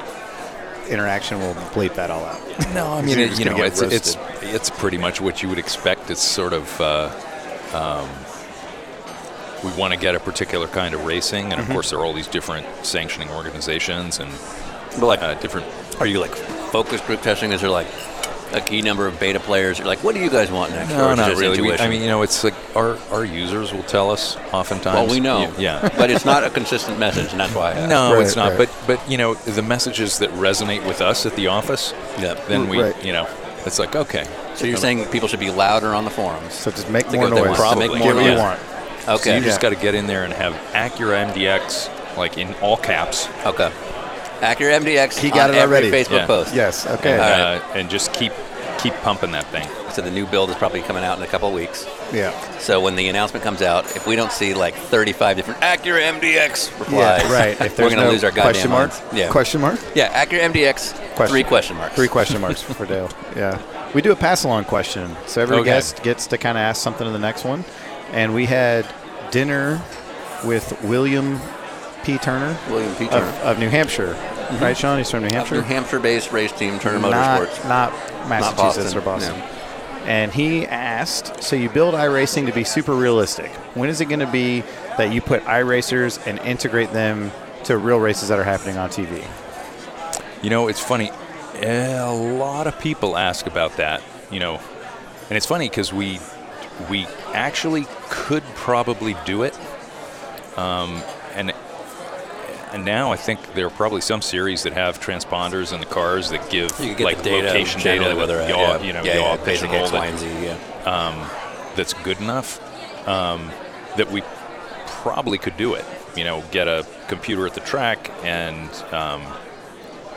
S2: interaction, we'll bleep that all out.
S3: No, I
S2: mean,
S3: mean,
S2: you're
S3: it,
S2: just
S3: you
S2: gonna
S3: know,
S2: get
S3: it's it's
S2: roasted.
S3: it's pretty much what you would expect. It's sort of. Uh, um, we want to get a particular kind of racing, and of
S2: Mm-hmm.
S3: course, there are all these different sanctioning organizations and
S1: But like,
S3: uh, different.
S1: are you like focus group testing? Is there like a key number of beta players? You're like, what do you guys want next? Or is it just
S3: We- I
S1: intuition?
S3: mean, you know, it's like our our users will tell us oftentimes.
S1: well, we know.
S3: Yeah.
S1: but it's not a consistent message, and that's why. I asked.
S3: No,
S2: Right,
S3: it's not.
S2: right.
S3: But but you know the messages that resonate with us at the office.
S1: Yep.
S3: Then we
S2: Right.
S3: you know it's like okay.
S1: So you're saying people should be louder on the forums?
S2: So just make
S1: They
S2: more
S1: go, they
S2: noise.
S1: want to make
S2: Give
S1: more
S2: what you
S1: noise.
S2: want.
S3: So
S1: okay.
S3: you just got to get in there and have Acura MDX like in all caps.
S1: Okay. Accurate MDX.
S2: He got
S1: on
S2: it
S1: every
S2: already.
S1: Facebook
S3: Yeah.
S1: post.
S2: Yes. Okay.
S1: All right.
S3: Uh, and just keep keep pumping that thing.
S1: So the new build is probably coming out in a couple of weeks.
S2: Yeah.
S1: So when the announcement comes out, if we don't see like 35 different Acura MDX replies,
S2: Yeah. Right. If
S1: we're
S2: there's
S1: going to
S2: no
S1: lose our goddamn
S2: question mark.
S1: minds. Yeah.
S2: Question mark.
S1: Yeah. Acura MDX. Three question marks.
S2: Three question marks for Dale. Yeah. We do a pass along question. So every
S3: Okay.
S2: guest gets to kind of ask something in the next one. And we had dinner with William P. Turner,
S1: William P.
S2: of,
S1: Turner. Mm-hmm.
S2: of New Hampshire. Right, Sean? He's from New
S1: Of New
S2: Hampshire?
S1: Hampshire-based race team Turner
S2: Not,
S1: Motorsports.
S2: not
S1: Not
S2: Massachusetts
S1: Boston.
S2: or Boston.
S1: No.
S2: And he asked, so you build iRacing to be super realistic. When is it going to be that you put iRacers and integrate them to real races that are happening on TV?
S3: You know, it's funny. A lot of people ask about that. You know, and it's funny because we we actually could probably do it. Um, and and now I think there are probably some series that have transponders in the cars that give
S1: You could get
S3: like
S1: the data,
S3: location
S1: generally
S3: data,
S1: whether
S3: that
S1: uh,
S3: yaw,
S1: yeah,
S3: you know,
S1: yeah,
S3: yaw
S1: yeah,
S3: pitch
S1: basic
S3: and roll
S1: X,
S3: that-
S1: Y, and Z. Yeah.
S3: that's good enough um, that we probably could do it. You know, get a computer at the track and um,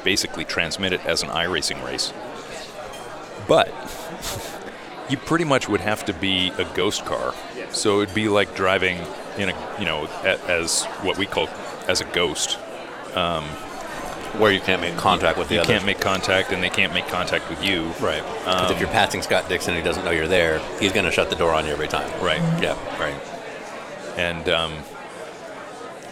S3: basically transmit it as an iRacing race. But you pretty much would have to be a ghost car, so it'd be like driving in a you know a, as what we call as a ghost.
S1: Where you can't make contact with the
S3: You
S1: others.
S3: can't make contact, and they can't make contact with you.
S1: Right. um, Because if you're passing Scott Dixon and he doesn't know you're there, he's going to shut the door on you every time.
S3: Right.
S1: Yeah.
S3: Right. And, um,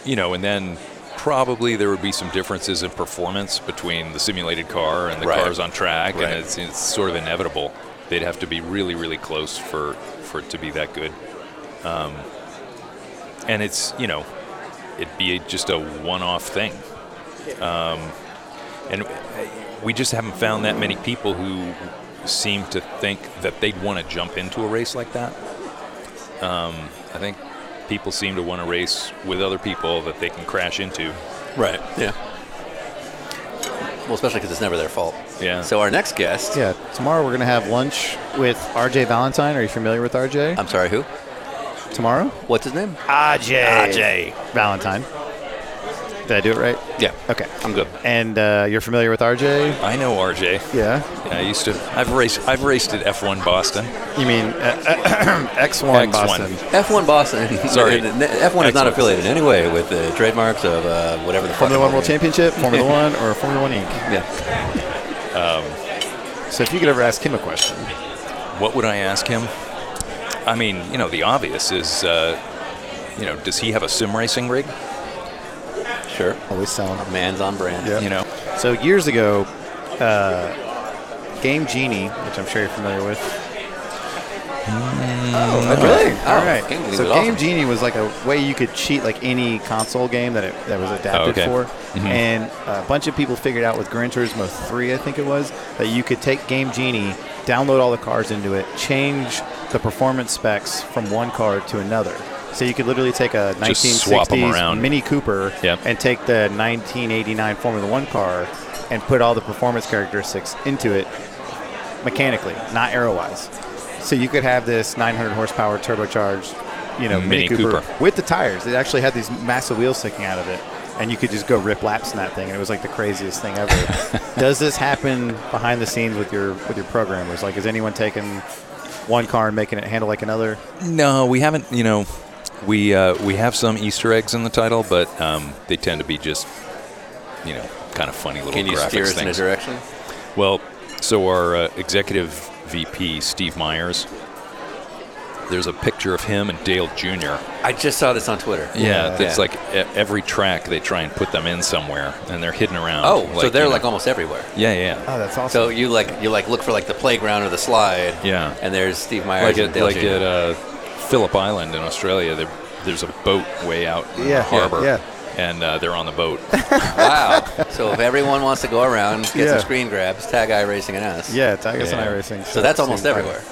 S3: you know, and then probably there would be some differences in performance between the simulated car and the
S1: Right.
S3: cars on track,
S1: Right.
S3: and it's, it's sort of inevitable. They'd have to be really, really close for, for it to be that good. Um, and it's, you know, it'd be just a one off thing. Um, and we just haven't found that many people who seem to think that they'd want to jump into a race like that. Um, I think people seem to want to race with other people that they can crash into.
S1: Right. Yeah. Well, especially because it's never their fault.
S3: Yeah.
S1: So our next guest.
S2: Yeah, tomorrow we're going to have lunch with RJ Valentine. Are you familiar with RJ?
S1: I'm sorry. Who?
S2: Uh, tomorrow?
S1: What's his name?
S2: RJ.
S1: RJ.
S2: Valentine. Did I do it right?
S1: Yeah.
S2: Okay.
S1: I'm good.
S2: And uh, you're familiar with RJ?
S3: I know RJ.
S2: Yeah.
S3: I used to. I've raced. I've raced at F1 Boston.
S2: You mean uh, X1
S3: X1.
S2: Boston?
S1: F1 Boston.
S3: Sorry.
S1: N- n- F1 is not
S3: Excellent.
S1: affiliated in any way with the trademarks of uh, whatever the fuck.
S2: Formula One World
S1: it is.
S2: Championship, Formula One, or Formula One Inc.
S1: Yeah.
S2: So if you could ever ask him a question,
S3: What would I ask him? I mean, you know, the obvious is, uh, you know, does he have a sim racing rig? Sure.
S2: Always selling. them.
S1: Man's on brand.
S2: Yeah.
S3: You know,
S2: So years ago, uh, Game Genie, which I'm sure you're familiar with. Oh, really? All
S1: Oh,
S2: right.
S1: Game Genie
S2: so
S1: was
S2: Game
S1: awesome.
S2: Genie was like a way you could cheat like any console game that it that was adapted
S3: Oh, okay.
S2: for, and a bunch of people figured out with Gran Turismo 3, I think it was, that you could take Game Genie, download all the cars into it, change the performance specs from one car to another. So you could literally take a
S3: Just swap 'em
S2: 1960s
S3: around.
S2: Mini Cooper
S3: Yep.
S2: and take the 1989 Formula One car and put all the performance characteristics into it mechanically, not aero wise. So you could have this 900 horsepower turbocharged, you know, Mini,
S3: Mini
S2: Cooper,
S3: Cooper.
S2: with the tires. It actually had these massive wheels sticking out of it, and you could just go rip laps in that thing, and it was like the craziest thing ever. Does this happen behind the scenes with your with your programmers? Like, is anyone taking one car and making it handle like another?
S3: no, we haven't. You know, we uh, we have some Easter eggs in the title, but um, they tend to be just, you know, kind of funny little
S1: Can you
S3: graphics
S1: steer us in a
S3: things.
S1: direction?
S3: Well, so our uh, executive VP, Steve Myers, there's a picture of him and Dale Jr.
S1: I just saw this on Twitter.
S3: Yeah,
S1: Yeah.
S3: it's like e- every track they try and put them in somewhere, and they're hidden around.
S1: Oh, so they're
S3: you know-
S1: like almost everywhere.
S3: yeah, yeah,
S2: Oh, that's awesome.
S1: So you like you like look for like the playground or the slide.
S3: Yeah.
S1: And there's Steve Myers
S3: like
S1: and
S3: at
S1: Dale
S3: like
S1: Jr.
S3: at uh, Phillip Island in Australia. There, there's a boat way out in
S2: Yeah,
S3: the harbor,
S2: yeah.
S3: and uh, they're on the boat.
S1: Wow. so if everyone wants to go around, get
S2: Yeah.
S1: some screen grabs, tag eye racing and us.
S2: yeah, Tigers and
S3: Yeah.
S2: iRacing.
S1: So that's almost everywhere.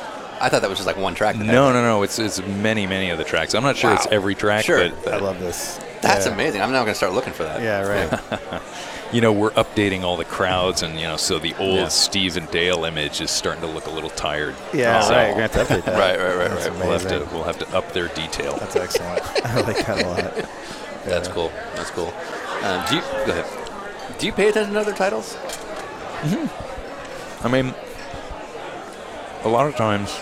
S1: I thought that was just like one track. that had
S3: no, no, no. It's it's many, many of the tracks. I'm not sure it's
S1: Wow.
S3: every track,
S1: Sure.
S3: but uh,
S2: I love this.
S1: that. That's
S2: yeah.
S1: amazing. I'm now going to start looking for that.
S2: Yeah, right.
S3: you know we're updating all the crowds and you know so the old
S2: Yeah.
S3: steve and dale image is starting to look a little tired
S2: Yeah,
S3: so
S2: right. You're gonna have to update that.
S1: Right, right, right,
S2: That's
S1: right.
S3: we'll have to
S2: amazing.
S3: we'll have to up their detail
S2: That's excellent. I like that a lot.
S1: That's cool. That's cool. Um, do you go ahead? Do you pay attention to other titles?
S3: i mean a lot of times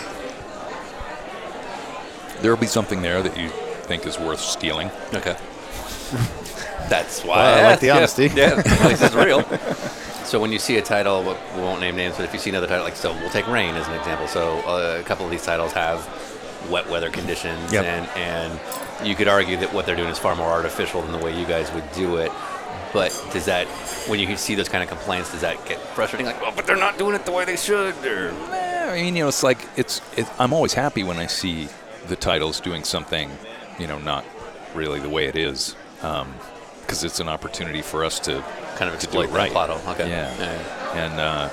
S3: there'll be something there that you think is worth stealing
S1: Okay. That's why
S2: Well, I like
S1: asked.
S2: the
S1: Yeah.
S2: honesty.
S1: Yeah, at least it's real. So when you see a title, what- we won't name names, but if you see another title, like so, we'll take Rain as an example. So uh, a couple of these titles have wet weather conditions,
S2: Yep.
S1: and and you could argue that what they're doing is far more artificial than the way you guys would do it. But does that, when you see those kind of complaints, does that get frustrating? Like, well, but they're not doing it the way they should. Or,
S3: Eh, i mean you know it's like it's it, i'm always happy when i see the titles doing something you know not really the way it is because it's an opportunity for us to
S1: kind of
S3: to do
S1: exploit
S3: it
S1: that
S3: right.
S1: plot hole. Okay.
S3: Yeah.
S1: Yeah.
S3: And uh,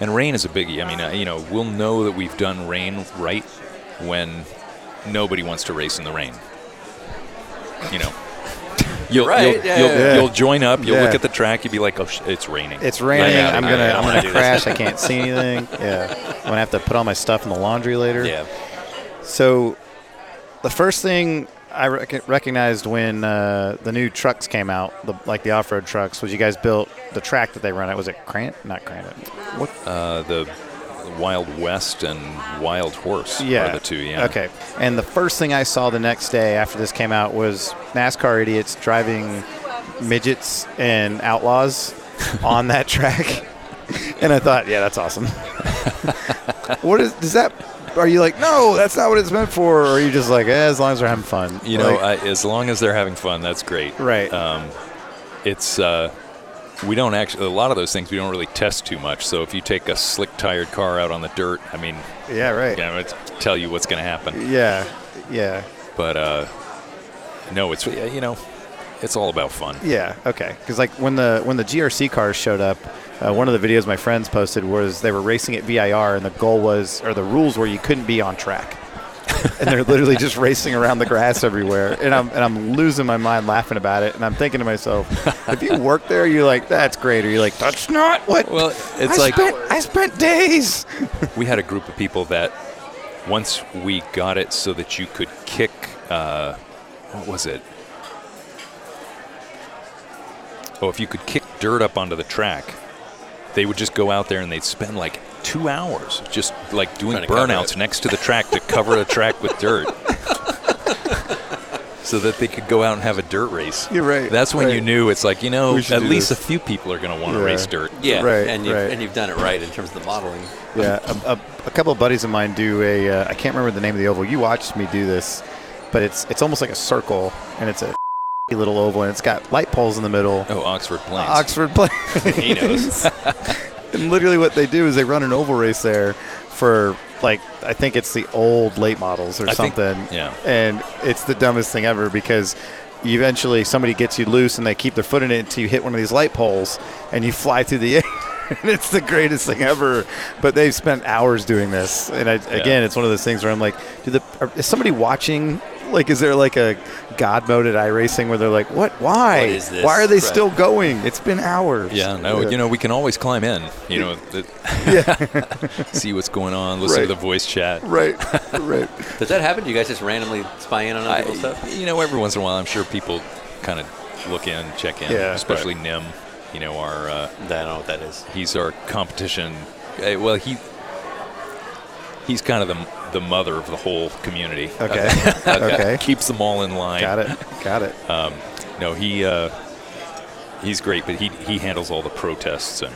S3: and rain is a biggie. I mean, uh, you know, we'll know that we've done rain right when nobody wants to race in the rain. You know. You'll,
S1: Right,
S3: you'll,
S1: yeah,
S3: you'll,
S1: yeah, yeah.
S3: you'll join up. You'll
S2: Yeah.
S3: look at the track. You'll be like, "Oh, sh- it's raining."
S2: It's raining.
S1: Yeah,
S2: I'm
S1: I-
S2: gonna
S1: I
S2: I,
S1: don't
S2: am
S1: wanna
S2: gonna
S1: do this.
S2: crash. I can't see anything. Yeah, I'm gonna have to put all my stuff in the laundry later.
S1: yeah.
S2: So, the first thing I rec- recognized when uh, the new trucks came out, the, like the off-road trucks, was you guys built the track that they run at. Was it Crant? Not Crant. What?
S3: Uh, the Wild West and Wild Horse
S2: yeah.
S3: are the two. Yeah.
S2: Okay. And the first thing I saw the next day after this came out was NASCAR idiots driving midgets and outlaws on that track. And I thought, yeah, that's awesome. what is does that are you like, no, that's not what it's meant for, or are you just like, eh, as long as we're having fun?
S3: You know,
S2: Like,
S3: I, as long as they're having fun, that's great.
S2: Right.
S3: Um, it's uh, we don't actually a lot of those things we don't really test too much. So if you take a slick tired car out on the dirt, I mean,
S2: yeah, right.
S3: you know, it's tell you what's going to happen.
S2: Yeah. Yeah.
S3: But uh, no, it's yeah, you know, it's all about fun.
S2: Yeah. Okay. Because like when the when the GRC cars showed up, uh, one of the videos my friends posted was they were racing at VIR, and the goal was or the rules were you couldn't be on track, and they're literally just racing around the grass everywhere, and I'm and I'm losing my mind laughing about it, and I'm thinking to myself, if you work there, you're like that's great, or you're like that's not what.
S3: Well,
S2: I
S3: it's like
S2: spent, I spent days.
S3: we had a group of people that once we got it so that you could kick. Uh, what was it? Oh, if you could kick dirt up onto the track, they would just go out there and they'd spend like two hours just like doing
S1: Trying to cover
S3: burnouts
S1: it.
S3: next to the track to cover the track with dirt. so that they could go out and have a dirt race.
S7: You're right,
S3: That's when
S7: right.
S3: you knew it's like you know
S7: We
S3: at
S7: should do
S3: least
S7: this.
S3: a few people are going to want to
S2: Yeah.
S3: race dirt.
S1: Yeah,
S2: Right,
S1: and you've,
S2: right.
S1: and you've done it right in terms of the modeling.
S2: Yeah, a, a, a couple of buddies of mine do a. Uh, I can't remember the name of the oval. You watched me do this, but it's it's almost like a circle, and it's a little oval, and it's got light poles in the middle.
S3: Oh, Oxford Plains.
S2: Oxford Plains.
S3: he knows.
S2: and literally, what they do is they run an oval race there for like I think it's the old late models or
S3: I think-
S2: something.
S3: yeah.
S2: And it's the dumbest thing ever because. you Eventually, somebody gets you loose, and they keep their foot in it until you hit one of these light poles, and you fly through the air. and it's the greatest thing ever. But they've spent hours doing this, and I, again, it's one of those things where I'm like, do the are, is somebody watching? Like, is there like a god mode at iRacing where they're like, what? Why?
S1: What is this?
S2: Why are they
S1: Right.
S2: still going? It's been hours.
S3: Yeah, no, you know, we can always climb in, you know, the, see what's going on, listen
S7: Right.
S3: to the voice chat.
S7: Right, right.
S1: Does that happen? Do you guys just randomly spy in on other people's stuff?
S3: You know, every once in a while, I'm sure people kind of look in, check in,
S2: Yeah.
S3: especially Nim, you know, our, uh,
S1: I don't know what that is.
S3: he's our competition. eh, Well, he, he's kind of the, the mother of the whole community.
S2: Okay. okay.
S3: Keeps them all in line.
S2: Got it. Got it.
S3: No, he, uh, he's great, but he, he handles all the protests and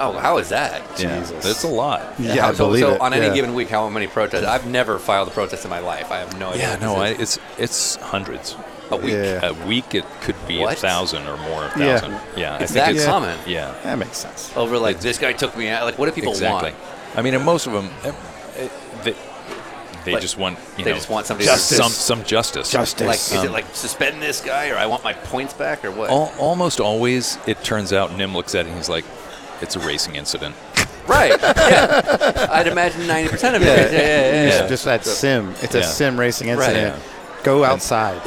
S1: Oh, how is that?
S2: Jesus.
S3: it's a lot.
S2: yeah,
S1: How-
S2: I
S1: so,
S2: believe
S1: so
S2: it.
S1: on any
S2: yeah.
S1: given week, how many protests? I've never filed a protest in my life. I have no idea.
S3: Yeah,
S1: what
S3: no, I,
S1: this is.
S3: it's it's hundreds.
S1: a week.
S2: Yeah.
S3: A week it could be a
S1: What?
S3: thousand or more. A
S2: Yeah.
S3: thousand. Yeah, I
S1: It's
S3: think
S1: that
S3: it's
S1: common.
S3: Yeah,
S2: That makes sense.
S1: Over like this guy took me out. Like, what do people
S3: exactly.
S1: want?
S3: I mean, and most of them, they, they
S1: Like,
S3: just want you
S1: they
S3: know
S1: just want somebody to-
S3: justice. some some justice.
S2: Justice.
S1: Like, is it
S3: Um,
S1: like suspend this guy, or I want my points back, or what?
S3: Al- almost always, it turns out Nim looks at it and he's like, "It's a racing incident."
S1: Right. Yeah. I'd imagine ninety percent of it.
S2: Yeah.
S1: is. Yeah, yeah, yeah, yeah.
S2: It's Just that sim. It's a
S3: Yeah.
S2: sim racing incident. Go outside.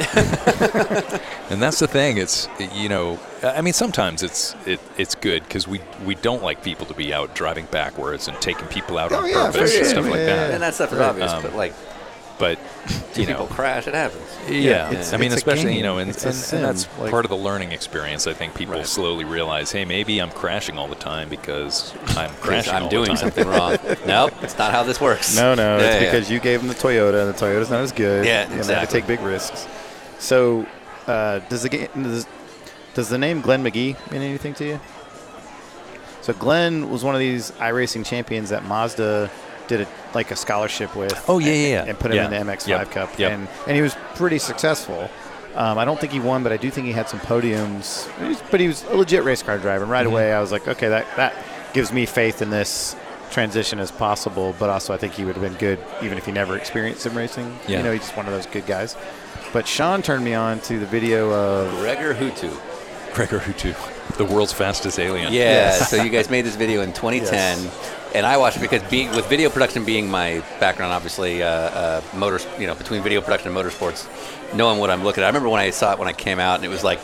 S3: And that's the thing. It's you know, I mean, sometimes it's it, it's good because we we don't like people to be out driving backwards and taking people
S1: Oh,
S3: out on
S2: yeah, for
S3: purpose
S2: sure.
S3: and stuff like
S2: Yeah, yeah,
S3: that.
S1: And that stuff is obvious,
S3: Um,
S1: but like,
S3: But you know,
S1: people crash. It happens.
S3: Yeah,
S2: it's-
S3: I mean,
S2: it's a
S3: especially you
S2: game.
S3: know, and,
S2: It's
S3: and,
S2: a
S3: and that's
S2: sim, like-
S3: part of the learning experience. I think people slowly realize, hey, maybe I'm crashing all the time because I'm crashing.
S1: I'm
S3: all
S1: doing
S3: the time.
S1: something wrong. Nope, it's not how this works.
S2: No, no,
S1: Yeah,
S2: it's
S1: yeah.
S2: because you gave them the Toyota, and the Toyota's not as good.
S1: Yeah,
S2: and They had to
S1: exactly.
S2: take big risks. So, uh, does the ga- does, does the name Glenn McGee mean anything to you? So Glenn was one of these iRacing champions that Mazda did a, like a scholarship with.
S3: Oh, yeah,
S2: and-
S3: yeah, yeah.
S2: And put him
S3: Yeah.
S2: in the MX5
S3: Yep,
S2: Cup,
S3: yep.
S2: and and he was pretty successful. Um, I don't think he won, but I do think he had some podiums. He was- But he was a legit race car driver. And right
S3: Mm-hmm.
S2: away, I was like, okay, that that gives me faith in this transition as possible. But also, I think he would have been good even if he never experienced sim racing.
S3: Yeah.
S2: You know, he's just one of those good guys. But Sean turned me on to the video of oh,
S1: Gregor Hutu.
S3: Gregor Hutu, the world's fastest alien.
S1: Yeah. So you guys made this video in 2010,
S2: Yes.
S1: and I watched it because being with video production being my background, obviously, uh, uh, motor, you know, between video production and motorsports, knowing what I'm looking at. I remember when I saw it when I came out, and it was like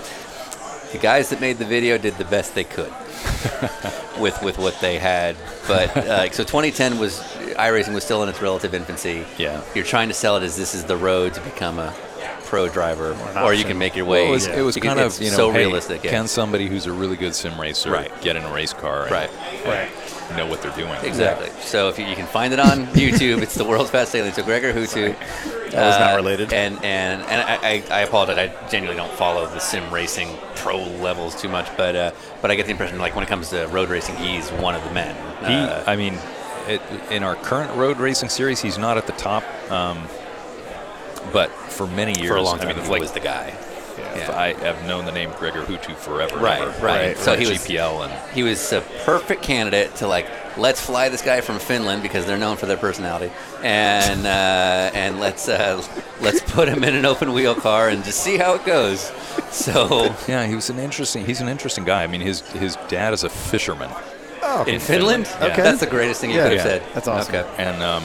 S1: the guys that made the video did the best they could with with what they had. But uh, so 2010 was iRacing was still in its relative infancy.
S3: Yeah.
S1: You're trying to sell it as this is the road to become a pro driver,
S2: an
S1: or you
S2: option.
S1: can make your
S3: Well,
S1: way.
S3: it was, it was
S1: Because
S3: kind of
S1: it's
S3: you know,
S1: so
S3: hey,
S1: realistic. yeah.
S3: Can somebody who's a really good sim racer
S1: Right.
S3: get in a race car? And,
S1: Right.
S3: and Know what they're doing.
S1: Exactly. So if you, you can find it on YouTube, it's the world's best alien. So Gregor Hutu. That
S2: was
S3: Uh,
S2: not related.
S3: eh.
S1: And and and I, I, I apologize. I genuinely don't follow the sim racing pro levels too much, but uh, but I get the impression like when it comes to road racing, he's one of the men.
S3: He,
S1: Uh,
S3: I mean, it, in our current road racing series, he's not at the top. Um, but for many years,
S1: for a long
S3: I
S1: time,
S3: mean,
S1: he
S3: like
S1: was the guy. Yeah.
S3: I have known the name Gregor Hutu forever.
S1: Right,
S3: ever,
S1: right. So
S3: from
S1: he was-
S3: GPL and
S1: He was a perfect candidate to like let's fly this guy from Finland because they're known for their personality, and uh, and let's uh, let's put him in an open wheel car and just see how it goes. So
S3: yeah, he was an interesting. He's an interesting guy. I mean, his his dad is a fisherman,
S2: Oh,
S1: In Finland?
S3: Yeah. Okay.
S1: That's the greatest thing you
S2: Yeah.
S1: could have
S3: Yeah.
S1: said.
S2: That's awesome.
S1: Okay.
S3: and um,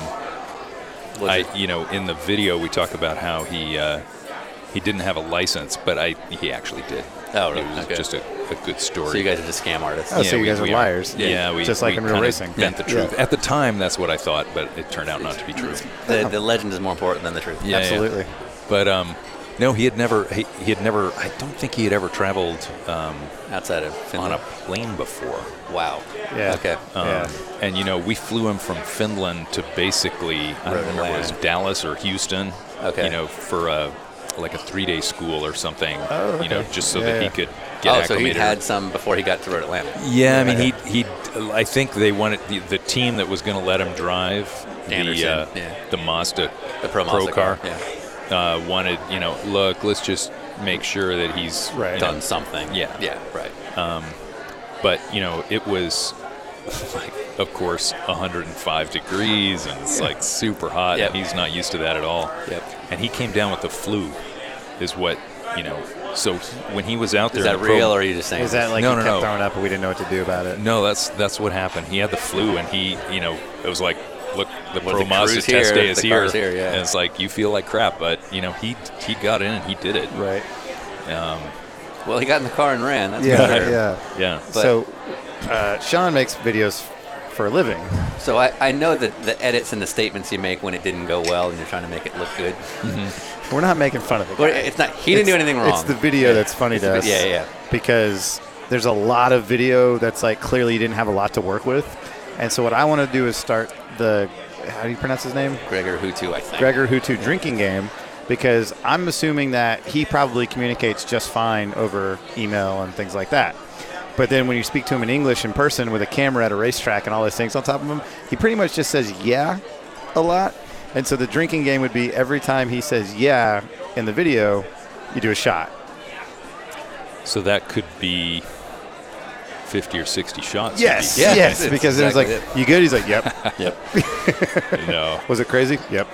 S1: Was
S3: I
S1: it-
S3: you know in the video we talk about how he uh, he didn't have a license, but I he actually did.
S1: Oh, really?
S3: It was
S1: Okay.
S3: just a, a good story.
S1: so you guys are just scam artists.
S2: Oh, so you guys are liars.
S3: Yeah, we
S2: Just like
S3: we
S2: in real
S3: kinda
S2: racing.
S3: Bent the
S2: Yeah.
S3: truth. At the time, that's what I thought, but it turned out not to be true.
S1: The, the legend is more important than the truth.
S3: Yeah, yeah.
S2: Absolutely.
S3: But um, no, he had never. He, he had never. I don't think he had ever traveled um,
S1: Outside of
S3: on
S1: Finland.
S3: a plane before.
S1: wow.
S2: Yeah.
S1: Okay.
S3: Um,
S2: Yeah.
S3: And you know, we flew him from Finland to basically I don't
S1: Rhode
S3: remember it was
S1: Atlanta.
S3: Dallas or Houston.
S1: Okay.
S3: You know, for a, like a three day school or something, you know, just so
S2: Yeah,
S3: that
S2: yeah.
S3: he could get
S1: oh, so he
S3: acclimated.
S1: had some before he got to Road Atlanta.
S3: yeah, I mean, he he. I think they wanted the, the team that was going to let him drive
S1: Anderson,
S3: the uh,
S1: yeah.
S3: the Mazda
S1: The Pro Mazda car,
S3: car. uh, wanted you know, look, let's just make sure that he's
S2: Right.
S3: you know,
S1: Done something.
S3: Yeah.
S1: Yeah, right.
S3: but you know it was like of course 105 degrees and it's like super hot
S1: Yep.
S3: and he's not used to that at all
S1: Yep.
S3: and he came down with the flu is what you know so he- when he was out there
S1: Is
S3: in
S1: that
S3: the pro-
S1: real or are you just saying?
S2: Is that like
S3: No,
S2: he
S3: no,
S2: kept
S3: no.
S2: throwing up and we didn't know what to do about it?
S3: no that's that's what happened he had the flu and he you know it was like look the
S1: Well,
S3: pro
S1: the
S3: Mazda
S1: crew's
S3: test
S1: here,
S3: day is
S1: the
S3: here,
S1: car's here, yeah.
S3: and it's like you feel like crap but you know he he got in and he did it
S2: Right.
S1: well, he got in the car and ran. That's for
S2: Yeah.
S1: sure.
S2: Yeah.
S3: yeah
S2: so uh, Sean makes videos for a living.
S1: So I, I know that the edits and the statements you make when it didn't go well and you're trying to make it look good.
S2: We're not making fun of it.
S1: But it's not. He didn't do anything wrong.
S2: It's the video that's funny
S1: It's
S2: to
S1: the
S2: us.
S1: vi- yeah, yeah.
S2: Because there's a lot of video that's like clearly you didn't have a lot to work with, and so what I want to do is start the how do you pronounce his name?
S1: Gregor Hutu, I think.
S2: Gregor Hutu drinking game because I'm assuming that he probably communicates just fine over email and things like that. But then when you speak to him in English in person with a camera at a racetrack and all those things on top of him, he pretty much just says yeah a lot. And so the drinking game would be every time he says yeah in the video, you do a shot.
S3: so that could be 50 or 60 shots
S2: Yes,
S1: Yeah,
S2: yes,
S1: that's
S2: because it was like,
S1: exactly
S2: you good? He's like, yep.
S1: Yep.
S3: no
S2: was it crazy? Yep.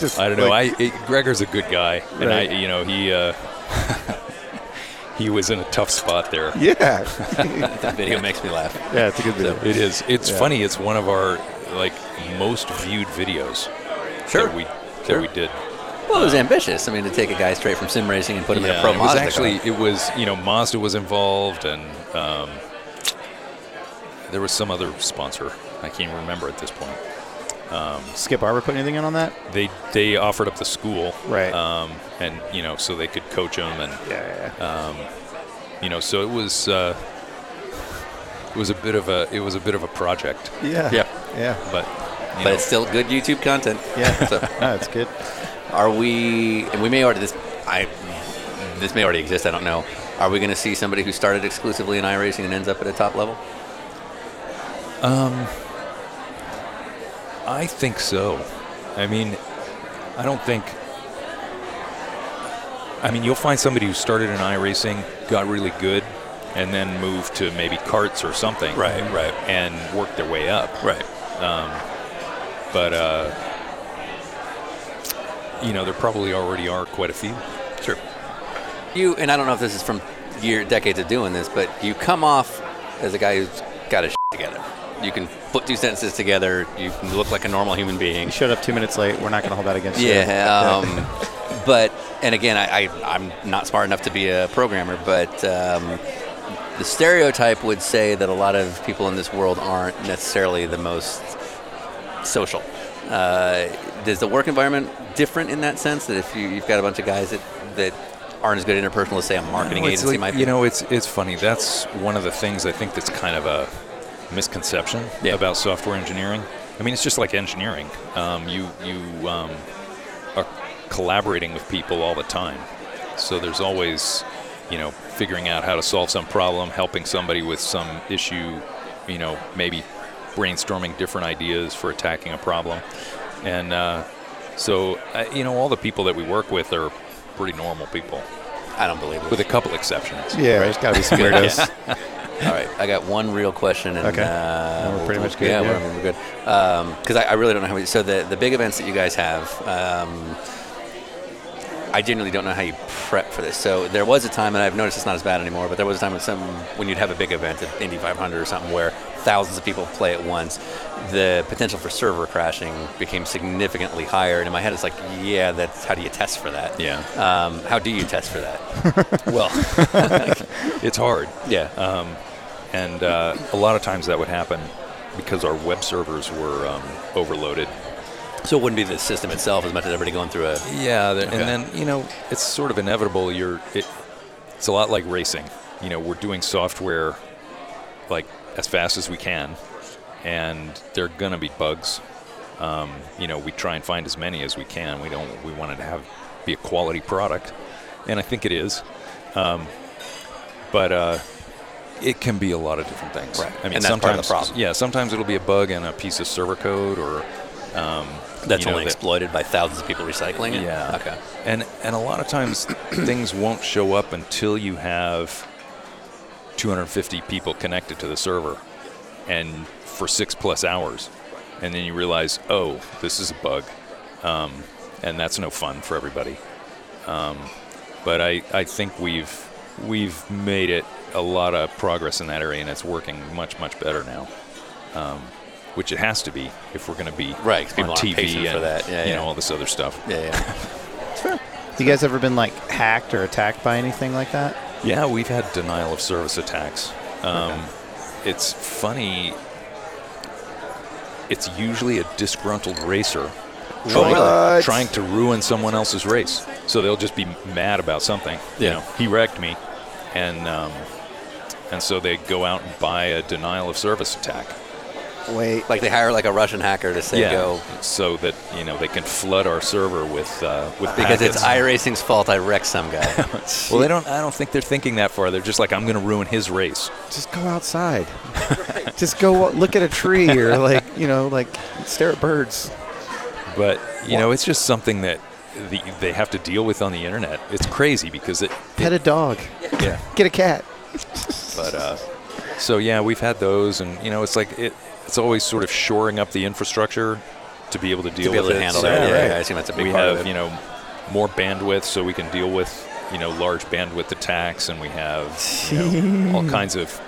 S2: just
S3: I don't know.
S2: like-
S3: I it, Gregor's a good guy, and I
S2: Right.
S3: you know he uh, he was in a tough spot there.
S2: yeah.
S1: that video makes me laugh.
S2: yeah, it's a good video.
S3: It is. It's funny. It's one of our like most viewed videos
S1: Sure.
S3: that we
S1: Sure.
S3: that we did.
S1: Well, it was ambitious. I mean, to take a guy straight from sim racing and put him in a pro
S3: it was
S1: Mazda
S3: actually
S1: car.
S3: it was you know Mazda was involved, and um, there was some other sponsor. I can't even remember at this point.
S2: Skip Arbor put anything in on that?
S3: They they offered up the school,
S2: Right.
S3: Um, and you know so they could coach them and
S2: Yeah, yeah, yeah.
S3: you know so it was uh, it was a bit of a it was a bit of a project
S2: Yeah.
S1: Yeah.
S2: Yeah.
S3: but
S1: but
S3: you know,
S1: it's still good YouTube content.
S2: Yeah.
S1: So
S2: No, it's good.
S1: are we? And we may already this. I this may already exist. I don't know. Are we going to see somebody who started exclusively in iRacing and ends up at a top level?
S3: I think so. I mean, I don't think. I mean, you'll find somebody who started in iRacing, got really good, and then moved to maybe carts or something.
S1: Right, right.
S3: And worked their way up. Um,
S1: Right.
S3: But uh, you know, there probably already are quite a few. Sure.
S1: You and I don't know if this is from year decades of doing this, but you come off as a guy who's got his shit together. You can put two sentences together. You can look like a normal human being.
S2: You showed up two minutes late. We're not going to hold that against you.
S1: Yeah. Um, but and again, I, I I'm not smart enough to be a programmer, but um, the stereotype would say that a lot of people in this world aren't necessarily the most social. Uh, is the work environment different in that sense? That if you, you've got a bunch of guys that that aren't as good interpersonal as say a marketing
S3: No, it's
S1: agency
S3: like-
S1: might be.
S3: You know, it's it's funny. That's one of the things I think that's kind of a misconception about software engineering. I mean, it's just like engineering. Um, you you um, are collaborating with people all the time, so there's always you know figuring out how to solve some problem, helping somebody with some issue. You know, maybe brainstorming different ideas for attacking a problem, and uh, so I, you know, all the people that we work with are pretty normal people
S1: I don't believe it.
S3: with a couple exceptions.
S2: Yeah, there's got to be some weirdos.
S1: All right, I got one real question. And,
S2: Okay.
S1: uh,
S2: Then we're pretty
S1: we'll-
S2: much good,
S1: Yeah,
S2: yeah.
S1: We're, we're good. Because I, I really don't know how. We, so the the big events that you guys have, um, I genuinely don't know how you prep for this. So there was a time, and I've noticed it's not as bad anymore. But there was a time when some when you'd have a big event at Indy 500 or something where thousands of people play at once. The potential for server crashing became significantly higher, and in my head, it's like, yeah, that's how do you test for that?
S3: Yeah.
S1: Um, how do you test for that?
S3: Well, it's hard.
S1: Yeah.
S3: And uh, a lot of times that would happen because our web servers were um, overloaded.
S1: so it wouldn't be the system itself as much as everybody going through a
S3: Yeah. the-
S1: Okay.
S3: And then, you know, it's sort of inevitable. You're, it, it's a lot like racing. You know, we're doing software like as fast as we can, and there are going to be bugs. Um, you know, we try and find as many as we can. We don't, we wanted to have be a quality product, and I think it is. Um, but uh, it can be a lot of different things.
S1: Right.
S3: I mean,
S1: And that's part of the
S3: sometimes
S1: problem.
S3: yeah, sometimes it'll be a bug in a piece of server code or um,
S1: That's
S3: you know,
S1: only
S3: that-
S1: exploited by thousands of people recycling it.
S3: yeah.
S1: Okay.
S3: And and a lot of times things won't show up until you have 250 people connected to the server, and for six plus hours, and then you realize, oh, this is a bug, um, and that's no fun for everybody. Um, but I I think we've we've made it a lot of progress in that area, and it's working much much better now. Um, which it has to be if we're going to be
S1: Right, 'cause people
S3: on
S1: aren't
S3: TV
S1: patient
S3: and
S1: for that. Yeah,
S3: you
S1: yeah.
S3: know all this other stuff.
S1: Yeah, yeah.
S2: You guys ever been like hacked or attacked by anything like that?
S3: Yeah, we've had denial of service attacks. Um, It's funny. It's usually a disgruntled racer trying,
S7: really?
S3: trying to ruin someone else's race. So they'll just be mad about something. You
S1: Yeah.
S3: know, he wrecked me, and um, and so they go out and buy a denial of service attack.
S2: Wait.
S1: Like they hire like a Russian hacker to say go
S3: So that you know they can flood our server with uh, with
S1: because it's
S3: packets.
S1: iRacing's fault I wrecked some guy.
S3: Well, they don't. I don't think they're thinking that far. They're just like, I'm going to ruin his race.
S2: Just go outside. Just go wa- look at a tree or like, you know, like stare at birds.
S3: But you know, it's just something that the, they have to deal with on the internet. It's crazy because it.
S2: Pet a dog.
S3: Yeah.
S2: Get a cat.
S3: But uh, so yeah, we've had those, and you know, it's like it. It's always sort of shoring up the infrastructure to be able to deal
S1: to be able to
S3: with it.
S1: handle
S3: So,
S1: that. Yeah,
S3: right.
S1: yeah, I assume that's a big
S3: we
S1: part
S3: have
S1: of it.
S3: you know more bandwidth, so we can deal with you know large bandwidth attacks, and we have you know, all kinds of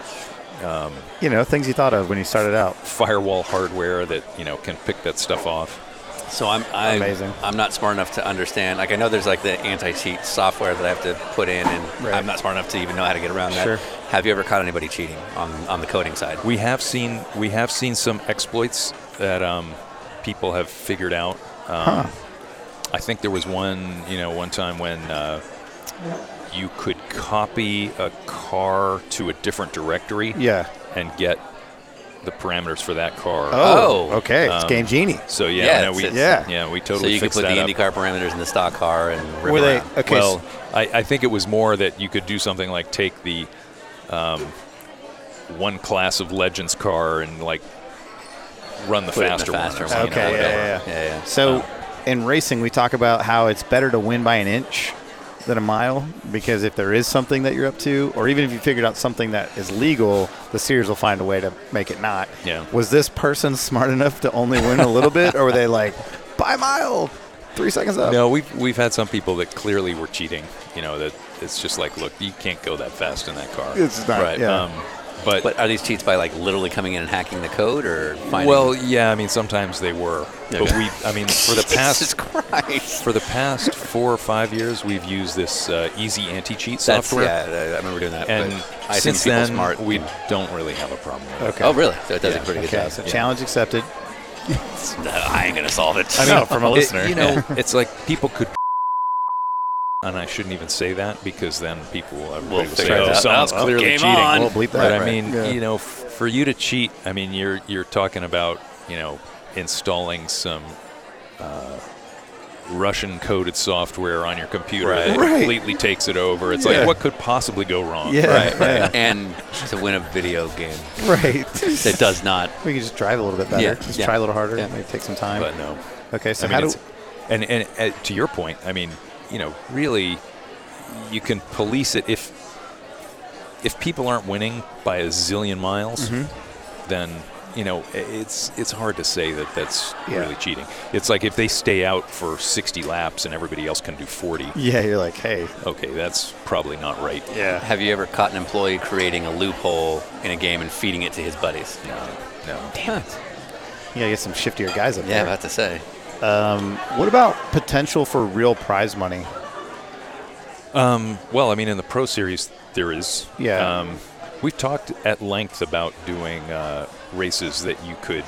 S2: You know, things you thought of when you started out.
S3: firewall hardware that you know can pick that stuff off.
S1: So I'm I'm,
S2: Amazing.
S1: I'm not smart enough to understand. Like I know there's like the anti-cheat software that I have to put in, and
S2: Right.
S1: I'm not smart enough to even know how to get around that.
S2: Sure.
S1: Have you ever caught anybody cheating on on the coding side?
S3: We have seen we have seen some exploits that um, people have figured out. Um, I think there was one you know one time when uh, you could copy a car to a different directory
S2: Yeah.
S3: and get the parameters for that car.
S1: Oh.
S2: Okay. it's
S3: Um,
S2: Game Genie.
S3: So yeah,
S1: Yeah,
S3: no,
S1: it's-
S3: we,
S2: it's-
S3: yeah, we
S1: so
S3: totally
S1: you could
S3: fixed
S1: put the
S3: that up.
S1: IndyCar parameters in the stock car and rip
S2: Were they-
S1: around.
S2: okay,
S3: well,
S2: so-
S3: I, I think it was more that you could do something like take the um, one class of Legends car and like run the
S1: Put it in the
S3: faster,
S1: faster one,
S3: one. or something,
S2: Okay,
S3: you know,
S2: yeah,
S3: whatever.
S2: yeah,
S1: yeah, yeah.
S2: So in racing, we talk about how it's better to win by an inch than a mile because if there is something that you're up to, or even if you figured out something that is legal, the series will find a way to make it not.
S3: Yeah.
S2: Was this person smart enough to only win a little bit, or were they like, by mile, three seconds up?
S3: No, we've we've had some people that clearly were cheating. You know that it's just like, look, you can't go that fast in that car.
S2: It's not.
S1: Right,
S2: Yeah.
S3: Um, but,
S1: But are these cheats by like literally coming in and hacking the code or finding?
S3: well, yeah, I mean sometimes they were, but
S1: Okay.
S3: we, I mean, for the
S1: Jesus
S3: past
S1: Christ.
S3: for the past four or five years, we've used this uh, easy anti-cheat
S1: That's,
S3: software,
S1: yeah, I- I remember doing that.
S3: and
S1: but I
S3: since
S1: think people
S3: then
S1: smart.
S3: we don't really have a problem. With it.
S2: okay.
S1: Oh really? So it does
S3: Yeah,
S1: a pretty
S2: Okay.
S1: good
S2: So
S1: job.
S2: challenge accepted.
S1: I ain't gonna solve it.
S2: I mean, from a
S3: It-
S2: listener.
S3: you know, it's like people could. And I shouldn't even say that because then people everybody will say,
S1: figure it
S3: "Oh,
S1: out.
S3: someone's
S1: Oh,
S3: clearly
S1: game
S3: cheating."
S1: on.
S2: We'll bleep
S3: But
S2: that,
S3: I
S2: right.
S3: mean,
S2: Yeah.
S3: you know, f- for you to cheat, I mean, you're you're talking about you know installing some uh, Russian coded software on your computer
S1: Right.
S3: that
S2: Right.
S3: completely takes it over. It's
S2: Yeah.
S3: like what could possibly go wrong?
S2: Yeah.
S1: right, right. and to win a video game
S2: Right.
S1: that does not
S2: we could just drive a little bit better.
S1: Yeah,
S2: Just
S1: yeah.
S2: try a little harder.
S1: Yeah.
S2: Maybe take some time.
S3: But no.
S2: okay. So
S3: I mean,
S2: how do?
S3: it's- and and uh, to your point, I mean, you know, really, you can police it if if people aren't winning by a zillion miles,
S2: Mm-hmm.
S3: then you know i- it's it's hard to say that that's
S2: Yeah.
S3: really cheating. It's like if they stay out for 60 laps and everybody else can do 40.
S2: Yeah. You're like, hey.
S3: Okay, that's probably not right.
S2: Yeah.
S1: Have you ever caught an employee creating a loophole in a game and feeding it to his buddies?
S3: No, no.
S1: Damn it.
S2: You gotta get some shiftier guys up
S1: Yeah,
S2: there.
S1: about to say.
S2: What about potential for real prize money?
S3: Well, I mean, in the Pro Series, there is.
S2: Yeah.
S3: Um, we've talked at length about doing uh, races that you could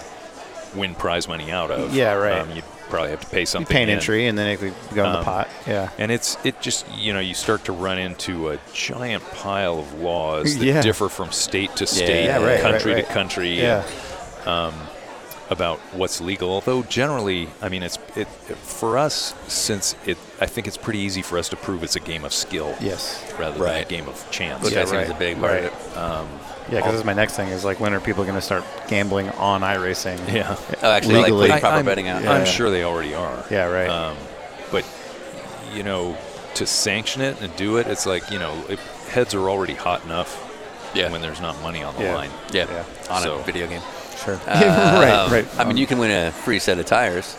S3: win prize money out of.
S2: Yeah, right.
S3: Um, you'd probably have to pay
S2: You
S3: something.
S2: pay an
S3: in.
S2: entry, and then it could go in the
S3: Um,
S2: pot. Yeah.
S3: And it's it just you know you start to run into a giant pile of laws that
S2: Yeah.
S3: differ from state to state,
S2: yeah, right,
S3: country
S2: right, right.
S3: to country.
S2: Yeah.
S3: about what's legal. Although generally, I mean, it's it for us since it. I think it's pretty easy for us to prove it's a game of skill.
S2: Yes.
S3: Rather than
S1: Right.
S3: a game of chance.
S1: Which
S2: Yeah,
S1: I think is a
S2: right.
S1: big part
S2: Right.
S1: of it.
S2: Yeah, because my next thing is like, when are people going to start gambling on iRacing?
S3: Yeah.
S1: Oh, actually, like
S2: Legally.
S1: putting
S2: I-
S1: proper
S3: I'm,
S1: betting out.
S3: I'm
S2: Yeah.
S3: sure they already are.
S2: Yeah, right.
S3: Um, but you know, to sanction it and do it, it's like you know, it, heads are already hot enough
S1: Yeah.
S3: when there's not money on the
S2: Yeah.
S3: line.
S1: Yeah,
S3: Yeah.
S1: on
S3: So-
S1: a video game.
S2: Sure.
S1: Uh,
S2: right, right.
S1: I mean, you can win a free set of tires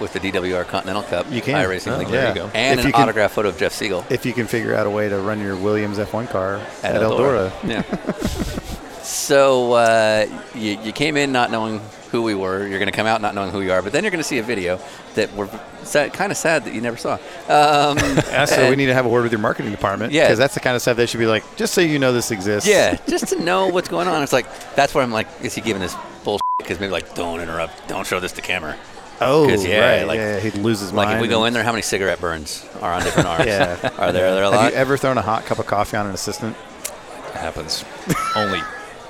S1: with the DWR Continental Cup.
S2: You can.
S1: iRacing
S2: Oh,
S1: League.
S2: yeah.
S1: There you go. And an
S2: If you can-
S1: autograph photo of Jeff Siegel
S2: if you can figure out a way to run your Williams F1 car at,
S1: Eldora.
S2: Eldora.
S1: Yeah. so uh, you, you came in not knowing who we were. You're going to come out not knowing who you are, but then you're going to see a video that we're kind of sad that you never saw. Um,
S2: Also, we need to have a word with your marketing department.
S1: Yeah.
S2: Because that's the kind of stuff they should be like, just so you know this exists.
S1: Yeah, just to know what's going on. It's like that's where I'm like, is he giving this bullshit? Because maybe like, don't interrupt, don't show this to camera.
S2: Oh,
S1: 'Cause, yeah,
S2: yeah, right.
S1: like-
S2: yeah, he'd lose his mind.
S1: Like if we go
S2: and-
S1: in there, how many cigarette burns are on different arms?
S2: Yeah.
S1: Are there are there a
S2: Have
S1: lot?
S2: you ever thrown a hot cup of coffee on an assistant?
S3: It happens only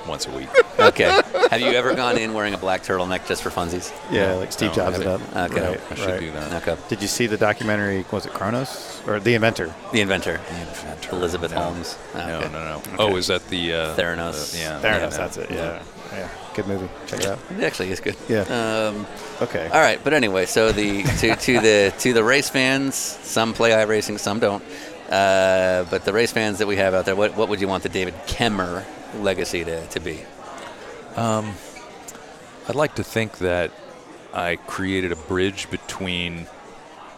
S3: once a week.
S1: okay. Have you ever gone in wearing a black turtleneck just for funsies?
S2: Yeah, like Steve
S3: no,
S2: Jobs
S3: I
S2: it up.
S3: haven't. Uh,
S1: Okay.
S2: Right,
S3: I should
S2: right.
S3: do that.
S1: Okay.
S2: Did you see the documentary? Was it Kronos or The Inventor?
S1: The inventor. Elizabeth
S3: No.
S1: Holmes.
S3: No,
S1: Okay.
S3: no, no. Oh, is that the uh,
S1: Theranos.
S3: the- yeah,
S2: Theranos,
S3: yeah.
S2: that's it. Yeah. yeah, Good movie. Check it out.
S1: It actually is good.
S2: Yeah.
S1: Um,
S2: Okay.
S1: all right, but anyway, so the to, to the to the race fans, some play iRacing, some don't. Uh, but the race fans that we have out there, what, what would you want the David Kemmer legacy to, to be?
S3: I'd like to think that I created a bridge between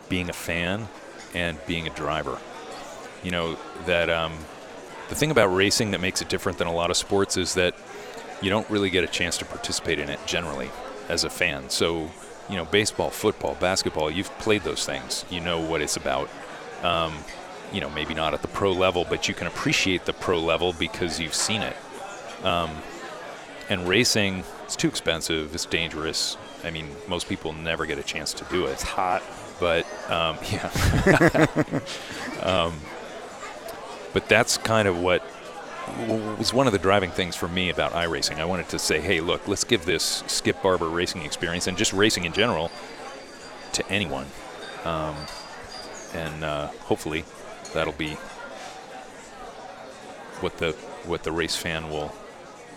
S3: being a fan and being a driver. You know, that um, the thing about racing that makes it different than a lot of sports is that you don't really get a chance to participate in it generally as a fan. So, you know, baseball, football, basketball, you've played those things, you know what it's about. Um, you know, maybe not at the pro level, but you can appreciate the pro level because you've seen it and racing it's too expensive it's dangerous i mean most people never get a chance to do it it's hot but um, yeah um, but that's kind of what was one of the driving things for me about iRacing. I wanted to say, hey, look, let's give this Skip Barber racing experience and just racing in general to anyone. Um, and uh, hopefully that'll be what the what the race fan will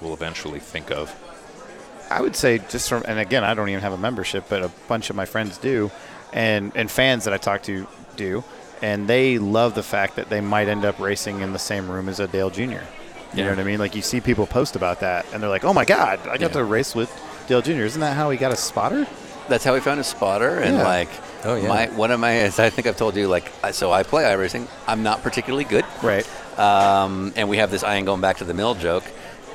S3: will eventually think of.
S2: I would say just from, and again, I don't even have a membership, but a bunch of my friends do, and and fans that I talk to do, and they love the fact that they might end up racing in the same room as a Dale Jr. You know
S3: Yeah.
S2: what I mean? Like you see people post about that, and they're like, "Oh my God, I got
S3: Yeah.
S2: to race with Dale Jr." Isn't that how he got a spotter?
S1: That's how we found a spotter, and
S2: Yeah.
S1: like,
S3: Oh, yeah.
S1: my, one of my, as I think I've told you, like, I- so I play iRacing. I'm not particularly good.
S2: Right.
S1: Um, and we have this I ain't going back to the mill joke.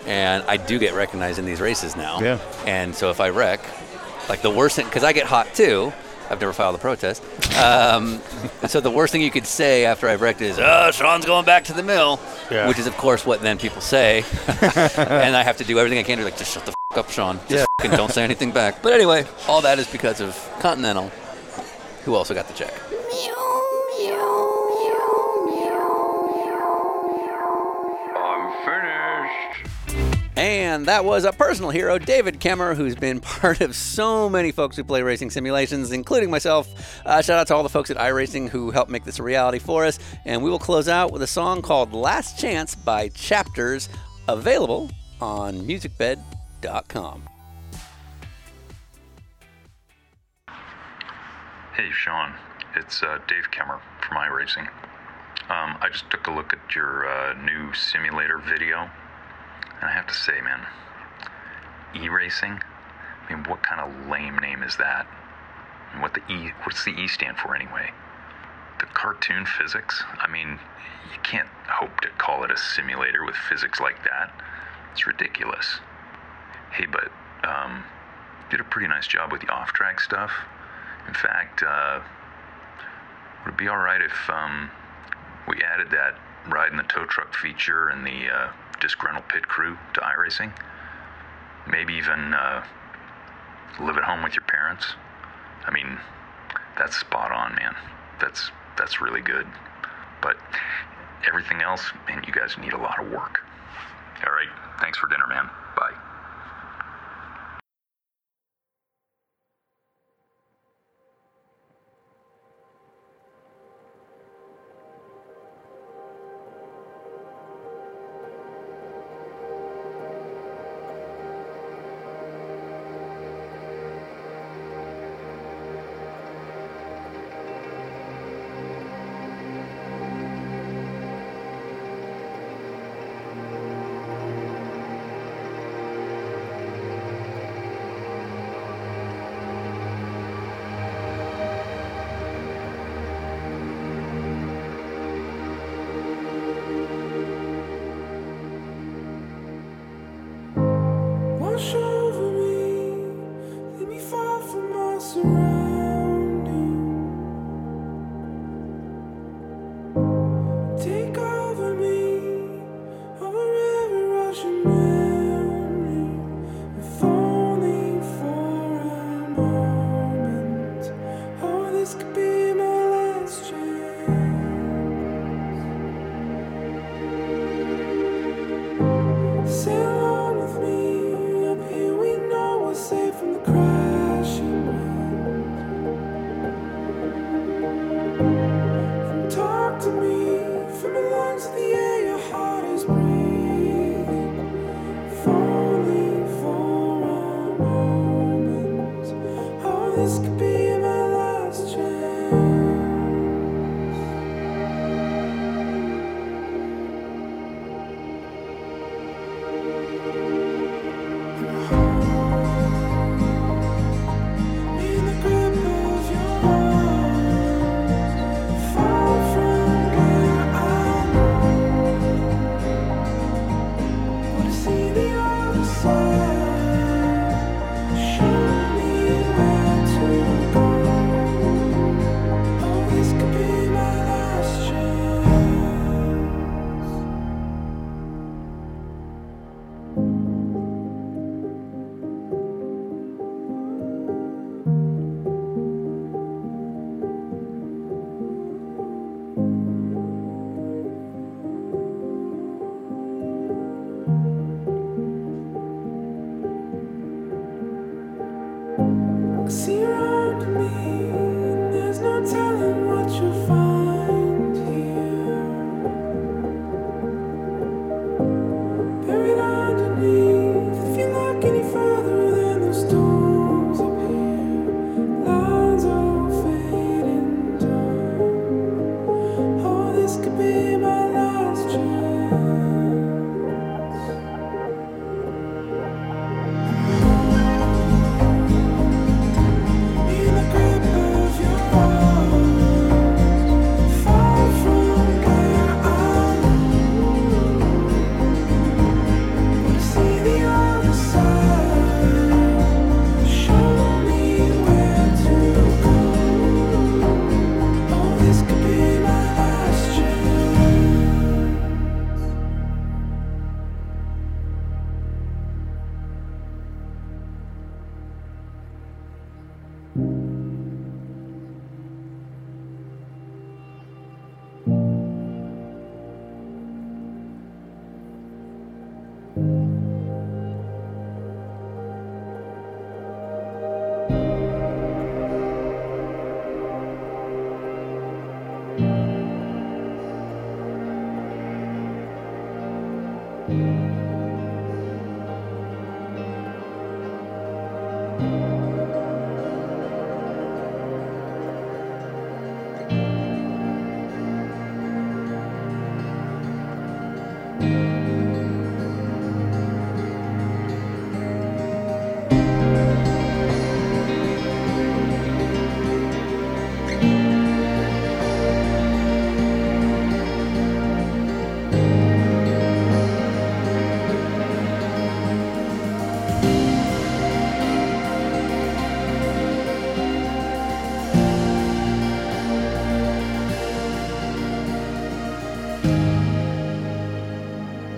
S1: And I do get recognized in these races now.
S2: Yeah.
S1: And so if I wreck, like the worst thing, because I get hot too. I've never filed a protest. Um, and so the worst thing you could say after I've wrecked is, oh, Sean's going back to the mill,
S2: Yeah.
S1: which is, of course, what then people say. and I have to do everything I can to, like, just shut the f- up, Sean. Just
S2: Yeah.
S1: f***ing don't say anything back. But anyway, all that is because of Continental, who also got the check.
S5: I'm finished.
S1: And that was a personal hero, David Kemmer, who's been part of so many folks who play racing simulations, including myself. Uh, shout out to all the folks at iRacing who helped make this a reality for us. And we will close out with a song called Last Chance by Chapters, available on musicbed.com.
S6: Hey, Sean. It's uh, Dave Kemmer from iRacing. Um, I just took a look at your uh, new simulator video, and I have to say, man, e racing? I mean, what kind of lame name is that? And what the E? What's the E stand for anyway? The cartoon physics? I mean, you can't hope to call it a simulator with physics like that. It's ridiculous. Hey, but um, you did a pretty nice job with the off-track stuff. In fact, uh, would it be all right if um, we added that ride in the tow truck feature and the uh, disgruntled pit crew to iRacing? Maybe even uh, live at home with your parents. I mean, that's spot on, man. That's that's really good. But everything else, man, you guys need a lot of work. All right. Thanks for dinner, man. Bye.
S8: this could be my last chance. In the grip of your arms, far from where I want to see the other side. Show me where to go. Oh, this could be my last chance. See around me, there's no telling what you'll find here. Buried underneath, if you look any further, then the storms appear. Lines all fade in time. Oh, this could be my last chance. In the grip of your arms, far from where I want to see the other side. Show me where to go. Oh, this could be my last chance.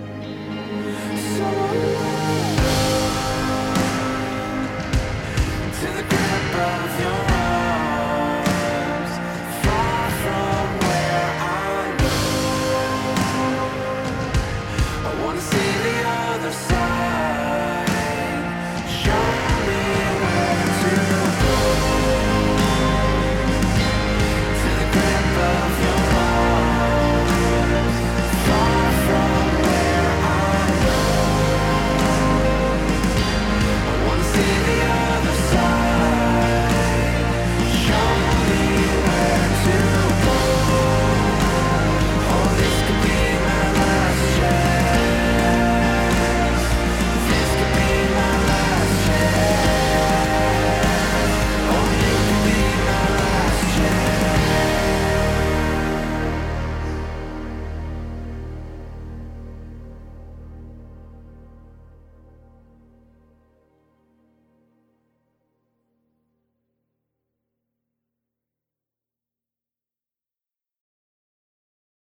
S8: So to the grip of your arms, far from where I know. I wanna see the other side. Show me where to go. To the grip of your arms, far from where I know. I wanna see the